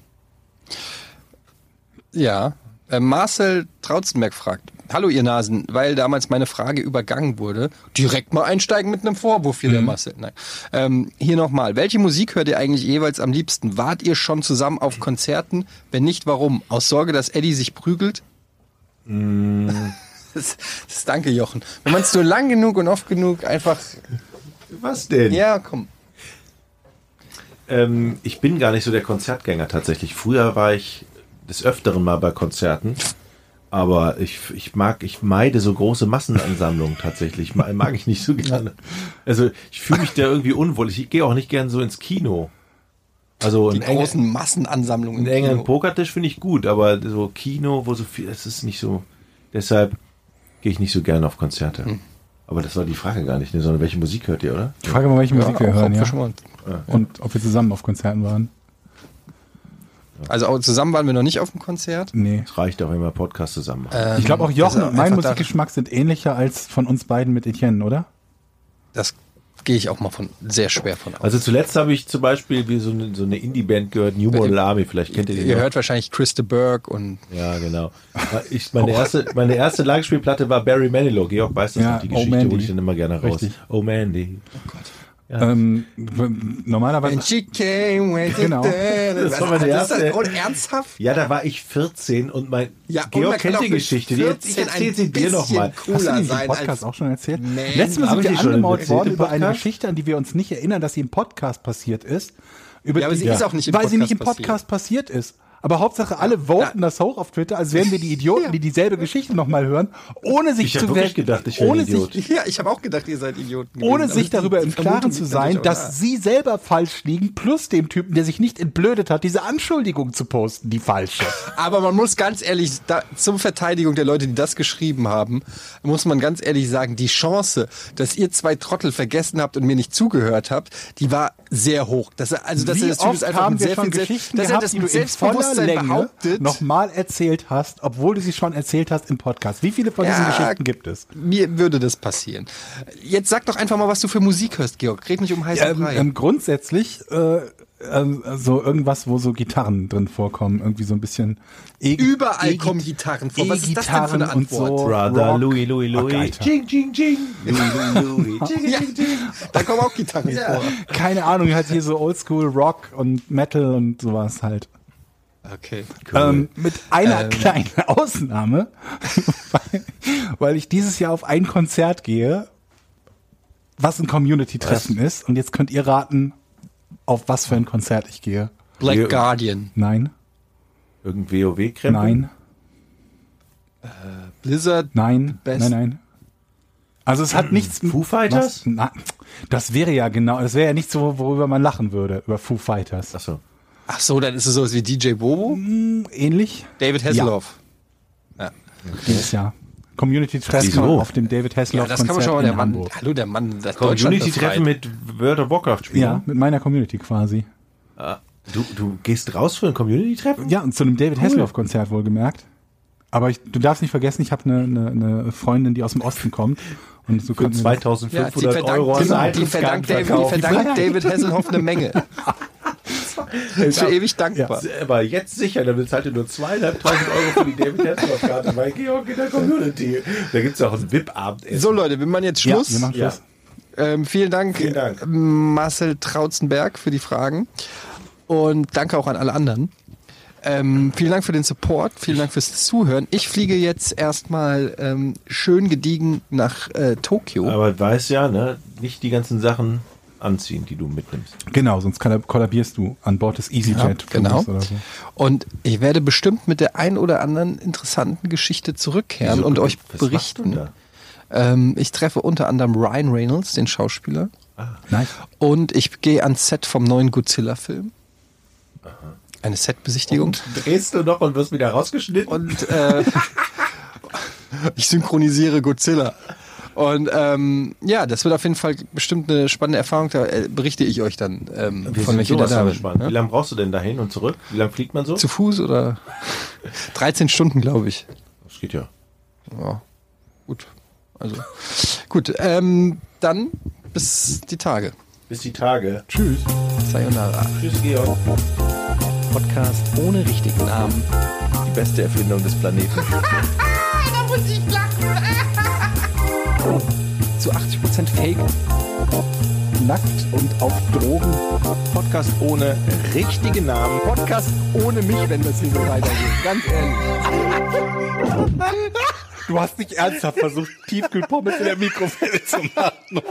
Speaker 2: Ja. Äh, Marcel Trautzenberg fragt, hallo ihr Nasen, weil damals meine Frage übergangen wurde, direkt mal einsteigen mit einem Vorwurf
Speaker 3: Mhm.
Speaker 2: hier, der Marcel. Nein. Ähm, hier nochmal, welche Musik hört ihr eigentlich jeweils am liebsten? Wart ihr schon zusammen auf Konzerten? Wenn nicht, warum? Aus Sorge, dass Eddie sich prügelt?
Speaker 3: Mhm.
Speaker 2: Das, das danke, Jochen. Wenn man es nur lang genug und oft genug einfach,
Speaker 5: Was denn?
Speaker 2: ja, komm.
Speaker 5: Ähm, ich bin gar nicht so der Konzertgänger tatsächlich. Früher war ich des Öfteren mal bei Konzerten. Aber ich, ich mag, ich meide so große Massenansammlungen tatsächlich. Mag, mag ich nicht so gerne. Also ich fühle mich da irgendwie unwohl. Ich gehe auch nicht gern so ins Kino. Also
Speaker 2: Die
Speaker 5: ein enger-
Speaker 2: großen Massenansammlungen. im
Speaker 5: Einen engen
Speaker 2: Kino.
Speaker 5: Pokertisch finde ich gut, aber so Kino, wo so viel, das ist nicht so. Deshalb gehe ich nicht so gerne auf Konzerte.
Speaker 2: Hm.
Speaker 5: Aber das war die Frage gar nicht, ne, sondern welche Musik hört ihr, oder?
Speaker 3: Ich frage mal, welche Musik wir
Speaker 2: auch,
Speaker 3: hören,
Speaker 2: ob
Speaker 3: ja.
Speaker 2: schon mal-
Speaker 3: Und ob wir zusammen auf Konzerten waren.
Speaker 2: Also auch zusammen waren wir noch nicht auf dem Konzert.
Speaker 3: Nee.
Speaker 5: Es reicht auch, wenn wir Podcast zusammen machen.
Speaker 3: Ich glaube auch
Speaker 2: Ähm,
Speaker 3: Jochen
Speaker 2: also
Speaker 3: und mein
Speaker 2: einfach da-
Speaker 3: Musikgeschmack sind ähnlicher als von uns beiden mit Etienne, oder?
Speaker 2: Das gehe ich auch mal von sehr schwer von aus.
Speaker 5: Also zuletzt habe ich zum Beispiel wie so eine, so eine Indie-Band gehört, New Model Army, vielleicht kennt ihr die
Speaker 2: Ihr
Speaker 5: noch.
Speaker 2: hört wahrscheinlich Christa Burke und
Speaker 5: Ja, genau. Ich, meine, erste, meine erste Lagespielplatte war Barry Manilow. Georg weiß das
Speaker 3: Ja,
Speaker 5: noch, die
Speaker 3: Oh
Speaker 5: Geschichte
Speaker 3: Mandy.
Speaker 5: hole ich dann immer gerne raus.
Speaker 3: Richtig.
Speaker 5: Oh Mandy.
Speaker 3: Ähm, w- normalerweise.
Speaker 2: she came with
Speaker 3: Genau.
Speaker 5: Das war meine erste.
Speaker 2: Und ernsthaft?
Speaker 5: Ja, da war ich 14 und mein
Speaker 2: Ja, und
Speaker 5: Georg
Speaker 2: man kann
Speaker 5: kennt
Speaker 2: auch
Speaker 5: die
Speaker 2: mit
Speaker 5: Geschichte. Die jetzt, ich
Speaker 2: 14
Speaker 5: erzähl
Speaker 2: ein
Speaker 5: sie dir
Speaker 2: bisschen
Speaker 5: nochmal.
Speaker 3: Hast du
Speaker 2: cooler
Speaker 3: die im
Speaker 2: sein
Speaker 3: Podcast
Speaker 2: als-
Speaker 3: auch schon erzählt?
Speaker 2: Nee.
Speaker 3: Letztes Mal
Speaker 5: Hab
Speaker 3: sind
Speaker 5: ich
Speaker 3: wir
Speaker 5: die schon
Speaker 3: angemaut
Speaker 5: erzählt
Speaker 3: worden
Speaker 5: im
Speaker 3: über eine
Speaker 5: Podcast?
Speaker 3: Geschichte, an die wir uns nicht erinnern, dass sie im Podcast passiert ist. Über
Speaker 2: Ja, aber
Speaker 3: die-
Speaker 2: sie ist auch nicht im
Speaker 3: Weil sie nicht im
Speaker 2: Podcast
Speaker 3: Podcast passiert, ist. Aber Hauptsache, alle voten das hoch auf Twitter, als wären wir die Idioten, die dieselbe Geschichte nochmal hören, ohne sich
Speaker 5: Ich hab
Speaker 3: zu
Speaker 5: wirklich
Speaker 3: wer-
Speaker 5: gedacht, ich wär ein
Speaker 3: ohne
Speaker 5: Idiot.
Speaker 3: sich
Speaker 2: Ja, ich habe auch gedacht, ihr seid Idioten.
Speaker 3: ohne
Speaker 2: gewesen,
Speaker 3: sich
Speaker 2: aber
Speaker 3: darüber im
Speaker 2: die Vermutung
Speaker 3: Klaren zu
Speaker 2: liegt
Speaker 3: sein,
Speaker 2: natürlich auch
Speaker 3: dass sie selber falsch liegen, plus dem Typen, der sich nicht entblödet hat, diese Anschuldigung zu posten, die falsche.
Speaker 2: da. Aber man muss ganz ehrlich, da, zum Verteidigung der Leute, die das geschrieben haben, muss man ganz ehrlich sagen, die Chance, dass ihr zwei Trottel vergessen habt und mir nicht zugehört habt, die war sehr hoch. Dass er, also, dass
Speaker 3: Wie
Speaker 2: er das
Speaker 3: oft
Speaker 2: Typ einfach
Speaker 3: haben
Speaker 2: mit
Speaker 3: wir
Speaker 2: sehr
Speaker 3: schon
Speaker 2: viel Selbst,
Speaker 3: Geschichten
Speaker 2: dass er
Speaker 3: gehabt,
Speaker 2: das
Speaker 3: die
Speaker 2: mit
Speaker 3: du in voller
Speaker 2: Selbstbewusstsein
Speaker 3: Länge
Speaker 2: behauptet.
Speaker 3: nochmal erzählt hast, obwohl du sie schon erzählt hast im Podcast. Wie viele von diesen
Speaker 2: Ja.
Speaker 3: Geschichten gibt es?
Speaker 2: Mir würde das passieren. Jetzt sag doch einfach mal, was du für Musik hörst, Georg. Red nicht um heißen
Speaker 3: Ähm,
Speaker 2: Brei.
Speaker 3: ähm, grundsätzlich äh, ähm, so irgendwas, wo so Gitarren drin vorkommen, irgendwie so ein bisschen e
Speaker 2: Überall
Speaker 3: e
Speaker 2: kommen Gitarren vor. Was ist das denn für eine
Speaker 3: E-Gitarren und so.
Speaker 2: Antwort?
Speaker 5: Brother
Speaker 3: Rock.
Speaker 5: Louis, Louis,
Speaker 3: Ach,
Speaker 5: Louis.
Speaker 3: Alter.
Speaker 5: Jing, jing, jing. Louis, Louis, Louis. Jing,
Speaker 2: Ja,
Speaker 5: jing, jing.
Speaker 2: da kommen auch Gitarren vor.
Speaker 3: Keine Ahnung, halt hier so Oldschool Rock und Metal und sowas halt.
Speaker 2: Okay.
Speaker 3: Ähm, mit einer kleinen Ausnahme, weil, weil ich dieses Jahr auf ein Konzert gehe, was ein Community-Treffen ist. Und jetzt könnt ihr raten, auf was für ein Konzert ich gehe.
Speaker 2: Black
Speaker 5: Wir-
Speaker 2: Guardian.
Speaker 3: Nein,
Speaker 5: Irgendein WoW-Krempel?
Speaker 3: nein,
Speaker 2: Blizzard.
Speaker 3: nein,
Speaker 2: Best- Hm.
Speaker 3: nein, nein. Also es hat nichts mit
Speaker 5: Foo Fighters?
Speaker 3: Was, na, das wäre ja genau, das wäre ja nichts, so, worüber man lachen würde, über Foo Fighters.
Speaker 5: Achso.
Speaker 2: Ach so, dann ist es sowas wie DJ Bobo.
Speaker 3: Ähnlich
Speaker 2: David Hasselhoff.
Speaker 3: dieses Jahr. Community-Treffen
Speaker 5: Wieso?
Speaker 3: auf dem David
Speaker 2: Ja,
Speaker 3: Hasselhoff
Speaker 2: das kann man schon mal. Der
Speaker 3: in
Speaker 2: Mann,
Speaker 3: Hamburg.
Speaker 2: hallo, der Mann, das
Speaker 5: Community-Treffen
Speaker 2: Deutschland befreit.
Speaker 5: mit World of Warcraft spielen.
Speaker 3: Ja, mit meiner Community quasi.
Speaker 5: Du, du gehst raus für ein Community-Treffen?
Speaker 3: Ja, und zu einem David Hasselhoff-Konzert wohlgemerkt. Aber ich, du darfst nicht vergessen, ich habe eine, eine, eine Freundin, die aus dem Osten kommt. Und so
Speaker 5: Für
Speaker 3: konnten wir das-
Speaker 5: 2500
Speaker 2: Ja, die
Speaker 5: Euro an
Speaker 2: verdankt, die, die,
Speaker 5: Eintrittskarten
Speaker 2: verdankt David, die
Speaker 5: verkauft.
Speaker 2: verdankt David Hasselhoff eine Menge. Ist für ewig dankbar.
Speaker 5: Aber jetzt sicher, da bezahlt ihr nur 2.500 Euro für die David Hasselhoff-Karte bei Georg in der Community. Da gibt es auch einen VIP-Abend.
Speaker 2: So Leute, wir machen jetzt
Speaker 3: Ja,
Speaker 2: Schluss.
Speaker 3: wir machen
Speaker 5: Ja.
Speaker 3: Schluss.
Speaker 2: Ähm, vielen, Dank,
Speaker 5: Vielen Dank.
Speaker 2: Marcel Trauzenberg, für die Fragen. Und danke auch an alle anderen. Ähm, vielen Dank für den Support, vielen Dank fürs Zuhören. Ich fliege jetzt erstmal ähm, schön gediegen nach äh, Tokio.
Speaker 5: Aber weiß ja, ne, nicht die ganzen Sachen anziehen, die du mitnimmst.
Speaker 3: Genau, sonst kollab- kollabierst du an Bord des EasyJet.
Speaker 2: genau.
Speaker 3: Fluges Oder so.
Speaker 2: Und ich werde bestimmt mit der ein oder anderen interessanten Geschichte zurückkehren
Speaker 5: Wieso?
Speaker 2: und euch
Speaker 5: Was
Speaker 2: berichten.
Speaker 5: machst
Speaker 2: Ähm, ich treffe unter anderem Ryan Reynolds, den Schauspieler.
Speaker 3: Nein.
Speaker 2: Und ich gehe ans Set vom neuen Godzilla-Film. Eine Setbesichtigung.
Speaker 5: du da? Drehst du noch und wirst wieder rausgeschnitten?
Speaker 2: und äh, ich synchronisiere Godzilla. Und ähm, ja, das wird auf jeden Fall bestimmt eine spannende Erfahrung. Da äh, berichte ich euch dann, ähm, von
Speaker 5: Wir sind
Speaker 2: wenn ich wieder
Speaker 5: sowas
Speaker 2: da
Speaker 5: von
Speaker 2: bin.
Speaker 5: gespannt. ne? Wie
Speaker 2: Ja?
Speaker 5: lange brauchst du denn dahin und zurück? Wie lange fliegt man so?
Speaker 2: Zu Fuß oder 13 Stunden, glaube ich.
Speaker 5: Das geht ja.
Speaker 2: Ja, gut. Also gut. Ähm, dann bis die Tage.
Speaker 5: Bis die Tage.
Speaker 3: Tschüss.
Speaker 2: Sayonara.
Speaker 5: Tschüss, Georg.
Speaker 4: Podcast ohne richtigen Namen.
Speaker 5: Die beste Erfindung des Planeten.
Speaker 6: da muss ich lachen.
Speaker 4: Zu 80% Fake.
Speaker 7: Nackt und auf Drogen.
Speaker 5: Podcast ohne richtigen Namen.
Speaker 4: Podcast ohne mich, wenn das hier so weitergeht. Ganz ehrlich.
Speaker 3: Du hast nicht ernsthaft versucht, Tiefkühlpommes in der Mikrofile zu machen.